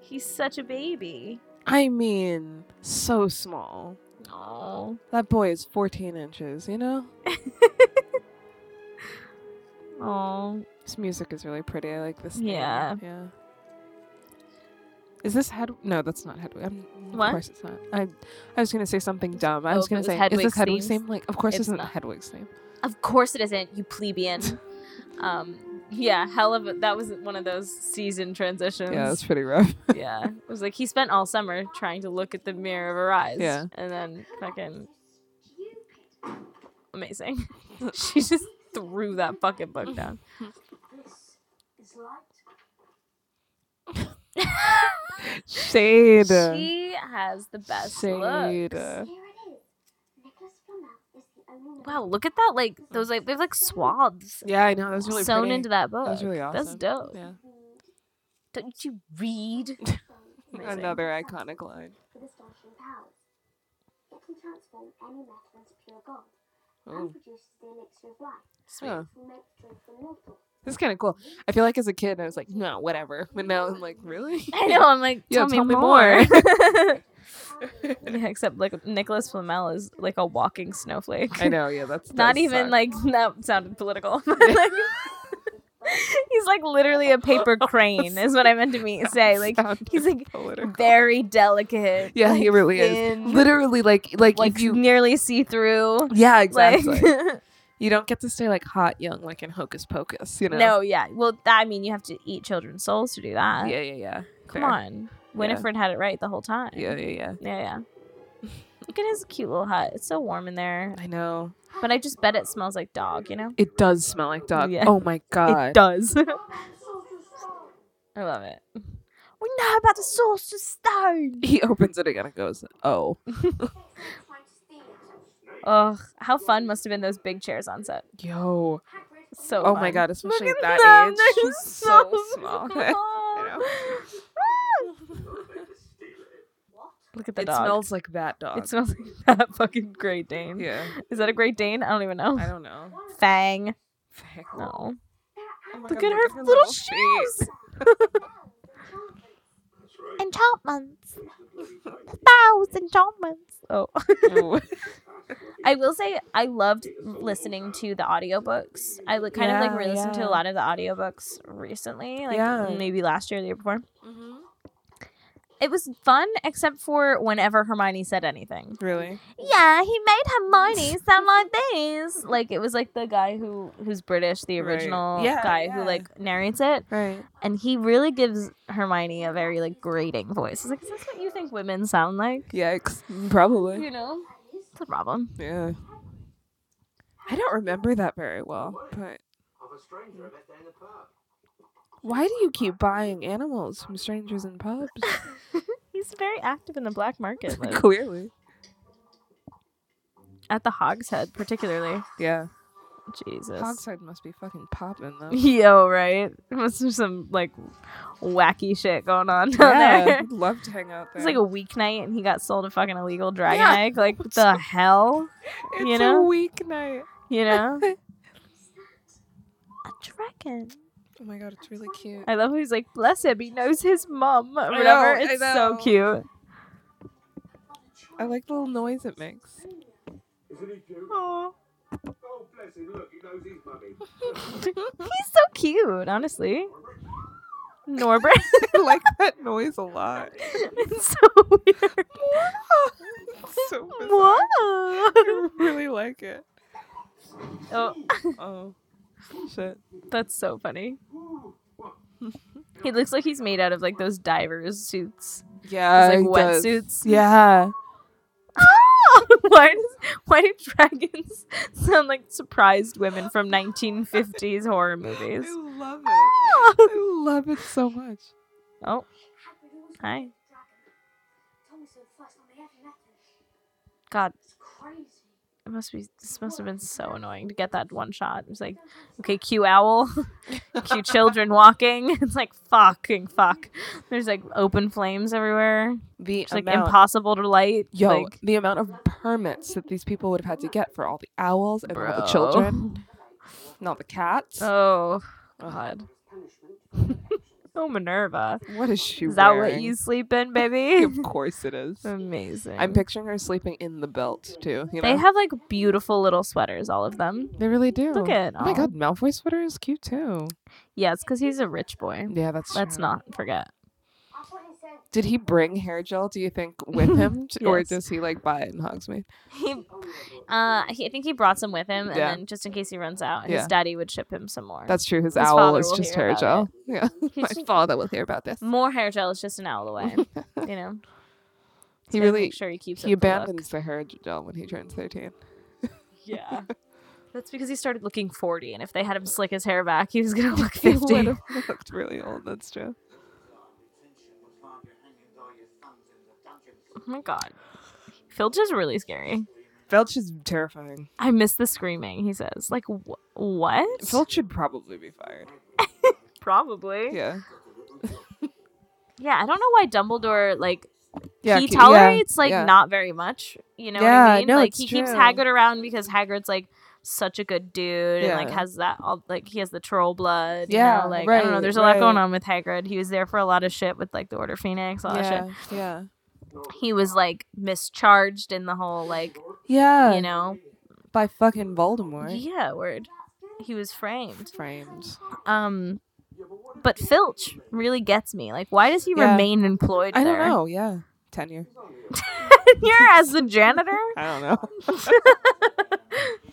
He's such a baby. I mean, so small. Oh, That boy is 14 inches, you know? oh, This music is really pretty. I like this. theme. Yeah. Yeah. Is this head? No, that's not Hedwig. I'm, What? Of course it's not. I, I was gonna say something dumb. I Oh, was if it gonna was say, is Hedwig's this Hedwig's themes? name? Like, of course, It's isn't not. Hedwig's name? of course it isn't. You [LAUGHS] plebeian. um, yeah, hell of a, that was one of those season transitions. Yeah, that's pretty rough. [LAUGHS] yeah, it was like he spent all summer trying to look at the mirror of her eyes. Yeah. and then fucking amazing. [LAUGHS] she just threw that fucking book [LAUGHS] down. This is light. Shade. She has the best Shade. looks. Here it is. Nicholas Flamel is the only one. Wow, look at that! Like those, like they have like swaths Yeah, I know. That was really sewn pretty. into that book. That was really awesome. That's dope. Yeah. Don't you [LAUGHS] read? Amazing. Another iconic line. with astonishing powers. It can transform any metal into pure gold Oh. and produces the elixir of life, Sweet. Huh. which will make drink [LAUGHS] immortal. It's kind of cool. I feel like as a kid, I was like, no, whatever. But now I'm like, [LAUGHS] really? I know. I'm like, Yeah, tell, me, tell me [LAUGHS] more. [LAUGHS] yeah, except like Nicholas Flamel is like a walking snowflake. I know. Yeah, that's [LAUGHS] Not does even suck. like [LAUGHS] that sounded [LAUGHS] political. [LAUGHS] he's like literally a [LAUGHS] paper crane, is what I meant to me say. Like Sounded he's like [LAUGHS] political. very delicate. Yeah, he really thin, is. Literally, like, like, like [LAUGHS] if you nearly see through. Yeah, exactly. Like [LAUGHS] you don't get to stay like hot young like in Hocus Pocus, you know? no, yeah. Well, I mean, you have to eat children's souls to do that. Yeah, yeah, yeah. Come Fair. on. Winifred had it right the whole time. Yeah, yeah, yeah. Yeah, yeah. [LAUGHS] Look at his cute little hut. It's so warm in there. I know. But I just bet it smells like dog, you know? It does smell like dog. Yeah. Oh my god. [LAUGHS] does. I love it. We know about the sorcerer's stone. He opens it again and goes, [LAUGHS] "Oh, Ugh, how fun must have been those big chairs on set. yo! So Oh fun. my god! Especially Look at at that them, age, they're she's so small. [LAUGHS] Look at the it dog. smells like that dog. it smells like [LAUGHS] that fucking Great Dane. yeah, [LAUGHS] Is that a Great Dane? I don't even know. I don't know. Fang. No. Oh Look at her little, shoes. That's right. Enchantments. Things that bloody tight. Bows. Enchantments. Oh. shoes. I will say I loved listening to the audiobooks. I li- kind of like Yeah, re-listened to yeah. a lot of the audiobooks recently, like Yeah. maybe last year or the year before. It was fun except for whenever Hermione said anything. [LAUGHS] [LAUGHS] really? Yeah, he made Hermione sound like this. Like it was like the guy who who's British, the Right. original Yeah, guy yeah. who like narrates it, Right. and he really gives Hermione a very like grating voice. It's like, is this what you think women sound like? Yikes. Probably. You know, it's a problem. Yeah. I don't remember that very well, but Of a stranger I met there in the pub. Why do you keep buying animals from strangers [LAUGHS] in pubs? He's very active in the black market. Liz. Clearly. at the Hogshead, particularly. Yeah. Jesus. Hogshead must be fucking popping [LAUGHS] though. Yo, right? Must have some like wacky shit going on down yeah, [LAUGHS] there. I'd love to hang out there. It's like a weeknight, and he got sold a fucking illegal dragon Yeah. egg. Like what [LAUGHS] the hell, it's you know? a [LAUGHS] Oh weeknight. you [LAUGHS] know? a dragon. Oh my god, it's really cute. I love how he's like, bless him. He knows his mum or know, whatever. I it's so know. cute. I like the little noise it makes. [LAUGHS] Isn't he cute? Aw. Oh, bless him. Look, he knows his [LAUGHS] mummy. He's so cute, honestly. Norbert. [LAUGHS] I like that noise a lot. [LAUGHS] it's so weird. It's so bizarre. Whoa. I really like it. [LAUGHS] oh. Oh. Shit. That's [LAUGHS] so funny. he looks like he's made out of like those divers suits. [LAUGHS] Yeah, like, he does. [LAUGHS] wetsuits. Yeah, Ah! [LAUGHS] why does, why do dragons [LAUGHS] sound like surprised women from 1950s horror movies? I love [LAUGHS] it. I love it so much. Oh, Hagrid always Hi. wanted a dragon. Told me so the first time I ever met him. God, It's crazy. it must be. This must have been so annoying to get that one shot. It was like, okay, cue owl, [LAUGHS] cue children walking. [LAUGHS] It's like fucking fuck. There's like open flames everywhere. The It's like impossible to light. Yo, like, the amount of permits that these people would have had to get for all the owls and all the Bro. [LAUGHS] children and all the cats. oh God. [LAUGHS] Punishment for your actions. Oh Minerva. what is she Is that wearing? what you sleep in, baby? [LAUGHS] [LAUGHS] Of course it is. Amazing. I'm picturing her sleeping in the belt too. You know, They have like beautiful little sweaters, all of them. They really do. Look at Oh my all. god, Malfoy sweater is cute too. Yeah, it's because he's a rich boy. Yeah, that's Let's true. not forget. I thought he said Did he bring hair gel? Do you think [LAUGHS] with him, t- or Yes. does he like buy it in Hogsmeade? He, uh, he, I think he brought some with him, and Yeah. then just in case he runs out, Yeah. his daddy would ship him some more. That's true. His, His owl father is will just hear hair gel. about [LAUGHS] Yeah, my He's- [LAUGHS] father will hear about this. more hair gel is just an owl [LAUGHS] away. you know, He gotta really make sure he keeps. he up the look. abandons the hair gel when he turns thirteen. [LAUGHS] [LAUGHS] Yeah, that's because he started looking forty, and if they had him slick his hair back, he was [LAUGHS] gonna look He would fifty. have looked really old. That's true. oh my god, Filch is really scary. Filch is terrifying. I miss the screaming. He says, like, wh- what? Filch should probably be fired. Probably. Yeah, Yeah, I don't know why Dumbledore like yeah. he c- yeah, tolerates like yeah. not very much. You know what Yeah, I mean? no, like it's he keeps true. Hagrid around because Hagrid's like such a good dude and like Yeah. has that all like he has the troll blood. Yeah, Yeah, like I don't know. right, There's a lot going right. on with Hagrid. He was there for a lot of shit with like the Order Phoenix, all that Yeah, shit. yeah, He was like mischarged in the whole like yeah. you know by fucking Voldemort. yeah word. He was framed. Framed. Um, but Filch really gets me. Like, why does he Yeah. remain employed? I [LAUGHS] don't there? know. Yeah, tenure. You're as the [LAUGHS] janitor. I don't know.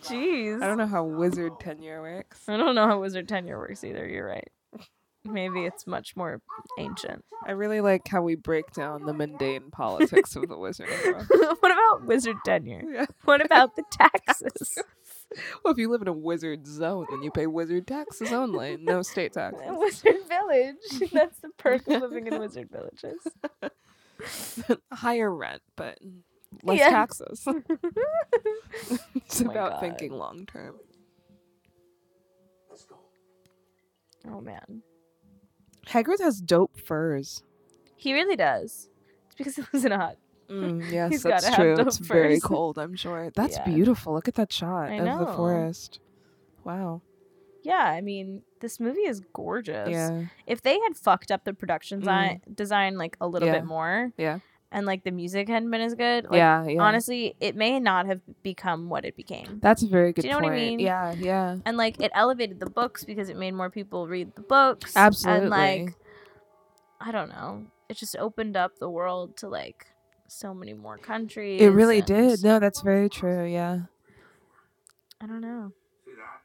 Jeez. I don't know how wizard tenure works. I don't know how wizard tenure works either. You're right. Maybe it's much more ancient. [LAUGHS] I really like how we break down the mundane politics of the wizarding [LAUGHS] world. what about wizard tenure? Yeah. What about the taxes? Well, if you live in a wizard zone, then you pay wizard taxes only, no state [LAUGHS] taxes. [LAUGHS] wizard village. [LAUGHS] That's the perk of living in wizard villages. Higher rent, but less Yeah. [LAUGHS] [LAUGHS] taxes. it's Oh my about God. thinking long term. Let's go. Oh man. Hagrid has dope furs. He really does. It's because he lives in a hut. [LAUGHS] Mm, yes, Mm. He's gotta that's have true. dope It's very furs. cold, I'm [LAUGHS] sure. That's Yeah. beautiful. Look at that shot I of the know. forest. Wow. Yeah, I mean, this movie is gorgeous. Yeah. If they had fucked up the production zi- Mm. design like a little Yeah. bit more, Yeah. and like the music hadn't been as good, like yeah. Yeah. honestly, it may not have become what it became. That's a very good you know what I point. mean? Yeah, yeah. and like it elevated the books because it made more people read the books Absolutely. and like i don't know it just opened up the world to like so many more countries It really and- did. No, that's very true. Yeah. i don't know See that?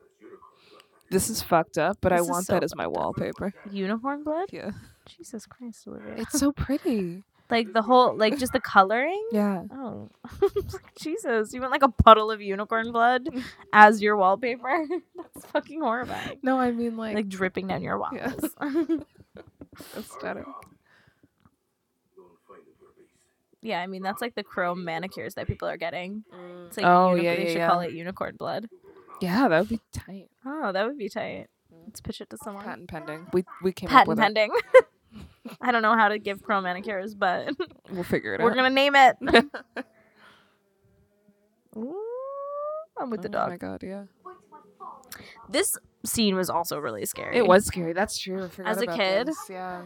That's unicorn blood. This is fucked up, but I This is want so that as my fucked up. wallpaper. unicorn blood Yeah. jesus christ Olivia. It's so pretty. like the whole like just the coloring Yeah. oh [LAUGHS] It's like, jesus you want like a puddle of unicorn [LAUGHS] blood as your wallpaper [LAUGHS] that's fucking horrifying No, I mean like, like dripping down your walls [LAUGHS] Yeah. [LAUGHS] aesthetic. Go and find the poor beast. Yeah, I mean that's like the chrome manicures that people are getting. It's like Oh, uni- yeah, they yeah, should yeah. call it unicorn blood. Yeah, that would be tight. Oh, that would be tight. Let's pitch it to someone. Patent, Patent pending. We we came up with [LAUGHS] pending. [LAUGHS] I don't know how to give chrome manicures, but [LAUGHS] it. We'll figure it we're out. gonna [LAUGHS] name it. [LAUGHS] Ooh, I'm with the Oh my dog. god, yeah. wait till my father. This scene was also really scary. It was scary. That's true. I forgot As a about kid? this, Yeah.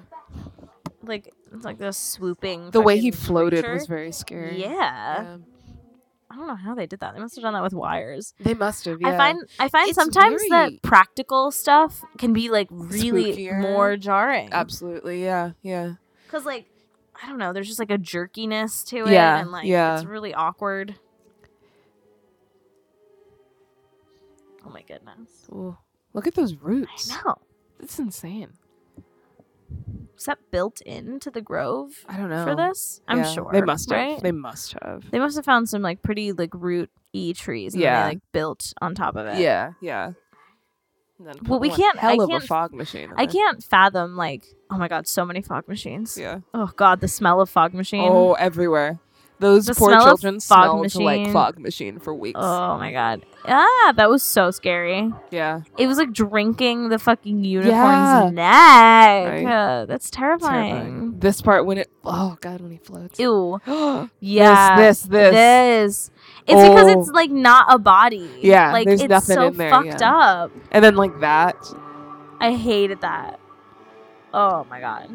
like it's like the swooping. The way he fucking floated creature. was very scary. Yeah. I don't know how they did that. They must have done that with wires. They must have. Yeah. I find I find It's sometimes very- that practical stuff can be like really Spookier. more jarring. Absolutely. Yeah. Yeah. Because like I don't know, there's just like a jerkiness to it, Yeah, and like yeah. it's really awkward. Oh my goodness! Ooh. Look at those I roots. know It's insane. was that built into the Grove I don't know. for this? I'm Yeah, sure They must have. right? They must have. They must have found some like pretty like root e trees. And Yeah. then they, like built on top of it. Yeah, yeah. And then Well, put we one can't- I Hell of can't- a fog machine. in I there. can't fathom like oh my god, so many fog machines. Yeah. Oh god, the smell of fog machine. Oh, everywhere. Those The poor smell of children fog smelled machine. like fog machine for weeks. Oh my god. Ah, that was so scary. yeah, It was like drinking the fucking unicorn's Yeah. neck. Right. Uh, that's terrifying. terrifying. This part when it. Oh God, when he floats. [GASPS] Ew. Yeah. Yeah. This, this, this. This. It's because Oh. it's like not a body. Yeah, Like there's it's nothing so in there, fucked yeah. up. And then like that. I hated that. Oh my god.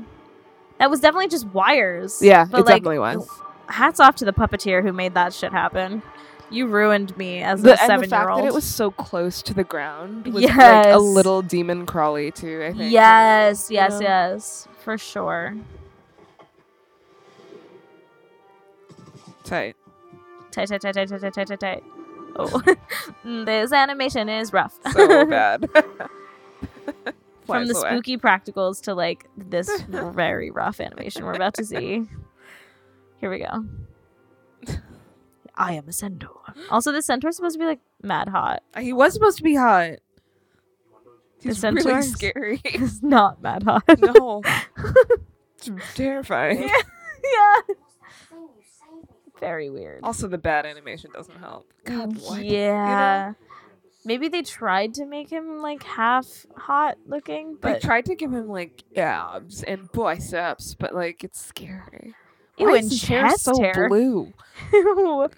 That was definitely just wires. Yeah, But, it like, definitely was. Hats off to the puppeteer who made that shit happen. You ruined me as a The, and the seven fact year old. that it was so close to the ground was like a Yes. little demon crawly too. I think. Yes, You yes, know? yes. For sure. Tight. Tight, tight, tight, tight, tight, tight, tight, tight, tight. Oh. [LAUGHS] this animation is rough. [LAUGHS] So bad. [LAUGHS] From Flies the away. spooky practicals to like [LAUGHS] this very rough animation we're about to see. Here we go. [LAUGHS] I am a centaur. Also, the centaur's supposed to be like mad hot. [LAUGHS] He was supposed to be hot. He's really centaurs. scary. It's not mad hot. [LAUGHS] [LAUGHS] no. It's terrifying. yeah. What's that thing you saved me from? Very weird. Also, the bad animation doesn't help. God, what? yeah. Maybe they tried to make him like half hot looking, They but [LAUGHS] tried to give him like abs and biceps, but like it's scary. Ew, Why and is his hair chest so hair. blue? Ew.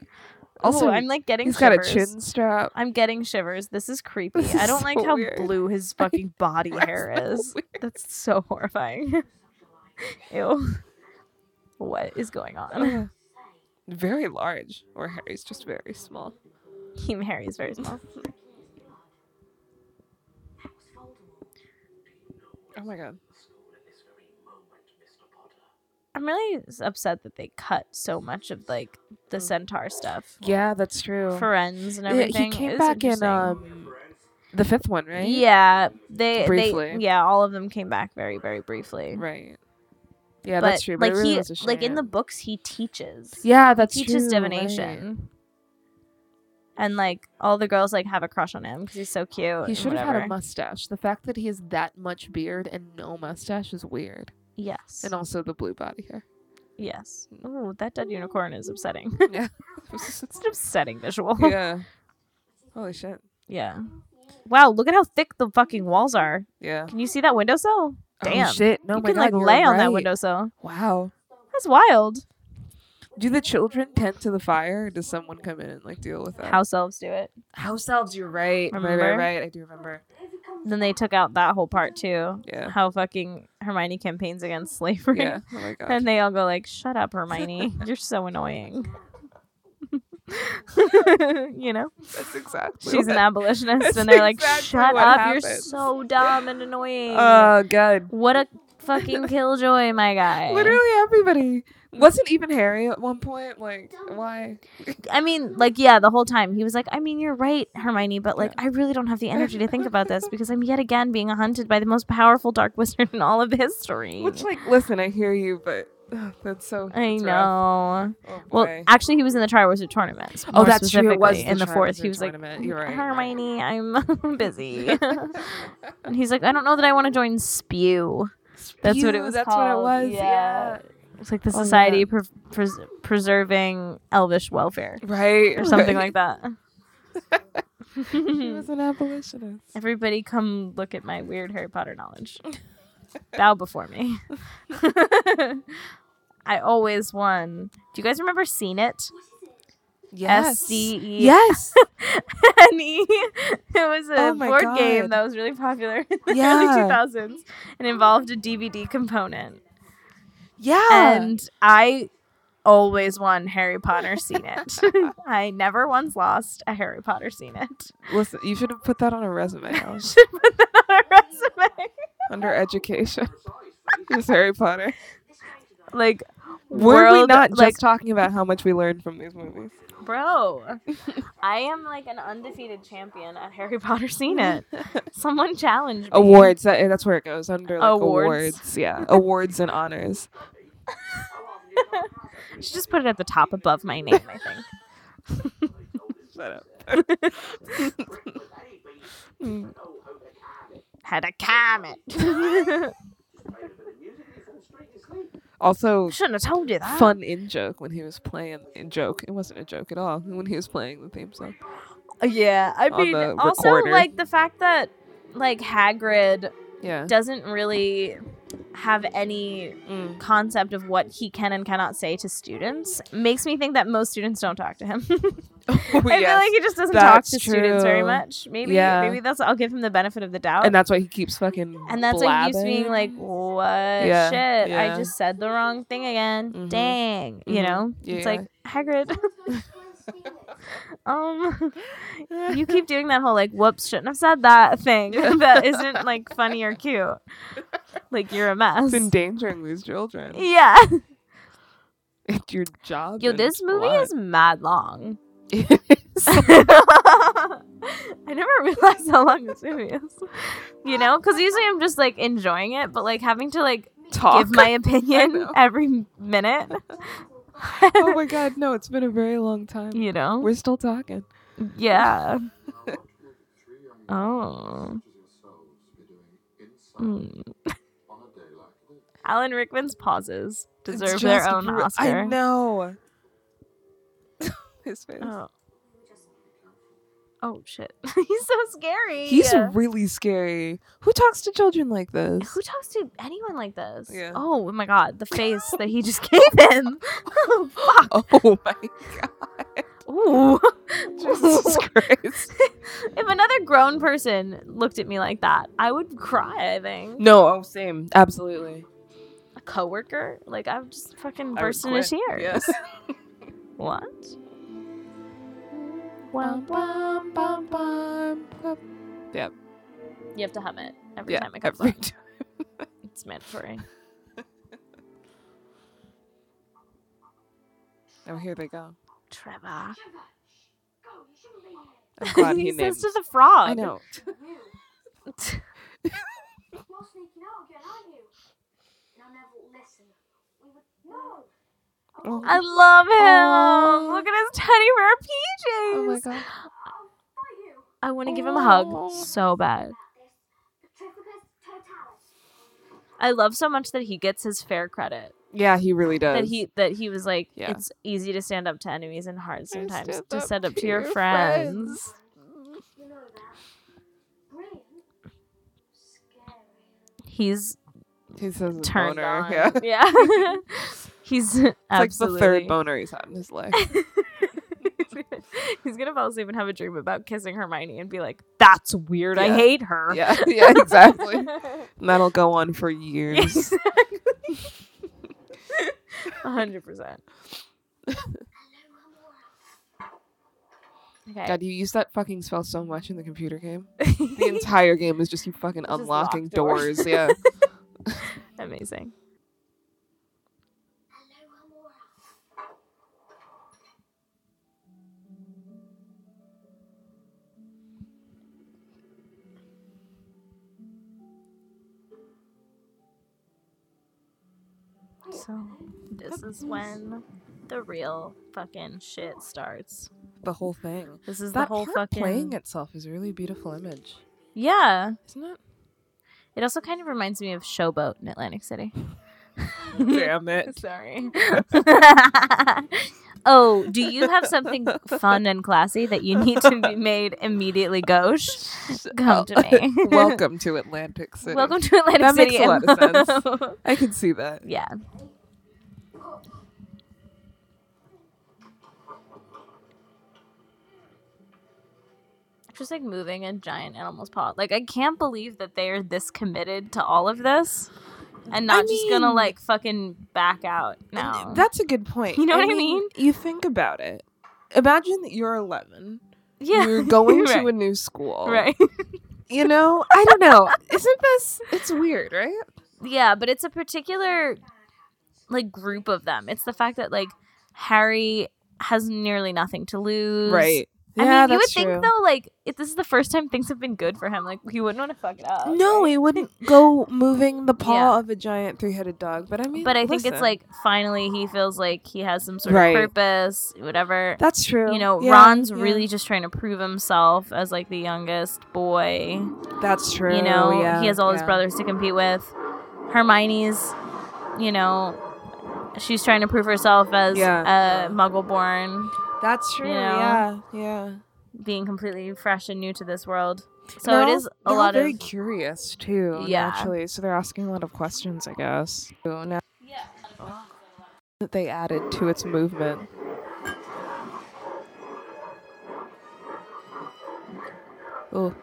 Also, Ooh, I'm like getting He's got a shivers. chin strap. I'm getting shivers. This is creepy. This I is don't like so how weird. blue [LAUGHS] his fucking body That's hair so is. weird. That's so horrifying. [LAUGHS] Ew. What is going [LAUGHS] on? [LAUGHS] Ugh. very large, or Harry's just very small. Team Harry is very small. That was Voldemort. Oh my god. I'm really s- upset that they cut so much of like the centaur stuff. Yeah, that's true. Friends and Mm. Oh. Yeah, everything. he came It's back in interesting. um the fifth one, right? Yeah, they Briefly. They, yeah, all of them came back very, very briefly. Right. Yeah, but that's true. But like it really he, was a like in the shame. books, he teaches. yeah, that's teaches true, divination. right. And like all the girls like have a crush on him because he's so cute. He and should have had a whatever. mustache. The fact that he has that much beard and no mustache is weird. Yes. And also the blue body hair. [LAUGHS] yes. Ooh, that dead unicorn is upsetting. [LAUGHS] [LAUGHS] it's an upsetting visual. [LAUGHS] Yeah. yeah. Holy shit. Wow, look at how thick the fucking walls are. Yeah. Can you see that windowsill? Damn. Oh, shit. No, you my can God, like you're lay on that right. windowsill. Wow. That's wild. Do the children tend to the fire? Or does someone come in and like deal with that? House elves do it. house elves. You're right. Right, Remember? right, right. I do [LAUGHS] remember. If it comes Then they took out that whole part too. Yeah. How fucking Hermione campaigns against slavery. Yeah. Oh my [LAUGHS] god. And they all go like, "Shut up, [LAUGHS] Hermione! You're so annoying." you know, That's exactly. she's what- an abolitionist, [LAUGHS] That's and they're like, exactly "Shut what up! You're happened." so dumb and annoying. Oh god. what a fucking [LAUGHS] killjoy, my guy!" Literally everybody. Wasn't even Harry at one point like why? I mean, like, yeah, the whole time he was like, "I mean, you're right, Hermione, but like, I really don't have the energy to think about [LAUGHS] this because I'm yet again being hunted by the most powerful dark wizard in all of history." Which like listen, I hear you, but ugh, that's so. I that's rough. know. Oh, Well, boy. actually, he was in the Triwizard tournament. Oh, more that's true. It was specifically, in the Triwizard fourth. He was like, Tournament. You're right. Hermione, I'm [LAUGHS] busy. [LAUGHS] and he's like, I don't know that I want to join Spew. That's what it Spew, was That's called. what it was. Yeah. Yeah. It's like the Oh, yeah. Society Pre- Pres- Preserving Elvish Welfare Right. or something right. like that. She was an abolitionist. [LAUGHS] Everybody, come look at my weird Harry Potter knowledge. Bow before me. [LAUGHS] I always won. Do you guys remember Seen It? S C E [LAUGHS] Yes. Penny. [LAUGHS] It was a Oh my board game God. that was really popular in the early Yeah. 2000s and involved a DVD component. Yeah. And I always won Harry Potter Seen It. [LAUGHS] I never once lost a Harry Potter Seen It. [LAUGHS] Listen, you should have put that on a resume Alice. Should put that on our resume. under education. [LAUGHS] Just Harry Potter. Like, Were we world- not just like, talking about how much we learned from these movies? [LAUGHS] Bro, I am like an undefeated champion at Harry Potter Scene [LAUGHS] It. Someone challenge me. Awards. That, that's where it goes under like Awards. awards. Yeah, awards and honors. Should just put it at the top above my name, I think. Shut up. Had a comment. [LAUGHS] [LAUGHS] [LAUGHS] Also, Shouldn't have told you that. fun in joke when he was playing in joke. It wasn't a joke at all when he was playing the theme song. Yeah, I On mean, the also recorder. like the fact that like Hagrid Yeah. [LAUGHS] doesn't really have any Mm. concept of what he can and cannot say to students makes me think that most students don't talk to him. [LAUGHS] I feel like he just doesn't talk that's to students very true. much. Maybe Yeah. maybe that's I'll give him the benefit of the doubt. and that's why he keeps fucking. And that's like used to being blabbing. like, what Yeah, shit? I yeah. just said the wrong thing again. Mhm. Dang. You Mhm. know? It's like, Hagrid, [LAUGHS] um, [LAUGHS] you keep doing that whole like, whoops, shouldn't have said that thing [LAUGHS] that isn't like funny or [LAUGHS] cute. Like, you're a mess. It's endangering these children. [LAUGHS] [LAUGHS] yeah. It's your job. Yo, and this it's movie blood. is mad long. [LAUGHS] It's- [LAUGHS] I never [LAUGHS] realized how long this movie is. You know, because usually I'm just like enjoying it, but like having to like talk. give my [LAUGHS] opinion know. every minute. oh my god, no! It's been a very long time. you know? We're still talking. Yeah. Oh. Oh. Mm. Alan Rickman's pauses It's deserve their just own bru- Oscar. I know. [LAUGHS] His face. Oh. Oh shit. [LAUGHS] He's so scary. He's really scary. Who talks to children like this? Who talks to anyone like this? Yeah. Oh my god, the face that he just [LAUGHS] gave him. oh, fuck. [LAUGHS] Oh [LAUGHS] my god. Ooh. [LAUGHS] [LAUGHS] Jesus Christ. If another grown person looked at me like that, I would cry, I think. No, oh same. Absolutely. A coworker? Like I would just fucking I would burst into quit. tears. Yes. [LAUGHS] What? Well, Bum, bum, bum, bum, bum. you have to hum it every [LAUGHS] Yeah, time it comes every on. [LAUGHS] time. It's mandatory. Oh, here they [LAUGHS] go. [LAUGHS] Trevor. I'm glad he, he named. says to the frog. I [LAUGHS] know. You're sneaking out again, aren't you? And I never listen. We would no. Oh, [LAUGHS] I love him. Aw. Look at his teddy bear PJs. oh [LAUGHS] my god. I'll fight you. I want to give him a hug Aw. so bad. About this. The Trifidus Totalis. I love so much that he gets his fair credit. Yeah, he really does. That he that he was like, Yeah. it's easy to stand up to enemies and hard sometimes stand to up stand up to your friends. You know that. Brilliant. Scary. He's He says it's turned boner. on. [LAUGHS] Yeah. It's Yeah. [LAUGHS] he's like the absolutely. third boner he's had in his life. [LAUGHS] he's gonna fall asleep and have a dream about kissing Hermione and be like, "That's weird. I Yeah. hate her." [LAUGHS] yeah, [LAUGHS] yeah, exactly. And that'll go on [LAUGHS] for years. [LAUGHS] A hundred percent. Okay. God, you use that fucking spell so much in the computer game. [LAUGHS] The entire game is just you fucking lock unlocking doors. doors. [LAUGHS] Yeah. Amazing. So this is when the real fucking shit starts. the whole thing. This is That the whole part fucking playing itself is a really beautiful image, Yeah. [LAUGHS] isn't it? It also kind of reminds me of Showboat in Atlantic City. Damn [LAUGHS] it. Sorry. [LAUGHS] oh, do you have [LAUGHS] something fun and classy that you need to be made immediately gauche? Come to me. oh, [LAUGHS] Welcome to Atlantic City. [LAUGHS] Welcome to Atlantic That City. makes a lot of sense. sense. I can see that. [LAUGHS] yeah. Just like moving a giant animal's paw. Like I can't believe that they are this committed to all of this, and not just gonna mean- like fucking back out And now. That's a good point. You know what I mean? You think about it. Imagine that you're 11. yeah, [LAUGHS] You're going to a Right. new school. right. You know? I don't know. Isn't this it's weird, right? [LAUGHS] Yeah, but it's a particular like group of them. It's the fact that like Harry has nearly nothing to lose. Right. I yeah, mean, you would that's think true. though, like if this is the first time things have been good for him, like he wouldn't want to fuck it up. No, right? he wouldn't go moving the paw Yeah. of a giant three-headed dog. But I mean, But I think it's listen. like finally he feels like he has some sort Right. of purpose, whatever. that's true. you know, Yeah, Ron's yeah. really just trying to prove himself as like the youngest boy. that's true. you know, Oh, yeah, he has all his yeah. brothers to compete with. Hermione's, you know, she's trying to prove herself as Yeah. a muggle born, That's true. you know? Yeah, yeah. being completely fresh and new to this world. So They're it all- is a they're all lot very of curious too. Yeah. naturally. so they're asking a lot of questions, I guess. So now Yeah. that they added to its movement. Oh,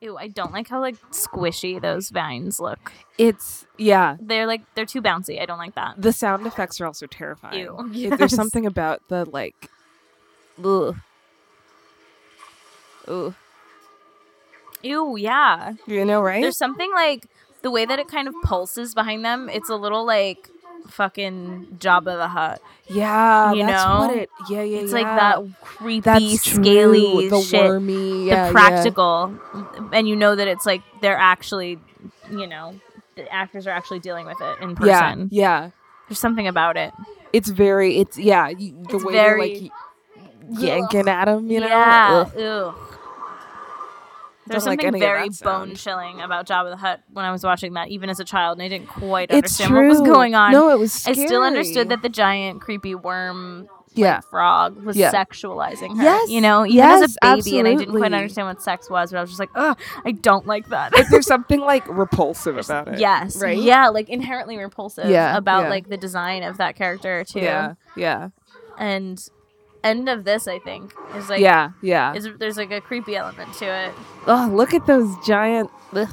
Ew, I don't like how like squishy those vines look. it's yeah. They're like they're too bouncy. I don't like that. The sound effects are also terrifying. Ew. [LAUGHS] Yeah, There's something about the like. Ugh. Ooh. Ew, yeah. You know, right? There's something like the way that it kind of pulses behind them. It's a little like fucking Jabba the Hutt. yeah, you that's what know? it. Yeah, yeah, It's yeah. like that creepy, That's true, scaly the shit. wormy, yeah, yeah. the practical, and you know that it's like they're actually, you know, the actors are actually dealing with it in person. Yeah, yeah. There's something about it. It's very. It's yeah. You, the It's way very- you're like y- yanking at him, you know. Yeah. Ugh. Ugh. There's Don't like something any of very that sound. bone chilling about Jabba the Hutt when I was watching that, even as a child, and I didn't quite It's understand true. what was going on. No, it was. I Scary. still understood that the giant creepy worm Yeah. frog was Yeah. sexualizing her. Yes, You know, even as yes, a baby, and I didn't absolutely. quite understand what sex was, but I was just like, ugh, I don't like that. [LAUGHS] Like, there's something like repulsive about it. Yes. Right? Yeah, like inherently repulsive Yeah, about yeah. like the design of that character too. Yeah. Yeah. And end of this I think is like yeah. Yeah. is there's like a creepy element to it. Oh, look at those giant. Ugh.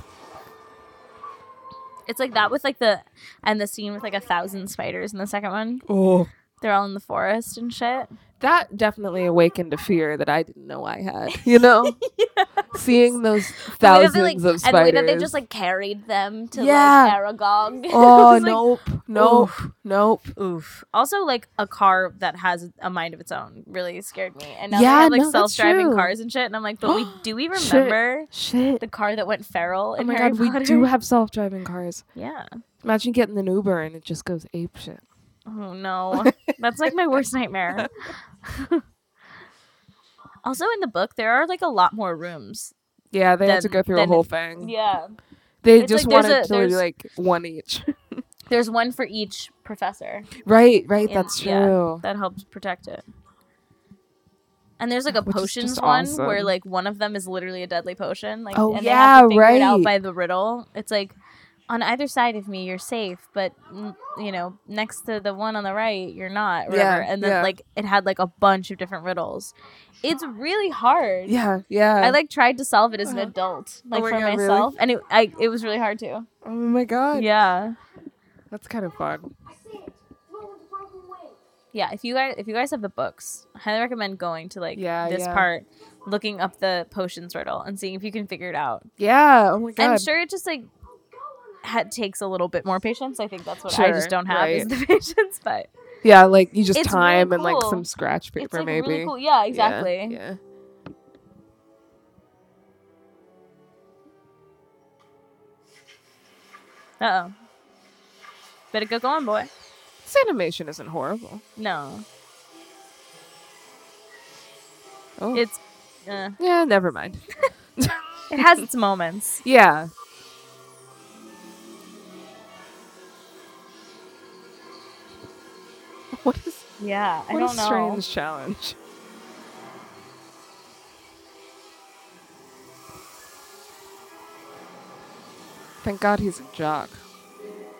It's like that with like the and the scene with like a thousand spiders in the second one. Oh. They're all in the forest and shit. That definitely awakened a fear that I didn't know [LAUGHS] I had. You know, seeing those The way that thousands they, like- of spiders. And the way that they just like [LAUGHS] carried them to Yeah. like Aragog. [LAUGHS] It oh was, like, nope, nope, nope. Oof. Also, like a car that has a mind of its own really scared me. And now Yeah, they have like no, that's self-driving true. cars and shit. And I'm like, [GASPS] but we do we Shit. remember Shit. the car that went feral Oh in my Harry god, Potter. we do have self-driving cars. yeah. Imagine getting an Uber and it just goes ape shit. [LAUGHS] [LAUGHS] Oh no, that's like my worst nightmare. also, in the book, there are like a lot more rooms. Yeah, they had to Then- go through a then whole thing. Yeah, They It's just like there's wanted a- to do there's- like one each. [LAUGHS] there's one for each professor. right, right. in- that's true. yeah, that helps protect it. And there's like a Which is just potions one where awesome. like one of them is literally a deadly potion. Like, Oh, and they have to figure yeah, it out right. by the riddle. It's like on either side of me, you're safe, but mm, you know, next to the one on the right, you're not. or Yeah, Whatever. and then yeah. like it had like a bunch of different riddles. It's really hard. Yeah, yeah. I like tried to solve it as an Uh-huh. adult, like my for God, really? myself, and it I, it was really hard to. Oh my god. Yeah. That's kind of fun. I see it. Roll with the broken wing. yeah if you guys if you guys have the books i highly recommend going to like Yeah, this yeah. part looking up the potions riddle and seeing if you can figure it out Yeah. Oh my god. i'm sure it just like ha- takes a little bit more patience i think that's what i Sure, just don't have is right. the [LAUGHS] patience but yeah, like you just It's really time and like cool. some scratch paper it's like maybe. really cool yeah Yeah, exactly Yeah. uh-oh better go going boy This animation isn't horrible. no Oh. it's [LAUGHS] uh, yeah, never mind. it has its moments Yeah. [LAUGHS] What is yeah i what don't a know strange challenge. Thank God he's a jock.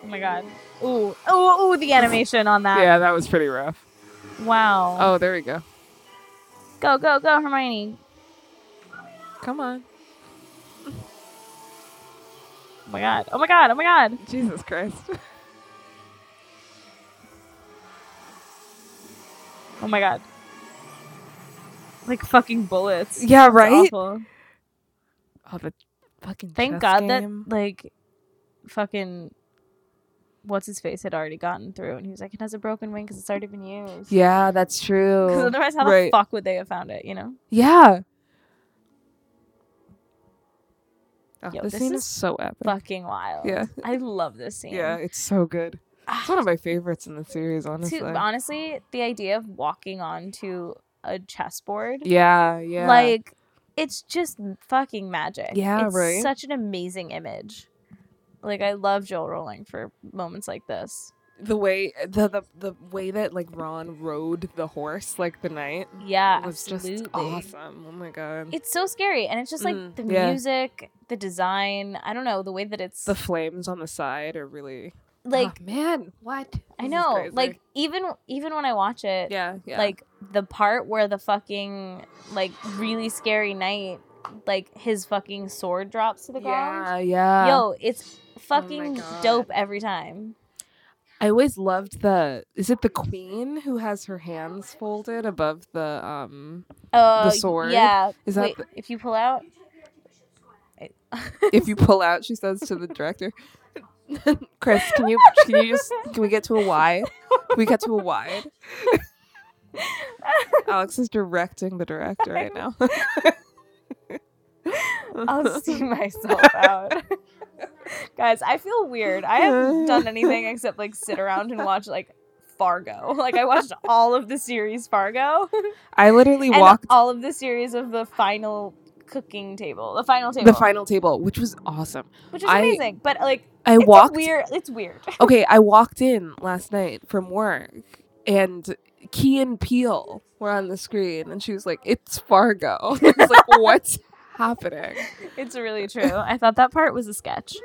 oh my god ooh ooh ooh the animation on that yeah, that was pretty rough. wow Oh, there we go. go go go hermione Come on. oh my god oh my god oh my god Jesus [LAUGHS] Christ. Oh my god. Like fucking bullets. Yeah, It's right? awful. Oh, the, fucking Thank chess God game. that like fucking what's his face had already gotten through, and he was like, "It has a broken wing because it's already been used." Yeah, that's Because true. otherwise, how right. the fuck would they have found it? You know. Yeah. Oh, Yo, this, this scene is is so epic. Fucking wild. Yeah. I love this scene. Yeah, it's so good. It's one of my favorites in the series, honestly. To, honestly, the idea of walking onto a chessboard, yeah, yeah. like, it's just fucking magic. Yeah, it's right? Such an amazing image. Like, I love Joel Rowling for moments like this. the way the, the the way that like Ron rode the horse like the night Yeah, was absolutely. Oh, just awesome. Oh my god. It's so scary, and it's just like Mm, the yeah. music, the design. I don't know the way that it's the flames on the side are really like. Ah, man, what? I This is know, crazy. like even even when I watch it, yeah, yeah. like the part where the fucking like really scary night like his fucking sword drops to the ground yeah, yeah. Oh yo it's fucking God. dope every time I always loved the is it the queen who has her hands folded above the um uh sword? yeah Is that Wait, the- if you pull out [LAUGHS] if you pull out she says to the director [LAUGHS] Chris, can you can you just can we get to a wide? Can we get to a wide? Alex is directing the director right now. i'll [LAUGHS] see myself out guys i feel weird i haven't done anything [LAUGHS] except like sit around and watch like fargo [LAUGHS] like i watched all of the series fargo I literally and walked all of the series of the final cooking table the final table the final table, which was awesome. which is I- amazing. But like, I it's a walked weird. It's weird. Okay, I walked in last night from work and Key and Peele were on the screen and she was like, It's Fargo. [LAUGHS] I was like, What's happening? It's really true. I thought that part was a sketch.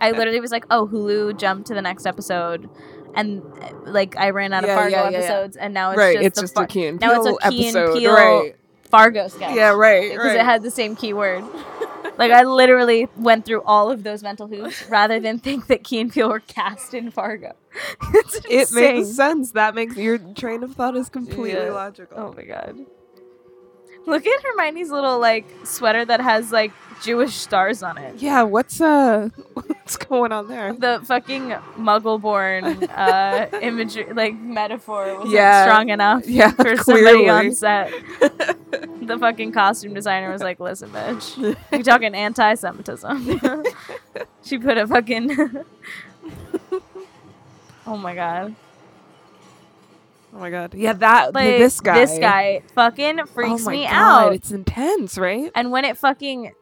I literally was like, "Oh, Hulu jumped to the next episode," and uh, like I ran out of Yeah, Fargo yeah, yeah, yeah. episodes, and now it's [LAUGHS] right, just it's the just Far- a Key and now Peele it's a Key and episode. Peele right. Fargo sketch. Yeah, right. because Right. it had the same keyword. [LAUGHS] like I literally went through all of those mental [LAUGHS] hoops rather than think that Key and Peele were cast in Fargo. [LAUGHS] it's it insane. makes sense. That makes your train of thought is completely Yeah. logical. Oh my god. Look at Hermione's little like sweater that has like Jewish stars on it. Yeah, what's uh [LAUGHS] what's going on there? The fucking muggle born uh [LAUGHS] imagery like metaphor wasn't Yeah. strong enough Yeah, for [LAUGHS] somebody clearly. on [LAUGHS] set. the fucking costume designer was like, Listen, bitch, [LAUGHS] you're talking anti Semitism. she put a fucking [LAUGHS] Oh my god. Oh my god. Yeah, that Like this guy. This guy fucking Oh freaks my me god, out. It's intense, right? and when it fucking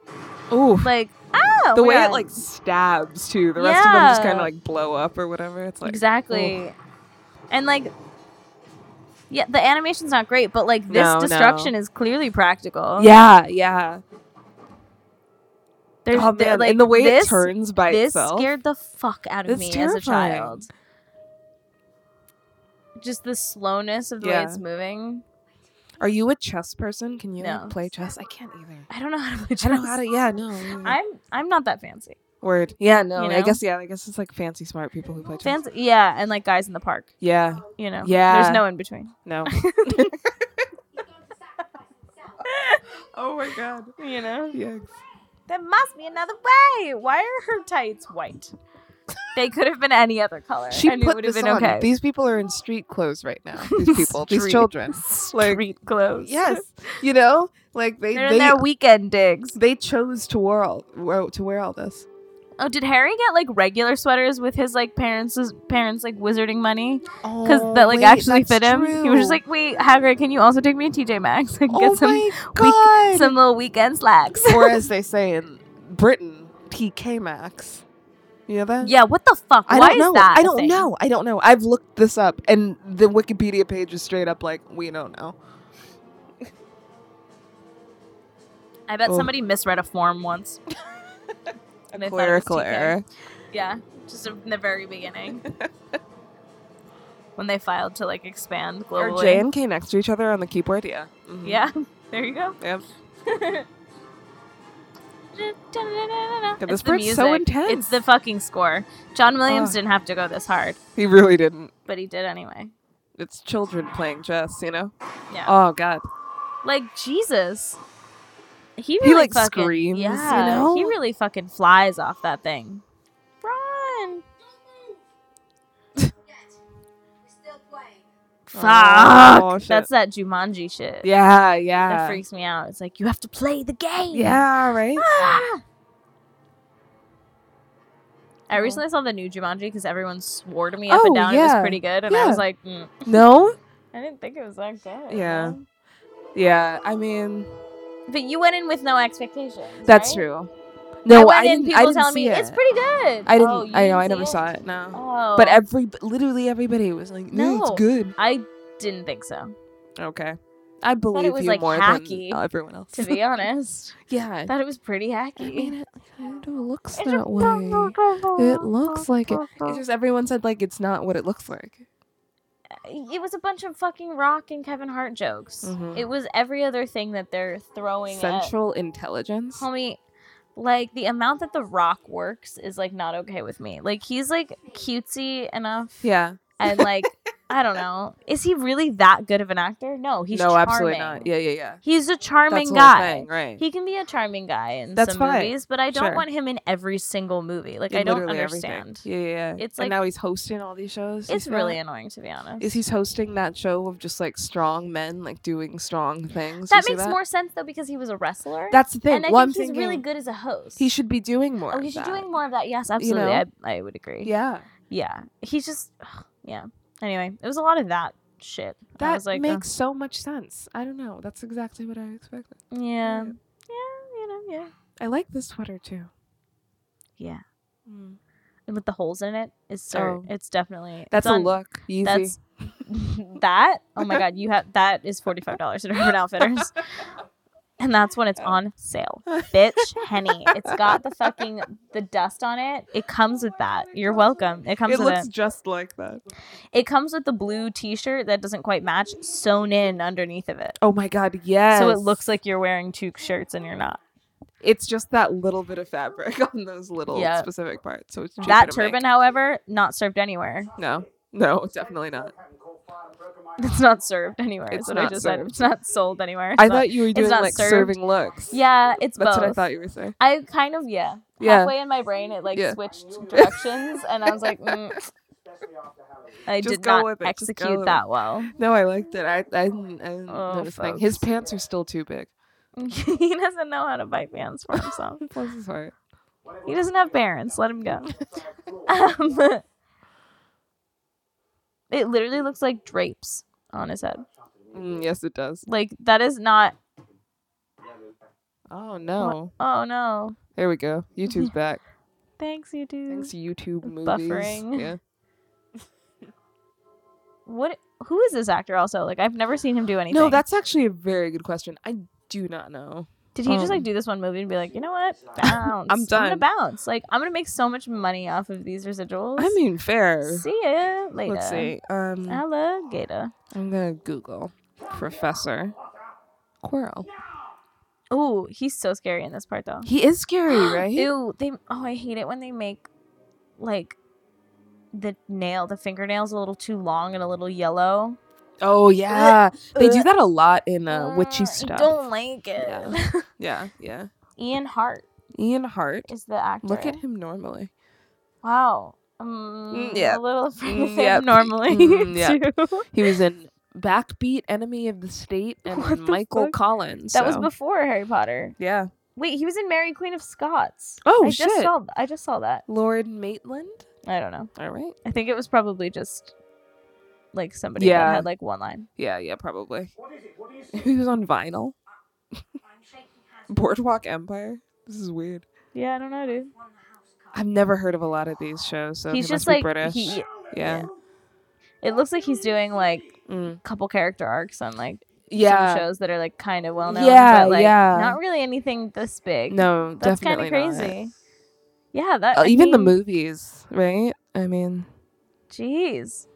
Ooh. like oh the way yeah. it like stabs too. The rest of them just kind of Yeah. like blow up or whatever. It's like oh. exactly and like yeah the animation's not great but like this No, no. destruction is clearly practical oh. Yeah, yeah. there's oh there- man, like and the way this, it turns by this itself. scared the fuck out of It's me as a terrifying. child just the slowness of the Yeah. way it's moving Are you a chess person? Can you like, No. play chess? I can't either. i don't know how to play chess I don't know how to. Yeah, no. yeah. i'm i'm not that fancy Word. Yeah, no. You I know? guess yeah. I guess it's like fancy smart people who play chess. fancy yeah and like guys in the park [LAUGHS] Yeah. you know Yeah. there's no in between No. He's going to sacrifice himself. oh my god. you know Yeah. There must be another way. Why are her tights white? they could have been any other color. She and it put would this have been on. okay. These people are in street clothes right now. [LAUGHS] These people, these Street. children. like- street clothes. Yes. You know, like they They're they in their weekend digs. they chose to wear all wear- to wear all this. Oh, did Harry get like regular sweaters with his like parents' parents like wizarding money? Because Oh, that like wait, actually that's fit him. He was true. Oh just like, wait, Hagrid, can you also take me to TJ Maxx and get some my god! some little weekend slacks? [LAUGHS] or as they say in Britain, TK Maxx. You know that? yeah. What the fuck? I Why don't know. is that? I a don't thing? know. I don't know. I've looked this up, and the Wikipedia page is straight up like, we don't know. I bet Oh. somebody misread a form [LAUGHS] once. And they thought it was Clerical TK. error. Yeah, just in the very [LAUGHS] beginning. when they filed to like expand Or globally. J and K next to each other on the keyboard. Yeah. Mhm. Yeah, [LAUGHS] there you go. Yeah. God, this part's so intense. It's the fucking score. John Williams Ugh. didn't have to go this hard, He really didn't. but he did anyway. It's Oh, children playing chess, you know? Yeah. Oh, God. Like Jesus. He really He, like, fucking, screams, you Yeah, know? he really fucking flies off that thing. Run! We're still playing. Fuck! Oh, shit. That's that Jumanji shit. Yeah, that yeah. freaks me out. It's like you have to play the game. [LAUGHS] yeah, right? Ah! I Oh. recently saw the new Jumanji because everyone swore to me up and Oh, down it yeah. was pretty good, and I Yeah. was like, mm, no? I didn't think it was that good. Yeah. man. Yeah, I mean, but you went in with no expectations. that's right? true. I No, I went in. didn't, People I didn't telling see me it. it's pretty good. I didn't, Oh, I you know, I never see saw it, no. Oh, But every, literally everybody was like, no, it's No. good. I didn't think [LAUGHS] so. Okay. I believe was, you like, more hacky, than everyone else. To be honest, [LAUGHS] yeah. I thought it was pretty I hacky. [LAUGHS] Oh, mean, it kind of looks that way. It looks like it. It's just everyone said like it's not what it looks like. it was a bunch of fucking rock and Kevin Hart jokes. Mhm. It was every other thing that they're throwing Central at intelligence. homie. Like the amount that the rock works is like not okay with me. Like he's like cutesy enough Yeah. [LAUGHS] and like I don't know. Is he really that good of an actor? No, he's no, charming. absolutely not. Yeah, yeah, yeah. He's a That's charming the guy. whole thing, right? He can be a charming guy in That's some fine. movies, but I don't Sure. want him in every single movie. Like In I don't literally everything. understand. Yeah, yeah, yeah. It's It's like- and now he's hosting all these shows. It's he's not- really annoying to be honest. Is he's hosting that show of just like strong men like doing strong things? You that see makes more sense though because he was a wrestler. That's the thing. and I Well, I'm think he's thinking really good as a host. He should be doing more. Oh, of he's that. doing more of that. Yes, absolutely. know? I, I would agree. Yeah. Yeah, He's just, ugh, yeah. Anyway, it was a lot of that shit. I that was like, makes so much sense. I don't know. That's exactly what I expected. "Ugh, yeah, Yeah. yeah, you know, yeah. I like this sweater too. Yeah. Mm. And with the holes in it, it's cer- Oh. it's definitely That's it's a on- look. Easy. That's [LAUGHS] that. Oh [LAUGHS] my god, you have that is forty five dollars at Urban Outfitters. And that's when it's on sale. Bitch, Henny. It's got the fucking the dust on it. It comes with that. You're welcome. It comes it with looks it. just like that. It comes with the blue t-shirt that doesn't quite match sewn in underneath of it. Oh my god, yes. So it looks like you're wearing two shirts and you're not. it's just that little bit of fabric [LAUGHS] on those little Yeah. specific parts. So it's cheaper that to make. turban, however, not served anywhere. [LAUGHS] No, no, definitely not. It's not served anywhere. It's It's what I not just said. served. It's not sold anywhere. It's I not- thought you were doing not like served. serving looks. Yeah, it's that's both. what I thought you were saying. I kind of yeah. Yeah. Halfway in my brain, it like Yeah. [LAUGHS] switched directions, and I was like, mm, I Just did go not with it, just go execute with that well. [LAUGHS] No, I liked it. I I didn't, I didn't Oh, notice thing. His pants are still [LAUGHS] too big. he doesn't know how to bite bands for himself. Bless his heart. he doesn't have parents. Let him go. [LAUGHS] um, it literally looks like drapes on his head. Mm, yes, it does. Like that is not. Oh no! Oh no! There we go. [LAUGHS] YouTube's back. Thanks, you two. Thanks to YouTube movies. Buffering. Yeah. What? Who is this actor? Also, like I've never seen him do [LAUGHS] anything. No, that's actually a very good question. I do not know. Did he just like Um, do this one movie and be like, you know [LAUGHS] what? Bounce. I'm gonna done. bounce. Like I'm gonna make so much money off of these residuals. I mean, fair. see ya later. Let's see. Um, Alligator. I'm gonna Google Professor Quirrell. Ooh, he's so scary in this part though. [GASPS] He is [GASPS] scary, right? Ew. They. Oh, I hate it when they make like the nail, the fingernails a little too long and a little yellow. Oh yeah, they do Ugh. that a lot in uh, Uh, witchy I stuff. don't like it. Yeah. Yeah, yeah. [LAUGHS] Ian Hart Ian Hart. is the actor. Look at him normally. Wow. Um, Mm, yeah. A little [LAUGHS] afraid of Mm, him yep. normally [LAUGHS] Mm, yep. too. He was in Backbeat, Enemy of [LAUGHS] the State, and What the Michael fuck? Collins. That was so- before Harry Potter. Yeah. Wait, he was in Mary Queen of Scots. Oh I shit. just saw I just saw that. Lord Maitland. I don't know. All right. I think it was probably just like somebody Yeah. that had like one line. Yeah, yeah, probably. What is it? [LAUGHS] What do you see? He was on vinyl. I'm shaking hands with Boardwalk Empire. This is weird. Yeah, I don't know, dude. one of the house cards. I've never heard of a lot of these shows, so he's he must just like be British. he yeah. it looks like he's doing like Mm. a couple character arcs on like Yeah. some shows that are like kind of well known. Yeah, but, like, yeah. Not really anything this big. No, That's kind definitely of not. crazy. Yeah, that Uh, I even the mean, movies, right? I mean, Jeez.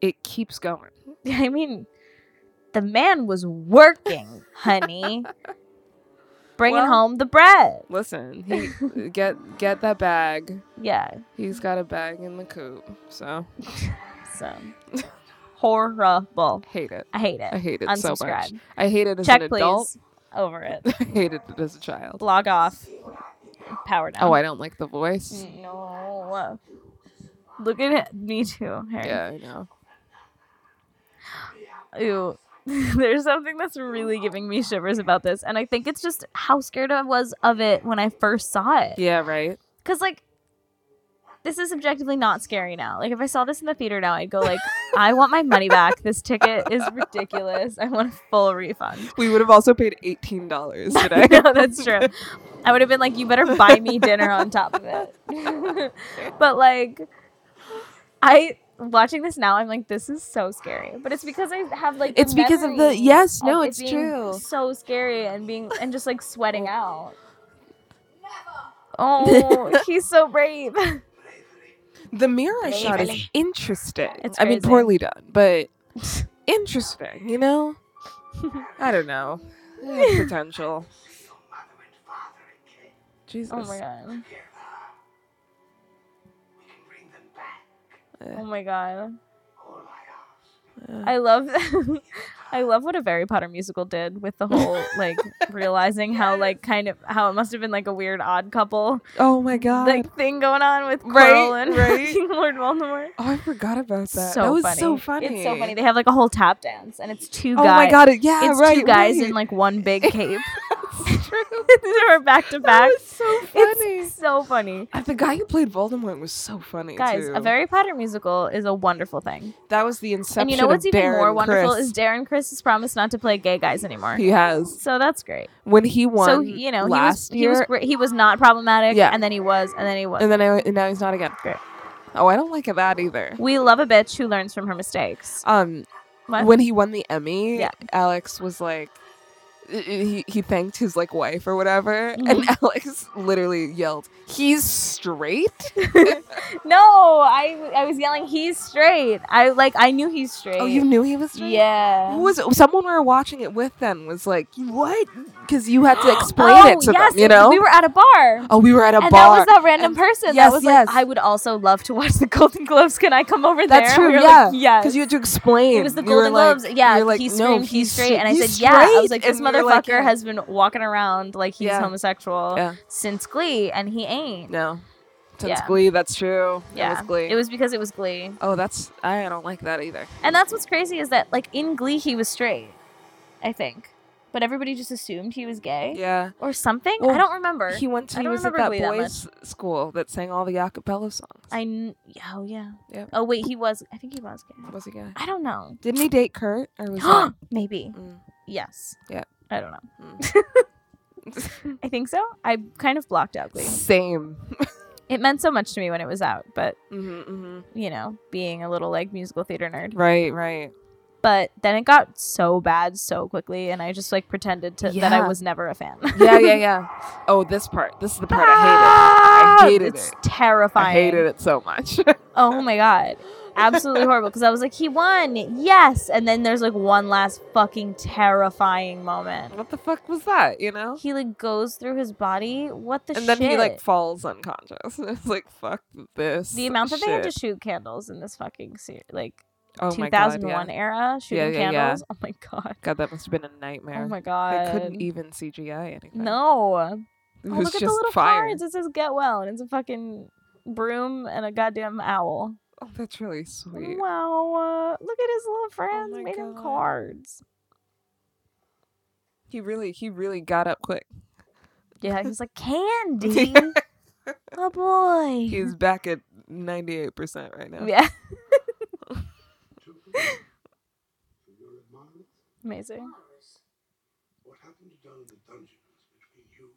it keeps going. [LAUGHS] I mean, the man was working, [LAUGHS] honey. Bringing Well- home the bread. Listen, [LAUGHS] he get get that bag. Yeah. He's got a bag in the coop, so [LAUGHS] So horrible. hate it. I hate I it. hate it so Unsubscribe. much. I hate it as Check an please. adult. [LAUGHS] Over it. I hated it as a child. Log off. Power down. Oh, I don't like the Mm, voice. No. Look at it. Me too. Harry. Yeah, I know. Ew. [LAUGHS] There's something that's really giving me shivers about this. And I think it's just how scared I was of it when I first saw it. Yeah, right. Because, like, this is objectively not scary now. Like, if I saw this in the theater now, I'd go, like, I want my money back. This ticket is ridiculous. I want a full refund. [LAUGHS] We would have also paid eighteen dollars today. no, [LAUGHS] that's true. I would have been like, you better buy me dinner on top of it. [LAUGHS] but like, I watching this now, I'm like, this is so scary. But it's because I have like, the It's because of the memory yes, no, of it it's being true. So scary and being and just like sweating out. [LAUGHS] Oh, he's so brave. [LAUGHS] The mirror shot is Really? interesting. It's I mean, crazy. poorly done, [LAUGHS] but interesting. You know, I don't know [LAUGHS] Eh, potential. Jesus, Oh my god. Eh. Oh my god. I love [LAUGHS] I love what a Harry Potter musical did with the whole [LAUGHS] like realizing how like kind of how it must have been like a weird odd couple oh my god! like thing going on with Right, Quirrell and right. [LAUGHS] King Lord Voldemort. oh, I forgot about that. So that was funny. so funny. It's so funny. They have like a whole tap dance and it's two oh guys. my god! It, yeah, It's right. two guys right. in like one big [LAUGHS] cape. [LAUGHS] They're back to That back. was so funny. It's so funny. Uh, the guy who played Voldemort was so funny Guys, too. a Harry Potter musical is a wonderful thing. that was the inception. and you know what's of even Darren more wonderful Criss. is Darren Chris has promised not to play gay guys anymore. he has so that's great. when he won. So you know, last he was, year, he was great. He was not problematic, Yeah. and then he was, and then he was. and then I, and now he's not again. Great. Oh, I don't like that either. we love a bitch who learns from her mistakes. Um, What? when he won the Emmy, Yeah. Alex was like, i- i- he, he thanked his like wife or whatever, and Mhm. [LAUGHS] Alex literally yelled, "He's straight." no, I I was yelling, he's straight. I like I knew he's straight. Oh, you knew he was straight. yeah. Who was it? someone we were watching it with then was like, "What?" Because you had to explain oh, it to yes, them, you know. we were at a bar. oh, we were at a and bar. that was that random person yes, that was yes. like, I would also love to watch the Golden Globes. Can I come over That's there? true. We were yeah. like, yes. Because you had to explain. It was the You were Golden like- Globes. Yeah, you were like, he no, screamed, he's straight, and I he's said, yeah. I was straight," like, this and we were like, motherfucker has been walking around like he's Yeah. homosexual Yeah. since Glee, and he ain't. No. Since Yeah. Glee, that's true. yeah, That was Glee. it was because it was Glee, oh, that's I don't like that either. and that's what's crazy is that like in Glee he was straight, I think, but everybody just assumed he was gay Yeah. or something. Well, I don't remember. He went to I he don't was at that remember Glee that boys school that sang all the a cappella songs. I kn- oh yeah. Yep. Oh wait, he was. I think he was gay. was he gay? I don't know. Didn't he date Kurt? [GASPS] Or was that- Maybe. Mm. Yes. Yeah. Mm. I don't know. [LAUGHS] I think so. I kind of blocked out Glee. Same. It meant so much to me when it was out, but Mhm, mhm. you know, being a little like musical theater nerd. Right, right. But then it got so bad so quickly, and I just like pretended to that I Yeah. was never a [LAUGHS] fan. Yeah, yeah, yeah. oh, this part. This is the part Ah, I hated. I hated it's it. terrifying. I hated it so much. [LAUGHS] Oh my god. Absolutely horrible. Because I was like, he won. Yes. And then there's like one last fucking terrifying moment. what the fuck was that? You know. He like goes through his body. What the and shit? then he like falls unconscious. [LAUGHS] it's like fuck this. the amount that they had to shit. shoot candles in this fucking series, like oh my god, 2001 yeah. era shooting yeah, yeah. candles. Oh my god. God, that must have been a nightmare. Oh my They god. couldn't even CGI anything. No. it Oh, was look at just the little fire. cards. It says get well, and it's a fucking broom and a goddamn owl. Oh, that's really sweet. Wow. uh, look at his little friends Oh my made him God. cards. He really, he really got up [LAUGHS] quick. Yeah, he's [LAUGHS] like candy. oh boy. He's back at ninety-eight percent right now. [LAUGHS] yeah. Two people. To your admirers, Amazing. what happened down in the dungeons between you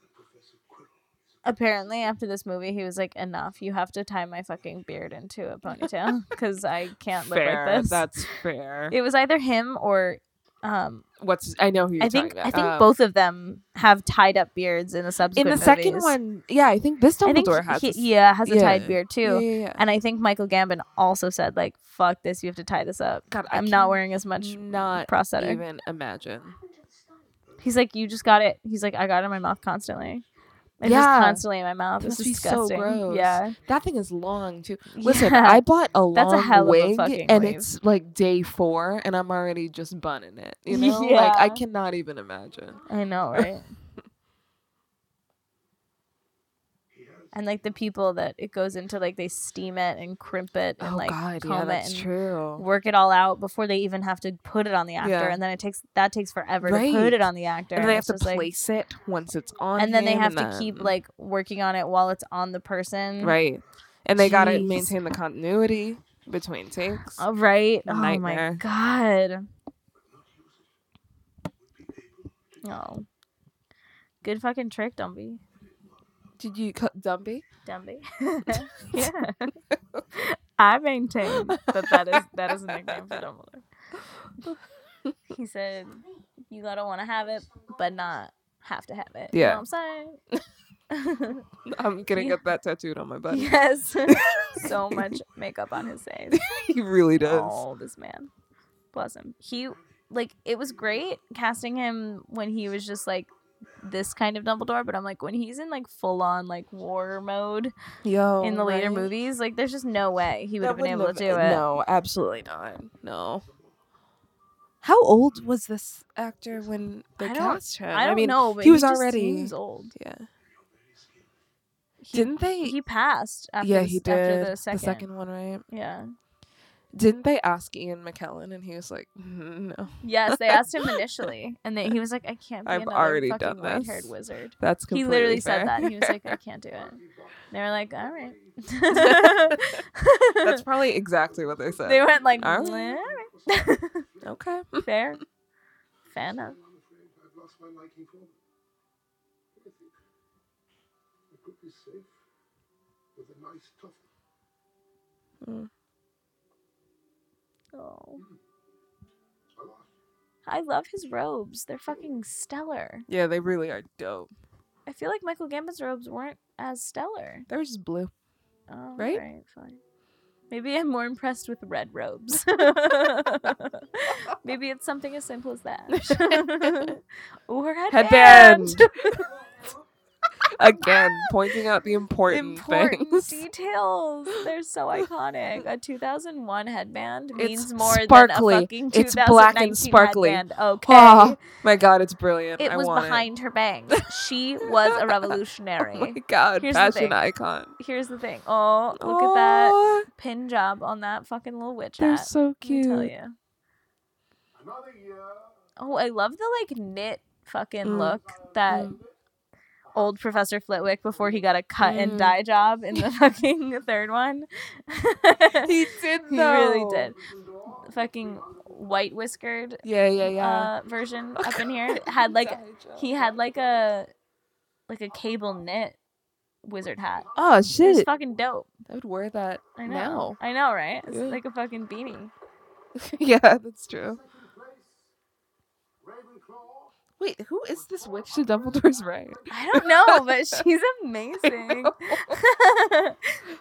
and Professor Quirrell? is a- Apparently, after this movie, he was like, "Enough! You have to tie my fucking beard into a [LAUGHS] ponytail because I can't live fair. like this." That's fair. It was either him or um What's I know who you're I think talking about. I think Um, both of them have tied up beards in the in subsequent the second movies. one. Yeah, I think this I think Dumbledore has. he, this- yeah, has a tied yeah. beard too. yeah, yeah, yeah. And I think Michael Gambon also said like, "Fuck this! You have to tie this up. God, I I'm not can wearing as much Not prosthetic." [LAUGHS] even imagine. He's like, "You just got it." He's like, "I got it in my mouth constantly." It's Yeah. just constantly in my mouth. That It's must be so disgusting. gross. Yeah. That thing is long too. [LAUGHS] Listen, Yeah. I bought a long That's a hell of a wig, fucking and weave. it's like day four, and I'm already just bunning it. You know, like I Yeah. cannot even imagine. I [LAUGHS] know, right? and like the people that it goes into, like they steam it and crimp it and oh like God, yeah, comb it that's and true. work it all out before they even have to put it on the actor, Yeah. and then it takes that takes forever to put Right. it on the actor, And then they have it's to just, like- place it once it's on, and then they him, have and to keep then- like working on it while it's on the person, right, and they gotta Jeez. maintain the continuity between takes. Oh, right? Nightmare. Oh my god. Oh. Good fucking trick, Dumby. Did you cut Dumpy? [LAUGHS] Dumby. [LAUGHS] yeah. I maintain that that is that is a nickname for Dumbledore. He said, "You gotta want to have it, but not have to have it." Yeah. You know what I'm saying? I'm gonna Yeah. get that tattooed [LAUGHS] on my [LAUGHS] butt. yes. so much makeup on his face. he really does. Oh, this man. Bless him. He like it was great casting him when he was just like this kind of Dumbledore, but I'm like when he's in like full on like war mode Yo, in the later Oh, right? movies, like there's just no way he would That have been wouldn't able to have- do it. No, absolutely not. No. How old was this actor when they I don't- cast him? I don't mean, know, but he was just already- seems old. Yeah. He- Didn't they? He passed after yeah, the, he s- did after the second. one, right? Yeah. Didn't they ask Ian McKellen, and he was like, "Mm, "No, Yes, they asked him initially, and they, he was like, "I can't be [LAUGHS] I've another already fucking done this. white-haired wizard." that's He completely literally fair. said that. He was like, "I can't do it." And they were like, "All right." [LAUGHS] [LAUGHS] that's probably exactly what they said. they went like, All "All right. right." [LAUGHS] okay. [LAUGHS] fair, fair enough. I'm afraid I've lost my liking for them. I think I could be safe with a nice tough. Oh, I lost. I love his robes. They're fucking stellar. Yeah, they really are dope. I feel like Michael Gambon's robes weren't as stellar. They were just [LAUGHS] blue. [LAUGHS] Oh, Right? alright, fine. Maybe I'm more impressed with red [LAUGHS] robes. Maybe it's something as simple as [LAUGHS] that. [LAUGHS] or headband. Headband. [LAUGHS] Again, pointing out the important, Important things. [LAUGHS] details. They're so iconic. A 2001 headband means It's more sparkly. than a fucking 2019 It's black and sparkly. headband. Okay. Oh my god, it's brilliant. it I was want behind her [LAUGHS] bangs. She was a Oh revolutionary. my god, Here's the fashion thing. icon. Here's the thing. Oh, look at that Aw, pin job on that fucking little witch They're hat. so Let me cute. tell you. Another year. Oh, I love the like knit fucking Mm. look that Mm. old Professor Flitwick before he got a cut Mm. and dye job in [LAUGHS] the fucking third one. [LAUGHS] [LAUGHS] He did He really did. Fucking white whiskered Yeah, yeah, yeah. uh, version up in here uh, had like he had like a like a cable knit wizard hat. Oh It was shit! fucking dope. I would wear that I know. now. [LAUGHS] I know, right? It's Yeah. like a fucking beanie. yeah, that's true. Second place, Ravenclaw. Wait, who is this witch to Dumbledore's [LAUGHS] right? I don't [LAUGHS] know, but she's amazing.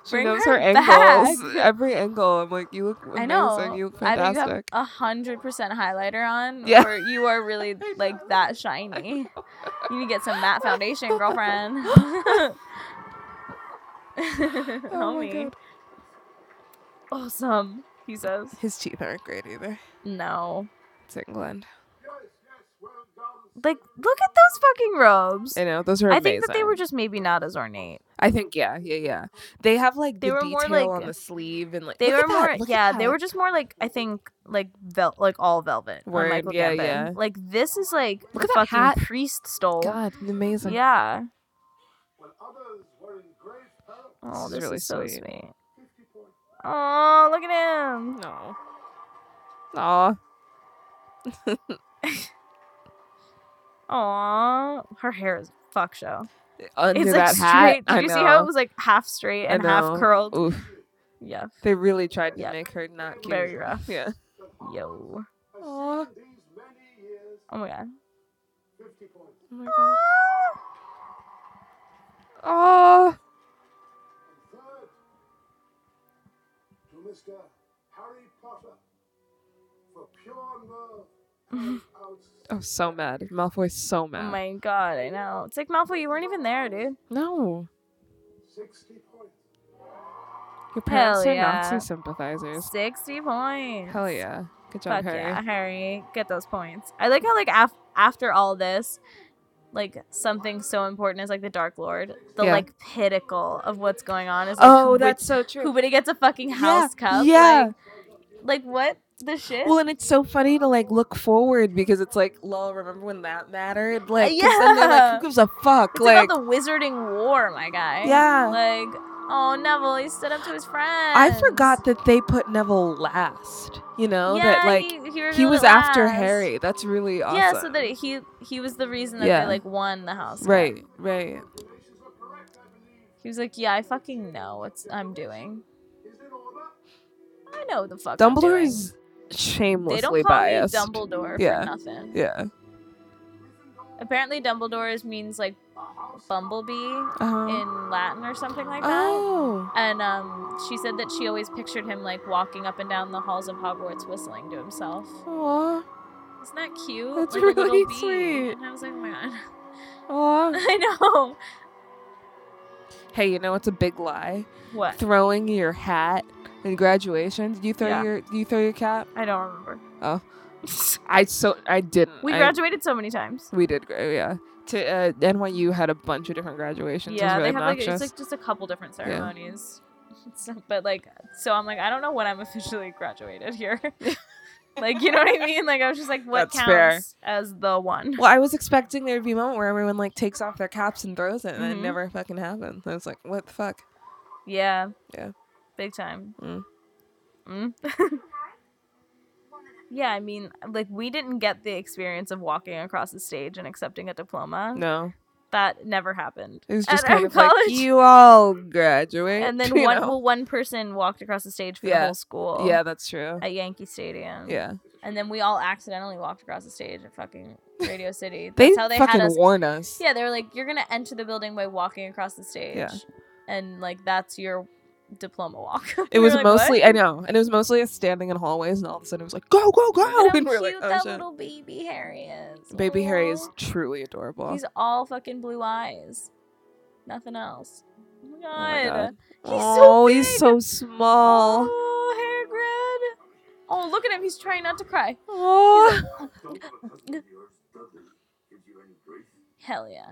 She Bring knows [LAUGHS] her, her angles. back. Every angle, I'm like, you look amazing. [LAUGHS] I know. You look Either you have fantastic. a hundred percent highlighter on, Yeah. or you are really [LAUGHS] I know. like that shiny. You need to get some matte foundation, [LAUGHS] girlfriend. [LAUGHS] Oh my Homie, God. awesome. He says, His teeth aren't great either. "No, It's England. Yes, yes, well done. like look at those fucking robes. I know those are. I amazing. think that they were just maybe not as ornate. I think yeah, yeah, yeah. They have like They the were detail more, like- on the sleeve and like They Look were at that, more, look at yeah, they that. were just more like I think like vel- like all velvet. on Word, Michael yeah, Gambon. yeah. Like this is like Look the at that fucking hat. priest stole. God amazing. Yeah. When others were in grave peril, Oh, is this, really is so sweet. sweet. 50 points. Oh, look at him. No. Aw. Aw, her hair is fuck show. Under it's that like hat. straight. Did I you know. see how it was like half straight I and half know. curled? Oof. Yeah, They really tried to Yeah. make her not cute. very rough. Yeah. Yo. Aw. In these many years, Oh my god. 50 points. Oh my god. Aw. And third, to Mr. Harry Potter for pure nerve Oh, so mad. Malfoy's so Oh mad. my god, I know. It's like Malfoy, you weren't even there, dude. no. 60 points. Your parents Hell are yeah. Nazi sympathizers. Sixty points. Hell yeah. Good job, Fuck Harry. yeah, Harry, get those points. I like how like af- after all this, like something so important is like the Dark Lord, the Yeah. like pinnacle of what's going on is like, Oh, who- that's so true. who but he gets a fucking house cup. eh. Yeah. Like, like what the shit? Well, and it's so funny to like look forward because it's like, lol, remember when that mattered? Like, 'cause then they're Uh, Yeah. like, who gives a fuck? it's like, about the Wizarding War, my guy. Yeah. Like, oh Neville, he stood up to his friends. I forgot that they put Neville last. You know that like he, he, revealed was it after last. Harry. That's really awesome. Yeah, so that he he was the reason that Yeah. they like won the house. cup. right, right. He was like, "Yeah, I fucking know what I'm doing. I know the fuck." I'm Dumbledore doing. is They shamelessly don't call biased. me Dumbledore Yeah. for nothing. Yeah. Apparently, Dumbledore is, means like bumblebee Um, in Latin or something like that. oh. And um, she said that she always pictured him like walking up and down the halls of Hogwarts whistling to himself. Aw. Isn't that cute? That's Like a little really bee. sweet. And I was like, oh my god. Aw. [LAUGHS] I know. Hey, you know it's a big lie. What? Throwing your hat in graduation. Did you throw Yeah. your? Did you throw your [LAUGHS] cap? I don't remember. I so I didn't. We I- graduated so many times. We did great, yeah. To uh, NYU had a bunch of different graduations. it was Yeah, really they have like obnoxious. it's like [LAUGHS] just a couple different Yeah. ceremonies. [LAUGHS] So- but like, so I'm like, I don't know when I'm officially graduated [LAUGHS] here. like, you know what I mean? Like, I was just like, what That's counts fair. as the one? well, I was expecting there'd be a moment where everyone like takes off their caps and throws it, and it Mhm. never fucking happened. I was like, what the fuck? Yeah. Yeah. Big time. Mm. Mm. [LAUGHS] yeah, I mean, like we didn't get the experience of walking across the stage and accepting a diploma. No, That never happened. it was Uh, At just our kind of college. like you all graduate, and then [LAUGHS] you one know? well, one person walked across the stage for Yeah. the whole school. yeah, that's true. At Yankee Stadium. yeah, And then we all accidentally walked across the stage at fucking [LAUGHS] Radio City. they, That's how they fucking had us. warn us. Yeah, they were like, "You're gonna enter the building by walking across the stage." Yeah. And like that's your diploma walk. [LAUGHS] We It were was like, "What?" mostly I know, and it was mostly us standing in hallways, and all of a sudden it was like, go, go, go, Look at and how we're like, cute oh that shit. little baby Harry is. Baby Harry is Aw. truly adorable. He's all fucking blue eyes. Nothing else. Oh my oh, my god. God. He's so oh, he's big. so small. Oh, Hagrid. Oh, look at him. He's trying not to cry. Oh, Don't have a cousin of yours, Dudley, gives you any grief. Hell yeah.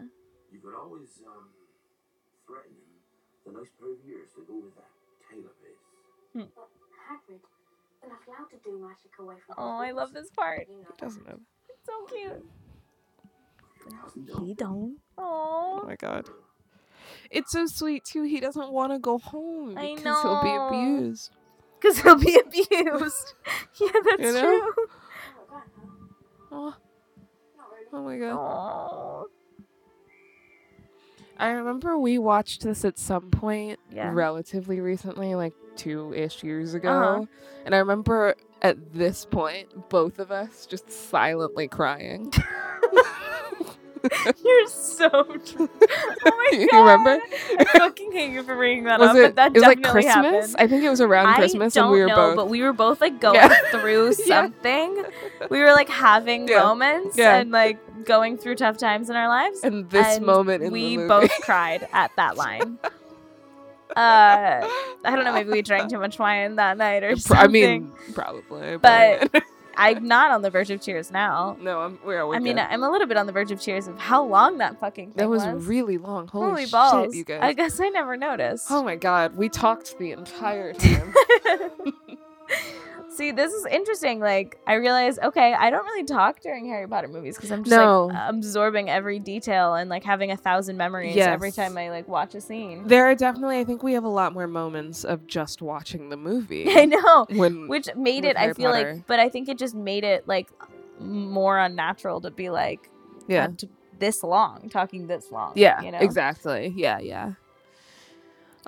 You could always um, threaten him. The nice pair of ears that go with that tail of his. Hagrid, they're not allowed to do magic away from Oh, I love this part. You know that. doesn't know. It's so cute. Your cousin Dumbledore. don't. Oh Oh. my god. It's so sweet too. He doesn't want to go home I because he'll be know. abused. Because he'll be [LAUGHS] abused. yeah, that's You know? true. Oh, God, no. Oh, Not really. oh my god. Aw. I remember we watched this at some point Yeah. relatively recently, like two ish years ago. Uh-huh. And I remember at this point, both of us just [LAUGHS] silently crying. [LAUGHS] You're so. True. [LAUGHS] Oh my You god! remember? I fucking hate you for bringing that was up. it? but that it was like definitely Christmas. happened. I think it was around Christmas, I don't and we were know, both. but we were both like going Yeah. [LAUGHS] through Yeah. something. We were like having Yeah. moments Yeah. and like going through tough times in our lives. and this and moment in we the movie. [LAUGHS] both cried at that line. Uh, I don't know. Maybe we drank too much wine that night [LAUGHS] or Pro- something. I mean, probably. But- I'm not on the verge of tears now. [LAUGHS] no, I'm, we're, we're I mean, good. I'm a little bit on the verge of tears of how long that fucking thing Oh, That was was. really long. Holy, Holy shit, balls! you guys. I guess I never noticed. oh my god, we talked the entire time. See, this is interesting. Like, I realize, okay, I don't really talk during Harry Potter movies because I'm just No. like absorbing every detail and like having a thousand memories Yes. every time I like watch a scene. there are definitely, I think we have a lot more moments of just [LAUGHS] watching the movie. I know, When which made Mm, With it. Harry I feel Potter. like, but I think it just made it like more unnatural to be like, yeah, "God, t- this long talking this long. yeah, you know, exactly, yeah, yeah. Um,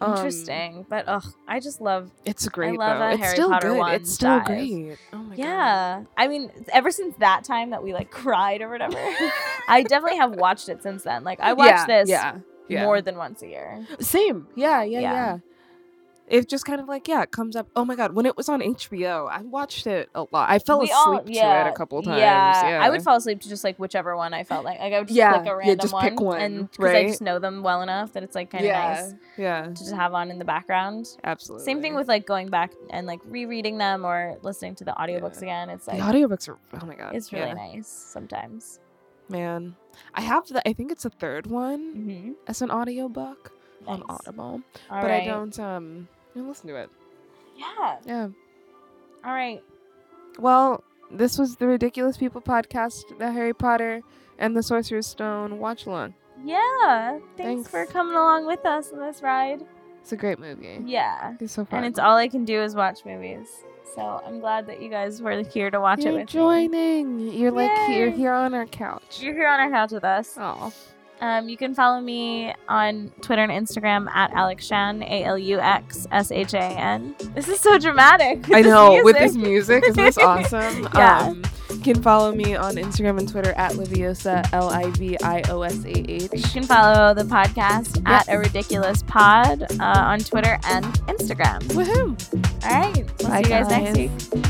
Oh Interesting, but ugh, I just love. it's great love though. a It's Harry still Potter good. one It's still dive. great. Oh my god. yeah, I mean, ever since that time that we like [LAUGHS] cried or whatever, [LAUGHS] I definitely have watched it since [LAUGHS] then. Like, I watch yeah, this Yeah. Yeah. more than once a year. Same. Yeah, yeah, yeah. Yeah. It just kind of like yeah, it comes up. Oh my god, when it was on HBO, I watched it a lot. I fell We asleep all- to yeah, it a couple times. Yeah. Yeah, I would fall asleep to just like whichever one I felt like. Like I would just Yeah, click yeah, a random just one, pick one, and because I right? just know them well enough that it's like kind of nice Yeah, to just have on in the background. absolutely. Same thing with like going back and like rereading them or listening to the audiobooks again. It's the like audiobooks are. Oh my god, it's really yeah, nice sometimes. man. I have the. I think it's the third one Mm-hmm. as an audiobook on Nice. Audible, but I don't um I listen to it. Yeah. Yeah. All right. Well, this was the Ridiculous People podcast, the Harry Potter and the Sorcerer's Stone watch along. Yeah. Thanks, Thanks. for coming along with us on this ride. It's a great movie. Yeah. It's so fun. And it's all I can do is watch movies. So I'm glad that you guys were here to watch it You're with me. joining. You're like you're Yay. here on our couch. [LAUGHS] You're here on our couch with us. Oh, Um, you can follow me on Twitter and Instagram at Alex Shan, A L U X S H A N. This is so dramatic. [LAUGHS] I know. With music. this music, isn't this awesome? [LAUGHS] Yeah. Um, you can follow me on Instagram and Twitter at Liviosa L I V I O S A H. You can follow the podcast Yes. at a ridiculous pod uh, on Twitter and Instagram. Woohoo! All right, we'll see you guys next week. next week.